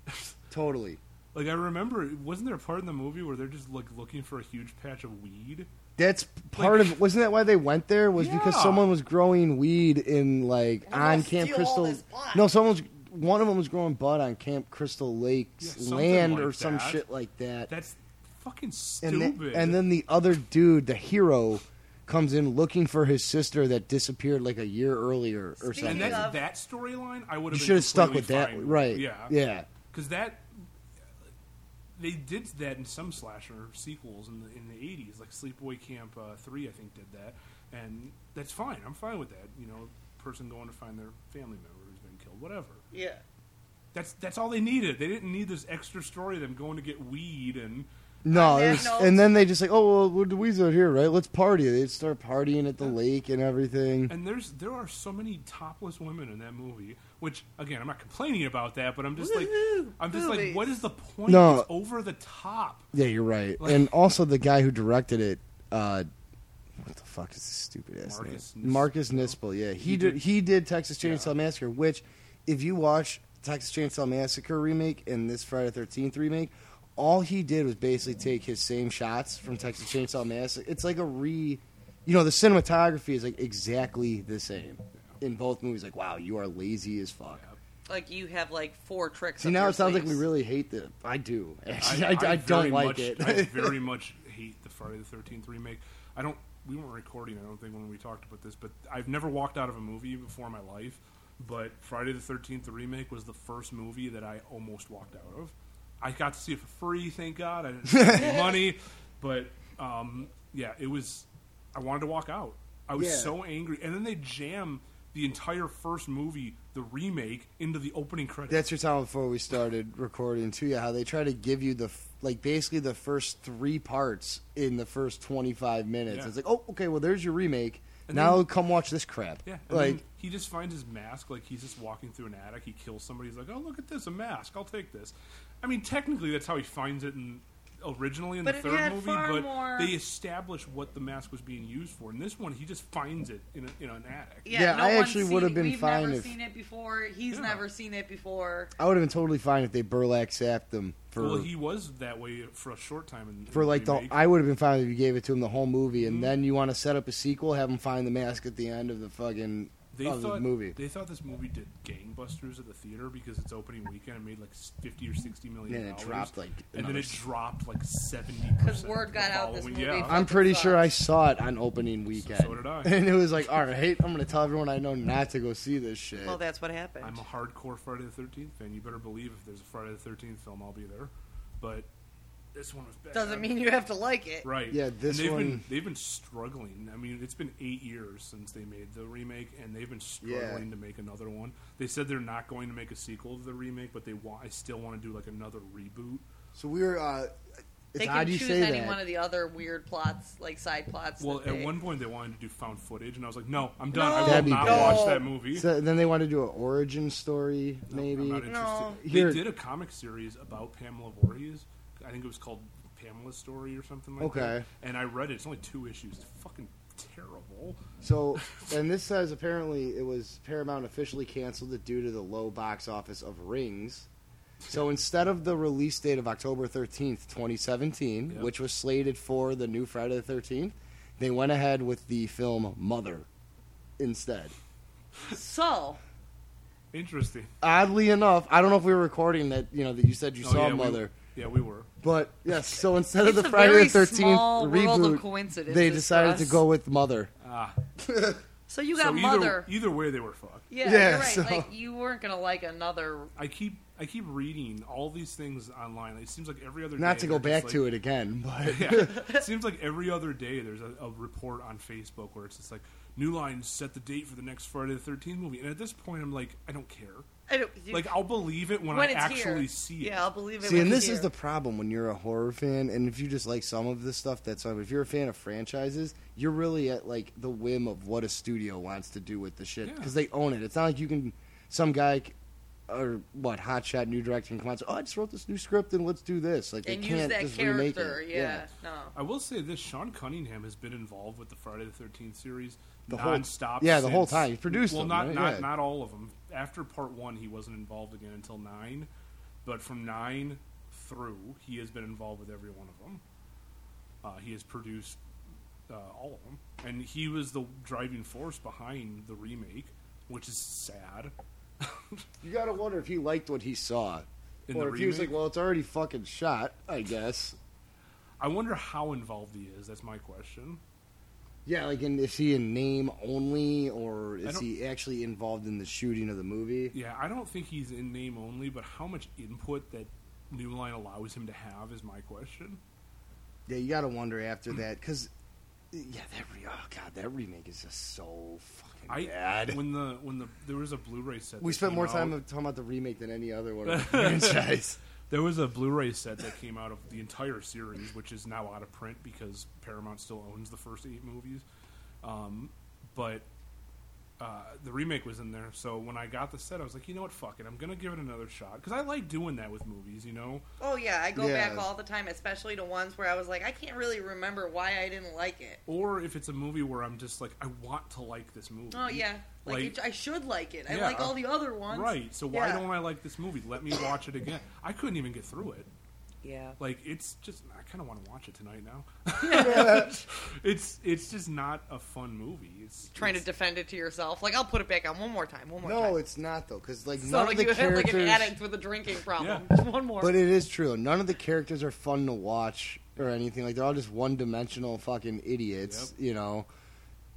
Speaker 7: totally.
Speaker 5: Like I remember, wasn't there a part in the movie where they're just like looking for a huge patch of weed?
Speaker 7: That's part
Speaker 5: Like-
Speaker 7: of. Wasn't that why they went there? Was because
Speaker 5: Yeah.
Speaker 7: someone was growing weed in like
Speaker 6: I'm gonna
Speaker 7: on Camp
Speaker 6: steal all
Speaker 7: Crystal.
Speaker 6: this pot.
Speaker 7: No, someone's one of them was growing bud on Camp Crystal
Speaker 5: Yeah,
Speaker 7: Lake's
Speaker 5: something
Speaker 7: land
Speaker 5: like
Speaker 7: or some
Speaker 5: that.
Speaker 7: shit like that.
Speaker 5: That's fucking
Speaker 7: and
Speaker 5: stupid.
Speaker 7: then, and then the other dude, the hero, comes in looking for his sister that disappeared like a year earlier or
Speaker 6: Speaking
Speaker 5: And
Speaker 7: something.
Speaker 5: that's,
Speaker 6: of-
Speaker 5: that storyline, I would
Speaker 7: you
Speaker 5: have.
Speaker 7: should have stuck with that,
Speaker 5: fine.
Speaker 7: right?
Speaker 5: Yeah,
Speaker 7: yeah.
Speaker 5: Because that they did that in some slasher sequels in the in the eighties, like Sleepaway Camp uh, Three, I think did that, and that's fine. I'm fine with that. You know, person going to find their family member who's been killed, whatever.
Speaker 6: Yeah.
Speaker 5: That's that's all they needed. They didn't need this extra story of them going to get weed and
Speaker 7: No,
Speaker 6: On that
Speaker 7: there's,
Speaker 6: note-
Speaker 7: and then they just like, oh well, we're- the weed's out here, right? Let's party. They start partying at the lake and everything.
Speaker 5: and there's there are so many topless women in that movie. Which again, I'm not complaining about that, but I'm just like
Speaker 6: Woohoo,
Speaker 5: I'm just like,
Speaker 6: boobies.
Speaker 5: what is the point?
Speaker 7: No.
Speaker 5: It's over the top.
Speaker 7: Yeah, you're right.
Speaker 5: Like-
Speaker 7: and also the guy who directed it, uh, what the fuck is this stupid ass
Speaker 5: Marcus
Speaker 7: name?
Speaker 5: Nispel.
Speaker 7: Marcus Nispel. Yeah, he,
Speaker 5: He
Speaker 7: did,
Speaker 5: did-
Speaker 7: He did Texas Chainsaw Massacre, which, if you watch Texas Chainsaw Massacre remake and this Friday Thirteenth remake, all he did was basically take his same shots from Texas Chainsaw Massacre. It's like a re, you know, the cinematography is like exactly the same in both movies. Like, wow, you are lazy as fuck.
Speaker 6: Like you have like four tricks.
Speaker 7: See,
Speaker 6: up
Speaker 7: now
Speaker 6: your
Speaker 7: it sounds like we
Speaker 6: sleeves.
Speaker 7: really hate the. I do. Actually, I, I don't
Speaker 5: very
Speaker 7: like
Speaker 5: much-
Speaker 7: it.
Speaker 5: I very much hate the Friday the Thirteenth remake. I don't. We weren't recording. I don't think when we talked about this, but I've never walked out of a movie before in my life. But Friday the Thirteenth the remake was the first movie that I almost walked out of. I got to see it for free, thank God. I didn't spend any money, but um, yeah, it was. I wanted to walk out. I was
Speaker 7: Yeah.
Speaker 5: so angry, and then they jam the entire first movie, the remake, into the opening credits.
Speaker 7: That's your time before we started recording too. Yeah, how they try to give you the f- like basically the first three parts in the first twenty five minutes.
Speaker 5: Yeah.
Speaker 7: It's like, oh, okay, well, there's your remake.
Speaker 5: And
Speaker 7: now
Speaker 5: then-
Speaker 7: come watch this crap.
Speaker 5: Yeah, and
Speaker 7: like
Speaker 5: then he just finds his mask. Like he's just walking through an attic. He kills somebody. He's like, "Oh, look at this, a mask. I'll take this." I mean, technically, that's how he finds it in originally in
Speaker 6: But
Speaker 5: the
Speaker 6: it
Speaker 5: third
Speaker 6: had
Speaker 5: movie,
Speaker 6: far
Speaker 5: but
Speaker 6: more-
Speaker 5: they establish what the mask was being used for. In this one, he just finds it in, a, in an attic.
Speaker 6: Yeah,
Speaker 7: Yeah,
Speaker 6: no
Speaker 7: I
Speaker 6: one's
Speaker 7: actually
Speaker 6: seen
Speaker 7: would've
Speaker 6: it.
Speaker 7: been
Speaker 6: We've
Speaker 7: fine
Speaker 6: never
Speaker 7: if-
Speaker 6: seen it before. He's
Speaker 5: Yeah.
Speaker 6: never seen it before.
Speaker 7: I would have been totally fine if they burlap sapped them for
Speaker 5: Well, he was that way for a short time. In, in
Speaker 7: for like the.
Speaker 5: remake. Mm-hmm.
Speaker 7: I would have been fine if you gave it to him the whole movie, and then you want to set up a sequel, have him find the mask at the end of the fucking
Speaker 5: they
Speaker 7: of the
Speaker 5: thought
Speaker 7: movie.
Speaker 5: they thought this movie did gangbusters at the theater because its opening weekend it made like fifty or sixty million.
Speaker 7: Yeah, and it
Speaker 5: dollars,
Speaker 7: dropped, like,
Speaker 5: and then
Speaker 7: another
Speaker 5: it
Speaker 7: s-
Speaker 5: dropped like seventy.
Speaker 6: Because word got out this movie.
Speaker 5: Yeah.
Speaker 7: I'm pretty
Speaker 6: Fuck.
Speaker 7: sure I saw it on opening weekend.
Speaker 5: So did I.
Speaker 7: And it was like, all right, I'm going to tell everyone I know not to go see this shit.
Speaker 6: Well, that's what happened.
Speaker 5: I'm a hardcore Friday the Thirteenth fan. You better believe if there's a Friday the Thirteenth film, I'll be there. But this one was bad.
Speaker 6: Doesn't mean you have to like it.
Speaker 5: right.
Speaker 7: Yeah,
Speaker 5: And
Speaker 7: this
Speaker 5: they've
Speaker 7: one-
Speaker 5: Been, they've been struggling. I mean, it's been eight years since they made the remake, and they've been struggling
Speaker 7: Yeah.
Speaker 5: to make another one. They said they're not going to make a sequel to the remake, but they want. I still want to do like another reboot.
Speaker 7: So we were. Uh, it's
Speaker 6: They
Speaker 7: how
Speaker 6: can
Speaker 7: do you
Speaker 6: choose
Speaker 7: say
Speaker 6: any
Speaker 7: that?
Speaker 6: one of the other weird plots, like side plots.
Speaker 5: Well,
Speaker 6: that
Speaker 5: at
Speaker 6: they-
Speaker 5: one point they wanted to do found footage, and I was like, no, I'm done. I
Speaker 6: That'd
Speaker 5: will
Speaker 7: be
Speaker 5: not
Speaker 7: bad.
Speaker 5: watch that
Speaker 6: No.
Speaker 5: movie.
Speaker 7: so then they want to do an origin story,
Speaker 5: No,
Speaker 7: maybe.
Speaker 5: I'm not interested.
Speaker 6: No.
Speaker 5: They
Speaker 7: Here-
Speaker 5: did a comic series about Pamela Voorhees. I think it was called Pamela's Story or something like that.
Speaker 7: Okay.
Speaker 5: And I read it. It's only two issues. It's fucking terrible.
Speaker 7: so, and this says apparently it was Paramount officially canceled it due to the low box office of Rings. So instead of the release date of October 13th, 2017,
Speaker 5: Yep.
Speaker 7: which was slated for the new Friday the 13th, they went ahead with the film Mother instead.
Speaker 6: So
Speaker 5: Interesting.
Speaker 7: Oddly enough, I don't know if we were recording that, you know, that you said you
Speaker 5: Oh,
Speaker 7: saw
Speaker 5: yeah, we-
Speaker 7: Mother.
Speaker 5: yeah, we were.
Speaker 7: But yes, so instead
Speaker 6: it's
Speaker 7: of the
Speaker 6: a
Speaker 7: Friday
Speaker 6: very
Speaker 7: the Thirteenth
Speaker 6: small world of
Speaker 7: reboot,
Speaker 6: coincidences.
Speaker 7: they
Speaker 6: for
Speaker 7: decided to
Speaker 6: us.
Speaker 7: go with Mother.
Speaker 5: Ah.
Speaker 6: So you
Speaker 5: So
Speaker 6: got
Speaker 5: either,
Speaker 6: mother.
Speaker 5: either way, they were fucked.
Speaker 6: yeah,
Speaker 7: Yeah,
Speaker 6: you're right.
Speaker 7: so-
Speaker 6: Like you weren't gonna like another.
Speaker 5: I keep I keep reading all these things online. It seems like every other
Speaker 7: Not
Speaker 5: day
Speaker 7: to go
Speaker 5: they're
Speaker 7: back
Speaker 5: just like-
Speaker 7: to it again, but
Speaker 5: yeah. It seems like every other day there's a, a report on Facebook where it's just like New Line set the date for the next Friday the Thirteenth movie, and at this point I'm like, I don't care.
Speaker 6: I don't, you-
Speaker 5: Like I'll believe it when,
Speaker 6: when
Speaker 5: I
Speaker 6: it's
Speaker 5: actually
Speaker 6: here.
Speaker 5: see it.
Speaker 6: Yeah, I'll believe it.
Speaker 7: see,
Speaker 6: when
Speaker 7: and
Speaker 6: it's
Speaker 7: this is
Speaker 6: here.
Speaker 7: the problem when you're a horror fan, and if you just like some of this stuff, that's fine. But if you're a fan of franchises, you're really at like the whim of what a studio wants to do with the shit
Speaker 5: Yeah.
Speaker 7: because they own it. It's not like you can some guy c- or what hotshot new director can come out and say, "Oh, I just wrote this new script and let's do this." Like
Speaker 6: and
Speaker 7: they
Speaker 6: use
Speaker 7: can't
Speaker 6: that
Speaker 7: just remake
Speaker 6: character.
Speaker 7: it.
Speaker 6: Yeah, no.
Speaker 5: I will say this: Sean Cunningham has been involved with the Friday the Thirteenth series
Speaker 7: The whole-
Speaker 5: nonstop.
Speaker 7: yeah, the
Speaker 5: since-
Speaker 7: whole time. He produced
Speaker 5: Well,
Speaker 7: them,
Speaker 5: not
Speaker 7: right?
Speaker 5: not
Speaker 7: Yeah.
Speaker 5: not all of them. After part one, he wasn't involved again until nine, but from nine through, he has been involved with every one of them. Uh, he has produced uh, all of them, and he was the driving force behind the remake, which is sad.
Speaker 7: You gotta wonder if he liked what he saw,
Speaker 5: In
Speaker 7: or
Speaker 5: the
Speaker 7: if he was
Speaker 5: remake?
Speaker 7: like, "Well, it's already fucking shot." I guess.
Speaker 5: I wonder how involved he is. That's my question.
Speaker 7: Yeah, like, and is he in name only, or is
Speaker 5: don't-
Speaker 7: he actually involved in the shooting of the movie?
Speaker 5: Yeah, I don't think he's in name only, but how much input that New Line allows him to have is my question.
Speaker 7: Yeah, you gotta wonder after that because, yeah, that re- oh god, that remake is just so fucking
Speaker 5: I
Speaker 7: bad.
Speaker 5: when the when the there was a Blu-ray set.
Speaker 7: we
Speaker 5: that
Speaker 7: spent
Speaker 5: came
Speaker 7: more
Speaker 5: out-
Speaker 7: time talking about the remake than any other one of the franchise.
Speaker 5: There was a Blu-ray set that came out of the entire series, which is now out of print because Paramount still owns the first eight movies. Um, but uh, the remake was in there, so when I got the set, I was like, you know what, fuck it, I'm gonna give it another shot because I like doing that with movies, you know.
Speaker 6: Oh yeah, I go
Speaker 7: Yeah.
Speaker 6: back all the time, especially to ones where I was like, I can't really remember why I didn't like it.
Speaker 5: Or if it's a movie where I'm just like, I want to like this movie.
Speaker 6: Oh yeah, like,
Speaker 5: Like-
Speaker 6: it, I should like it. I
Speaker 5: Yeah.
Speaker 6: like all the other ones.
Speaker 5: Right. So why
Speaker 6: Yeah.
Speaker 5: don't I like this movie? Let me watch it again. I couldn't even get through it.
Speaker 6: Yeah.
Speaker 5: Like it's just I kind of want to watch it tonight now. it's it's just not a fun movie. It's
Speaker 6: Trying to defend it to yourself, like I'll put it back on one more time, one more time.
Speaker 7: no, it's not though, because like
Speaker 6: so
Speaker 7: none
Speaker 6: like
Speaker 7: of the
Speaker 6: you have like an
Speaker 7: characters.
Speaker 6: addict with a drinking problem. One more.
Speaker 7: but it is true. None of the characters are fun to watch or anything. Like they're all just one-dimensional fucking idiots. You know,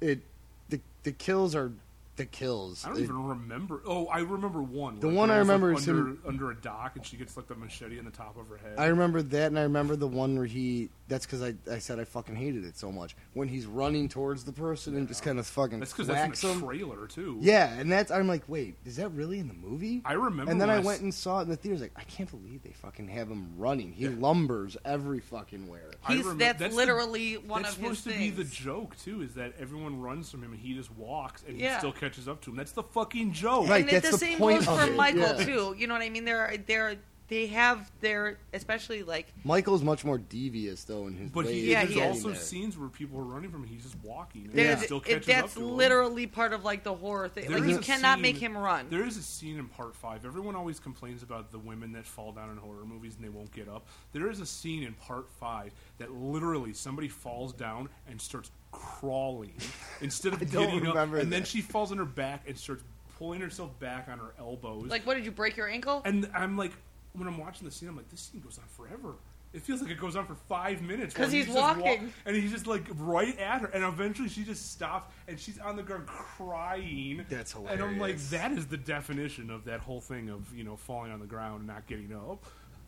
Speaker 7: it the the kills are the kills.
Speaker 5: I don't
Speaker 7: It-
Speaker 5: even remember. Oh, I remember one.
Speaker 7: The
Speaker 5: where
Speaker 7: one I
Speaker 5: girl's,
Speaker 7: remember
Speaker 5: like
Speaker 7: is
Speaker 5: under,
Speaker 7: him-
Speaker 5: under a dock, and she gets like the machete in the top of her head.
Speaker 7: I remember that, and I remember the one where he. That's because I, I said I fucking hated it so much. When he's running towards the person and just kind of fucking
Speaker 5: that's because
Speaker 7: whacks
Speaker 5: that's in the
Speaker 7: him.
Speaker 5: trailer too.
Speaker 7: yeah, and that's I'm like, wait, is that really in the movie?
Speaker 5: I remember.
Speaker 7: and then
Speaker 5: when
Speaker 7: I
Speaker 5: s-
Speaker 7: went and saw it in the theaters. Like, I can't believe they fucking have him running. He lumbers every fucking where.
Speaker 5: I
Speaker 6: He's-
Speaker 5: remem-
Speaker 6: that's
Speaker 5: the-
Speaker 6: literally one
Speaker 5: that's
Speaker 6: of his
Speaker 5: supposed to be the
Speaker 6: things.
Speaker 5: joke too. Is that everyone runs from him and he just walks and he
Speaker 6: Yeah.
Speaker 5: still catches up to him? That's the fucking joke.
Speaker 7: Right,
Speaker 6: and it-
Speaker 7: that's
Speaker 6: the
Speaker 7: the
Speaker 6: same
Speaker 7: point
Speaker 6: goes
Speaker 7: of
Speaker 6: for
Speaker 7: it,
Speaker 6: Michael
Speaker 7: yeah.
Speaker 6: too. You know what I mean? They're they're they have their especially like
Speaker 7: Michael's much more devious though in his.
Speaker 5: But
Speaker 7: ways
Speaker 5: he,
Speaker 6: Yeah,
Speaker 7: of
Speaker 5: there's
Speaker 6: he
Speaker 7: getting
Speaker 6: is.
Speaker 5: also
Speaker 7: there.
Speaker 5: scenes where people are running from him. He's just walking. And
Speaker 6: there's-
Speaker 5: he still
Speaker 6: it,
Speaker 5: catches
Speaker 6: that's
Speaker 5: up to him.
Speaker 6: literally part of like the horror thing.
Speaker 5: There
Speaker 6: like
Speaker 5: is
Speaker 6: you
Speaker 5: a
Speaker 6: cannot
Speaker 5: scene-
Speaker 6: make him run.
Speaker 5: There is a scene in part five. Everyone always complains about the women that fall down in horror movies and they won't get up. There is a scene in part five that literally somebody falls down and starts crawling instead of
Speaker 7: don't
Speaker 5: getting up,
Speaker 7: remember
Speaker 5: and then
Speaker 7: that.
Speaker 5: she falls on her back and starts pulling herself back on her elbows.
Speaker 6: like what did you break your ankle?
Speaker 5: and I'm like, when I'm watching the scene, I'm like, this scene goes on forever. It feels like it goes on for five minutes where
Speaker 6: 'Cause he's
Speaker 5: just wa-
Speaker 6: walking.
Speaker 5: and he's just like right at her, and eventually she just stops and she's on the ground crying.
Speaker 7: That's
Speaker 5: And I'm like,
Speaker 7: hilarious.
Speaker 5: that is the definition of that whole thing of you know falling on the ground and not getting up.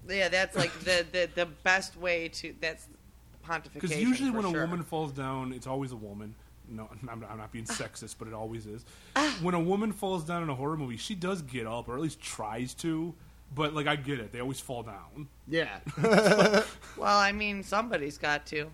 Speaker 6: yeah, that's like the, the the best way to that's pontification.
Speaker 5: Because usually
Speaker 6: for
Speaker 5: when
Speaker 6: sure.
Speaker 5: a woman falls down, it's always a woman. No, I'm, I'm not being
Speaker 6: Ah.
Speaker 5: sexist, but it always is. When a woman falls down in a horror movie, she does get up, or at least tries to. But like, I get it; they always fall down.
Speaker 7: yeah,
Speaker 6: well, I mean somebody's got to.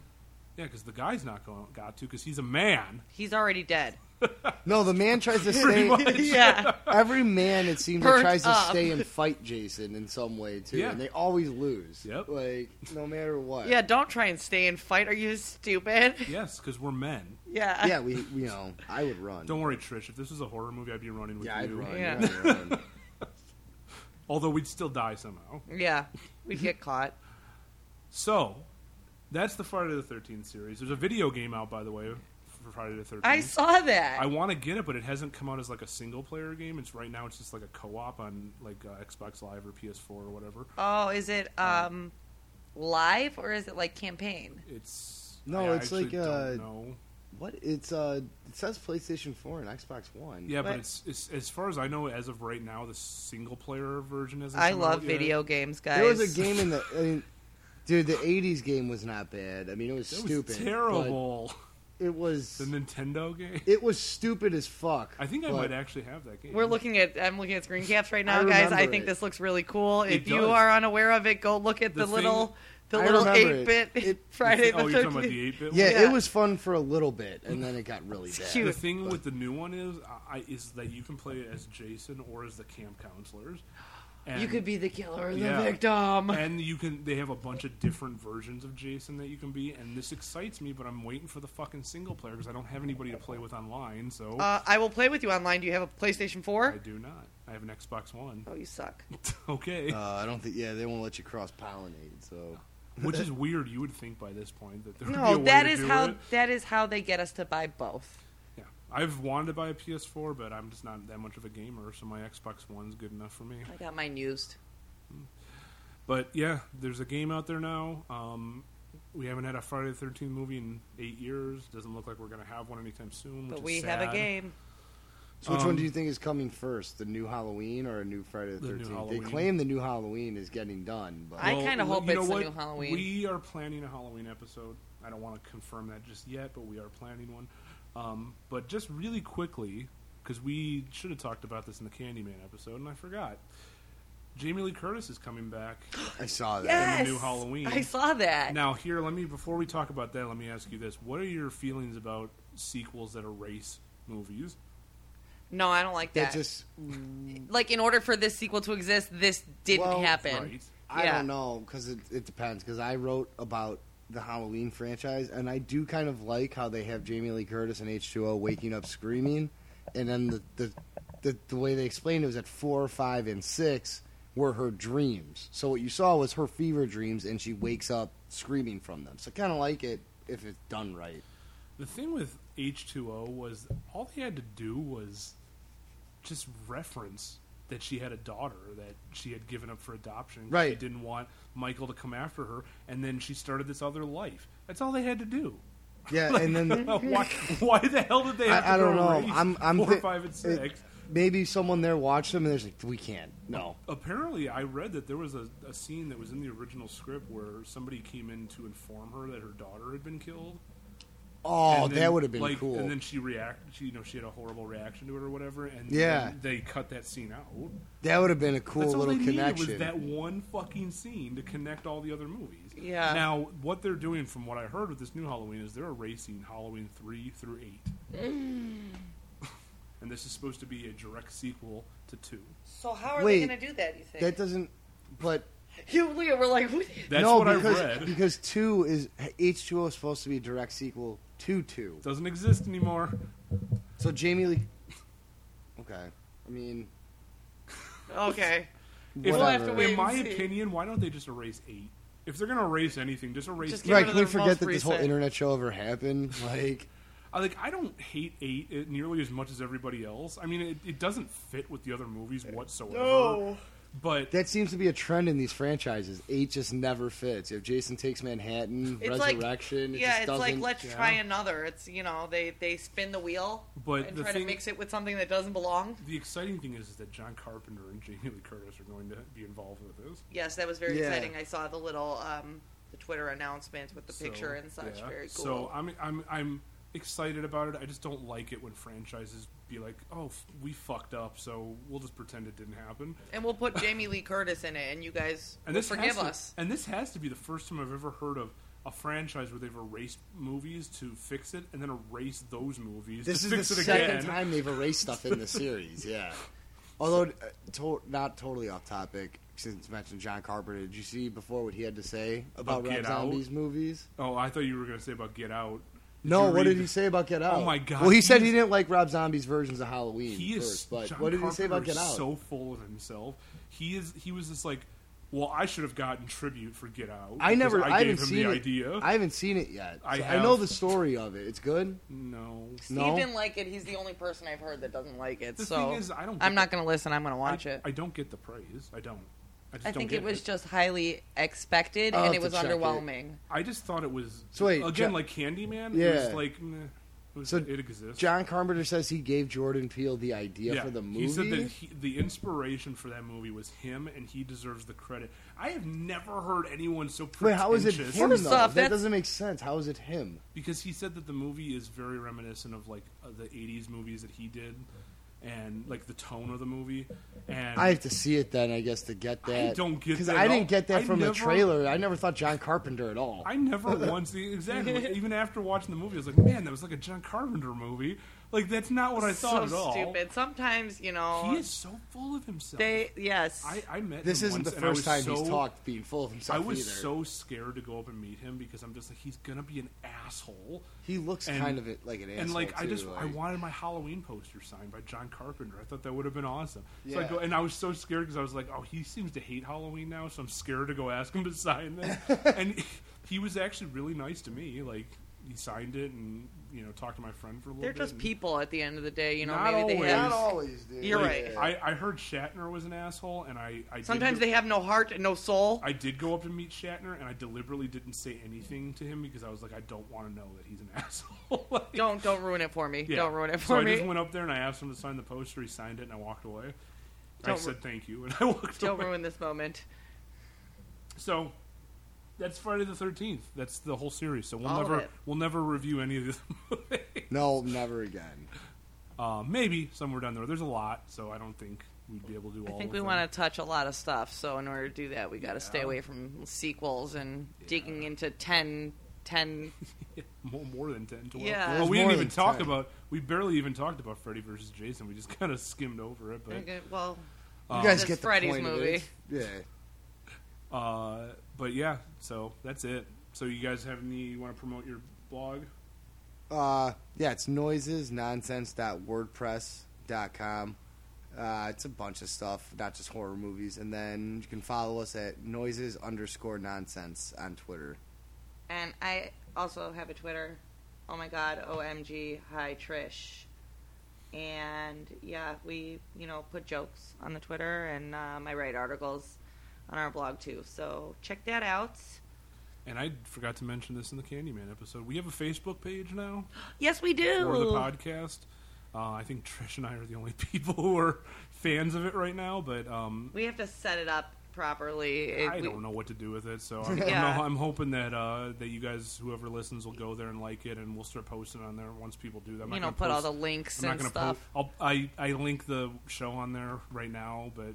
Speaker 5: Yeah, because the guy's not going got to because he's a man.
Speaker 6: He's already dead.
Speaker 7: no, the man tries to stay.
Speaker 6: yeah,
Speaker 7: Every man, it seems, that
Speaker 6: Burnt
Speaker 7: tries to
Speaker 6: up.
Speaker 7: stay and fight Jason in some way too,
Speaker 5: Yeah.
Speaker 7: and they always lose.
Speaker 5: Yep.
Speaker 7: Like no matter what.
Speaker 6: yeah. Don't try and stay and fight. Are you stupid?
Speaker 5: Yes, because we're men.
Speaker 6: Yeah.
Speaker 7: yeah, we, we, you know, I would run.
Speaker 5: Don't worry, Trish. If this was a horror movie, I'd be running with
Speaker 7: yeah, I'd
Speaker 5: you.
Speaker 7: run.
Speaker 6: Yeah.
Speaker 7: Yeah. I'd run.
Speaker 5: Although we'd still die somehow.
Speaker 6: Yeah. We'd get caught.
Speaker 5: So, that's the Friday the Thirteenth series. There's a video game out, by the way, for Friday the Thirteenth.
Speaker 6: I saw that.
Speaker 5: want to get it, but it hasn't come out as like a single player game. It's right now. It's just like a co-op on like uh, Xbox Live or PS4 or whatever.
Speaker 6: Oh, is it um live or is it like campaign?
Speaker 5: It's
Speaker 7: No,
Speaker 5: I
Speaker 7: it's
Speaker 5: actually
Speaker 7: like,
Speaker 5: don't
Speaker 7: uh,
Speaker 5: know.
Speaker 7: What it's uh, it says PlayStation Four and Xbox One.
Speaker 5: Yeah, but
Speaker 6: what?
Speaker 5: it's, it's as far as I know, as of right now, the single player version is.
Speaker 6: I love video games, guys.
Speaker 7: there was a game in the, I mean, dude, the '80s game was not bad. I mean, it was
Speaker 5: It
Speaker 7: stupid,
Speaker 5: was terrible.
Speaker 7: but It was
Speaker 5: The Nintendo game.
Speaker 7: it was stupid as fuck.
Speaker 5: I think I
Speaker 7: but
Speaker 5: might actually have that game.
Speaker 6: We're looking at I'm looking at screen caps right now,
Speaker 7: I
Speaker 6: guys. I
Speaker 7: remember
Speaker 6: think
Speaker 7: it.
Speaker 6: this looks really cool.
Speaker 5: It
Speaker 6: if you
Speaker 5: does.
Speaker 6: are unaware of it, go look at
Speaker 5: The
Speaker 6: the,
Speaker 5: thing-
Speaker 6: little The
Speaker 7: I
Speaker 6: little
Speaker 7: remember it.
Speaker 6: 8-bit
Speaker 7: It-
Speaker 6: Friday the
Speaker 5: oh, you're talking about
Speaker 6: 13th.
Speaker 5: the eight bit.
Speaker 7: Yeah,
Speaker 6: Yeah.
Speaker 7: it was fun for a little bit, and then it got really bad.
Speaker 6: cute.
Speaker 5: The thing with the new one is, I, is that you can play it as Jason or as the camp counselors. And,
Speaker 6: you could be the killer or the
Speaker 5: Yeah.
Speaker 6: victim.
Speaker 5: and you can. They have a bunch of different versions of Jason that you can be, and this excites me. But I'm waiting for the fucking single player because I don't have anybody to play with online. So
Speaker 6: Uh, I will play with you online. Do you have a PlayStation
Speaker 5: I
Speaker 6: 4?
Speaker 5: do not. I have an Xbox One.
Speaker 6: Oh, you suck.
Speaker 5: okay,
Speaker 7: Uh, I don't think. Yeah, they won't let you cross pollinate. So
Speaker 5: which is weird. You would think by this point that there would be a
Speaker 6: No,
Speaker 5: way
Speaker 6: that
Speaker 5: to
Speaker 6: is
Speaker 5: do
Speaker 6: how
Speaker 5: it.
Speaker 6: that is how they get us to buy both.
Speaker 5: Yeah, I've wanted to buy a PS4, but I'm just not that much of a gamer, so my Xbox One's good enough for me.
Speaker 6: I got mine used.
Speaker 5: But yeah, there's a game out there now. Um, we haven't had a Friday the Thirteenth movie in eight years. Doesn't look like we're going to have one anytime soon. Which
Speaker 6: But
Speaker 5: is
Speaker 6: we
Speaker 5: sad.
Speaker 6: have a game.
Speaker 7: So which one do you think is coming first, the new Halloween or a new Friday Um,
Speaker 5: The
Speaker 7: the
Speaker 5: new
Speaker 7: Thirteenth? They
Speaker 5: Halloween.
Speaker 7: claim the new Halloween is getting done, but
Speaker 6: I kinda
Speaker 5: well,
Speaker 6: hope
Speaker 5: you know
Speaker 6: it's the
Speaker 5: what?
Speaker 6: new Halloween.
Speaker 5: We are planning a Halloween episode. I don't want to confirm that just yet, but we are planning one. Um, but just really quickly, because we should have talked about this in the Candyman episode, and I forgot. Jamie Lee Curtis is coming back
Speaker 7: I saw that.
Speaker 6: Yes,
Speaker 5: new Halloween.
Speaker 6: I saw that.
Speaker 5: Now, here, let me before we talk about that, let me ask you this: What are your feelings about sequels that erase movies?
Speaker 6: No, I don't like
Speaker 7: That
Speaker 6: that.
Speaker 7: just
Speaker 6: like, in order for this sequel to exist, this didn't
Speaker 7: Well,
Speaker 6: happen.
Speaker 5: Right?
Speaker 7: I
Speaker 6: Yeah.
Speaker 7: don't know because it, it depends. Because I wrote about the Halloween franchise, and I do kind of like how they have Jamie Lee Curtis and H two O waking up screaming, and then the the, the the way they explained it was that four, five, and six were her dreams. So what you saw was her fever dreams, and she wakes up screaming from them. So kind of like it if it's done right.
Speaker 5: The thing with H two O was all they had to do was just reference that she had a daughter that she had given up for adoption. 'cause She
Speaker 7: Right.
Speaker 5: didn't want Michael to come after her, and then she started this other life. That's all they had to do.
Speaker 7: Yeah, and then
Speaker 5: why, why the hell did they? Have to
Speaker 7: I, I don't
Speaker 5: go
Speaker 7: know.
Speaker 5: erase
Speaker 7: I'm I'm
Speaker 5: four,
Speaker 7: thi-
Speaker 5: five, and
Speaker 7: it-
Speaker 5: six.
Speaker 7: maybe someone there watched them and they're just like, we can't. No.
Speaker 5: Apparently, I read that there was a, a scene that was in the original script where somebody came in to inform her that her daughter had been killed.
Speaker 7: Oh,
Speaker 5: And then,
Speaker 7: that would have been
Speaker 5: like,
Speaker 7: cool.
Speaker 5: And then she reacted. She, you know, she had a horrible reaction to it or whatever. And
Speaker 7: Yeah.
Speaker 5: then they cut that scene out.
Speaker 7: that would have been a cool
Speaker 5: That's all
Speaker 7: little
Speaker 5: they
Speaker 7: connection.
Speaker 5: needed was that one fucking scene to connect all the other movies.
Speaker 6: Yeah.
Speaker 5: Now, what they're doing, from what I heard with this new Halloween, is they're erasing Halloween three through eight. and this is supposed to be a direct sequel to two.
Speaker 6: So how are
Speaker 7: Wait,
Speaker 6: they going to do that? You think?
Speaker 7: That doesn't. But
Speaker 6: you and Leah were like, "What?"
Speaker 5: That's
Speaker 7: no,
Speaker 5: what
Speaker 7: because
Speaker 5: I read.
Speaker 7: because two is H two O is supposed to be a direct sequel to two.
Speaker 5: Doesn't exist anymore.
Speaker 7: So Jamie Lee. Okay, I mean,
Speaker 6: okay.
Speaker 7: whatever.
Speaker 6: have to wait.
Speaker 5: In my
Speaker 6: and see.
Speaker 5: opinion, why don't they just erase eight? If they're gonna erase anything, just erase.
Speaker 6: Just
Speaker 5: eight.
Speaker 6: get rid
Speaker 7: Right?
Speaker 6: of
Speaker 7: Can we
Speaker 6: the
Speaker 7: forget
Speaker 6: most
Speaker 7: that this whole
Speaker 6: recent.
Speaker 7: internet show ever happened? Like,
Speaker 5: I like. I don't hate eight it- nearly as much as everybody else. I mean, it, it doesn't fit with the other movies whatsoever.
Speaker 7: Oh.
Speaker 5: No. But
Speaker 7: that seems to be a trend in these franchises. Eight just never fits. If Jason takes Manhattan,
Speaker 6: It's like-
Speaker 7: Resurrection, it
Speaker 6: yeah,
Speaker 7: just
Speaker 6: it's like
Speaker 7: doesn't.
Speaker 6: let's try another. It's you know they they spin the wheel
Speaker 5: But
Speaker 6: and
Speaker 5: the
Speaker 6: try
Speaker 5: thing-
Speaker 6: to mix it with something that doesn't belong.
Speaker 5: the exciting thing is, is that John Carpenter and Jamie Lee Curtis are going to be involved with this.
Speaker 6: Yes, that was very
Speaker 7: Yeah.
Speaker 6: exciting. I saw the little um the Twitter announcements with the
Speaker 5: So,
Speaker 6: picture and such.
Speaker 5: yeah.
Speaker 6: Very cool.
Speaker 5: So I'm I'm I'm excited about it. I just don't like it when franchises be like, "Oh, f- we fucked up, so we'll just pretend it didn't happen."
Speaker 6: and we'll put Jamie Lee Curtis in it, and you guys
Speaker 5: and
Speaker 6: will
Speaker 5: this
Speaker 6: forgive
Speaker 5: has to,
Speaker 6: us.
Speaker 5: And this has to be the first time I've ever heard of a franchise where they've erased movies to fix it and then erase those movies.
Speaker 7: This
Speaker 5: to
Speaker 7: is the
Speaker 5: fix it
Speaker 7: second
Speaker 5: again.
Speaker 7: time they've erased stuff in the series. Yeah. Although, uh, to- not totally off topic, since mentioned John Carpenter, did you see before what he had to say about
Speaker 5: About
Speaker 7: Rob
Speaker 5: Get Out?
Speaker 7: Zombie's movies?
Speaker 5: Oh, I thought you were going to say about Get Out.
Speaker 7: no,
Speaker 5: you
Speaker 7: what
Speaker 5: read
Speaker 7: did he
Speaker 5: this-
Speaker 7: say about Get Out?
Speaker 5: my God,
Speaker 7: Well, he,
Speaker 5: he
Speaker 7: said he
Speaker 5: is-
Speaker 7: didn't like Rob Zombie's versions of Halloween
Speaker 5: He is
Speaker 7: first, but
Speaker 5: John
Speaker 7: what did he say about
Speaker 5: Carpenter
Speaker 7: Get
Speaker 5: is
Speaker 7: Out?
Speaker 5: So full of himself. He is. He was just like, well, I should have gotten tribute for Get Out.
Speaker 7: I
Speaker 5: because
Speaker 7: never,
Speaker 5: I,
Speaker 7: I,
Speaker 5: gave
Speaker 7: haven't
Speaker 5: him
Speaker 7: seen
Speaker 5: the
Speaker 7: it.
Speaker 5: idea.
Speaker 7: I haven't seen it yet.
Speaker 5: I
Speaker 7: So
Speaker 5: have.
Speaker 7: know the story of it. It's good.
Speaker 5: no.
Speaker 6: Steve
Speaker 7: No?
Speaker 6: didn't like it. He's the only person I've heard that doesn't like it.
Speaker 5: The
Speaker 6: so
Speaker 5: thing is, I don't.
Speaker 6: I'm
Speaker 5: get
Speaker 6: not
Speaker 5: the-
Speaker 6: going to listen. I'm going to
Speaker 5: I-
Speaker 6: watch it.
Speaker 5: I don't get the praise. I don't. I, just
Speaker 6: I,
Speaker 5: don't
Speaker 6: think
Speaker 5: get
Speaker 6: it was just highly expected,
Speaker 7: I'll
Speaker 6: and
Speaker 7: have
Speaker 6: Oh, it was
Speaker 7: to check it.
Speaker 6: underwhelming.
Speaker 5: I just thought it was
Speaker 7: So wait,
Speaker 5: again
Speaker 7: Jo-
Speaker 5: like Candyman. It
Speaker 7: Yeah.
Speaker 5: was like meh, it, was,
Speaker 7: So
Speaker 5: it exists.
Speaker 7: John Carpenter says he gave Jordan Peele the idea for the movie.
Speaker 5: He said that he, the inspiration for that movie was him, and he deserves the credit. I have never heard anyone so
Speaker 7: Wait,
Speaker 5: pretentious.
Speaker 7: how is it him?
Speaker 6: First
Speaker 7: though?
Speaker 6: off,
Speaker 7: that
Speaker 6: that's-
Speaker 7: doesn't make sense. How is it him?
Speaker 5: Because he said that the movie is very reminiscent of like uh, the '80s movies that he did, and like the tone of the movie. And
Speaker 7: I have to see it then, I guess, to get that.
Speaker 5: don't get
Speaker 7: 'Cause
Speaker 5: that
Speaker 7: I
Speaker 5: at all.
Speaker 7: didn't get that
Speaker 5: I
Speaker 7: from the
Speaker 5: never-
Speaker 7: trailer. I never thought John Carpenter at all.
Speaker 5: I never once exactly even after watching the movie, I was like, man, that was like a John Carpenter movie. Like that's not what I
Speaker 6: so
Speaker 5: thought at all.
Speaker 6: stupid. Sometimes you know
Speaker 5: He is so full of himself.
Speaker 6: they yes.
Speaker 5: I, I met
Speaker 7: this
Speaker 5: him
Speaker 7: isn't
Speaker 5: once
Speaker 7: the
Speaker 5: and I
Speaker 7: first time
Speaker 5: was
Speaker 7: he's
Speaker 5: so-
Speaker 7: talked being full of himself.
Speaker 5: I was
Speaker 7: either.
Speaker 5: so scared to go up and meet him because I'm just like he's gonna be an asshole.
Speaker 7: He looks
Speaker 5: and-
Speaker 7: kind of it- like an asshole.
Speaker 5: and like I
Speaker 7: too,
Speaker 5: just I
Speaker 7: like-
Speaker 5: wanted my Halloween poster signed by John Carpenter. I thought that would have been awesome. So I
Speaker 7: Yeah.
Speaker 5: go and I was so scared because I was like, oh, he seems to hate Halloween now, so I'm scared to go ask him to sign this. and he was actually really nice to me. Like he signed it and you know talked to my friend for a little.
Speaker 6: They're
Speaker 5: bit
Speaker 6: just
Speaker 5: and-
Speaker 6: people at the end of the day. You know,
Speaker 5: Not
Speaker 6: maybe they
Speaker 5: always.
Speaker 6: have.
Speaker 5: Not
Speaker 7: always, dude.
Speaker 6: You're
Speaker 5: Like,
Speaker 6: right.
Speaker 5: I, I heard Shatner was an asshole, and I, I did
Speaker 6: Sometimes
Speaker 5: go-
Speaker 6: they have no heart and no soul.
Speaker 5: I did go up to meet Shatner, and I deliberately didn't say anything to him because I was like, I don't want to know that he's an asshole. Like-
Speaker 6: don't don't ruin it for me.
Speaker 5: Yeah.
Speaker 6: Don't ruin it
Speaker 5: so
Speaker 6: for
Speaker 5: I
Speaker 6: me.
Speaker 5: just went up there and I asked him to sign the poster. He signed it and I walked away. I
Speaker 6: Don't ru-
Speaker 5: said thank you and I walked
Speaker 6: Don't
Speaker 5: away.
Speaker 6: ruin this moment.
Speaker 5: So that's Friday the Thirteenth. That's the whole series. So we'll
Speaker 6: All of
Speaker 5: never
Speaker 6: it.
Speaker 5: we'll never review any of this movie.
Speaker 7: no, never again.
Speaker 5: Uh, maybe somewhere down the road. There's a lot, so I don't think we'd be able to do all.
Speaker 6: I think we want to touch a lot of stuff, so in order to do that, we got to stay away from sequels and digging into 10, 10
Speaker 5: to more, more than ten. 12.
Speaker 6: Yeah.
Speaker 5: well,
Speaker 6: There's
Speaker 5: we didn't
Speaker 7: more
Speaker 5: even
Speaker 7: than
Speaker 5: talk
Speaker 7: 10.
Speaker 5: about. We barely even talked about Freddy versus Jason. We just kind of skimmed over it. But
Speaker 6: okay, well,
Speaker 5: Um,
Speaker 7: You guys
Speaker 6: It's
Speaker 7: get the
Speaker 6: Freddy's
Speaker 7: point of
Speaker 6: movie.
Speaker 7: it. It's- Yeah.
Speaker 5: Uh, but yeah, so that's it. So you guys have any? You want to promote your blog?
Speaker 7: Uh, yeah, it's noisesnonsense.wordpress.com. Uh, it's a bunch of stuff, not just horror movies. And then you can follow us at noises underscore nonsense on Twitter.
Speaker 6: and I also have a Twitter. Oh my God, OMG, hi Trish. And yeah, we you know put jokes on the Twitter, and um, I write articles on our blog too. So check that out.
Speaker 5: And I forgot to mention this in the Candyman episode. We have a Facebook page now
Speaker 6: Yes, we do.
Speaker 5: for the podcast. Uh, I think Trish and I are the only people who are fans of it right now, but um,
Speaker 6: We have to set it up properly. It-
Speaker 5: I
Speaker 6: we-
Speaker 5: don't know what to do with it. So I'm,
Speaker 6: Yeah.
Speaker 5: I'm, I'm hoping that uh, that you guys, whoever listens, will go there and like it, and we'll start posting on there once people do that. I'm
Speaker 6: You
Speaker 5: not
Speaker 6: know,
Speaker 5: gonna
Speaker 6: put all
Speaker 5: post-
Speaker 6: the links
Speaker 5: I'm not
Speaker 6: and
Speaker 5: gonna
Speaker 6: stuff.
Speaker 5: Post, I'll, I I link the show on there right now, but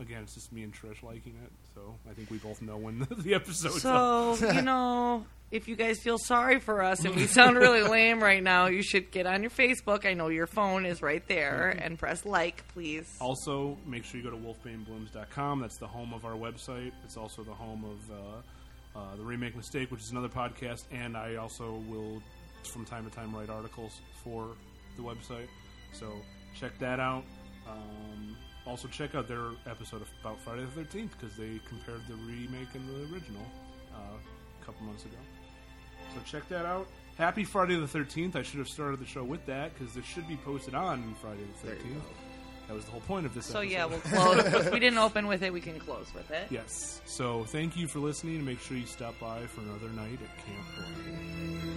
Speaker 5: again, it's just me and Trish liking it. So I think we both know when the, episode's up.
Speaker 6: So, you know, if you guys feel sorry for us and we sound really lame right now, you should get on your Facebook. I know your phone is right there and press like, please.
Speaker 5: Also, make sure you go to wolfbaneblumes.com. That's the home of our website. It's also the home of uh, uh, the Remake Mistake, which is another podcast. And I also will, from time to time, write articles for the website. So check that out. Um, also, check out their episode of- about Friday the Thirteenth because they compared the remake and the original uh, a couple months ago. So check that out. Happy Friday the 13th. I should have started the show with that because this should be posted on Friday the 13th. That was the whole point of this
Speaker 6: So,
Speaker 5: episode.
Speaker 6: yeah, we'll close. we didn't open with it. We can close with it.
Speaker 5: Yes. So thank you for listening and make sure you stop by for another night at Camp Blood.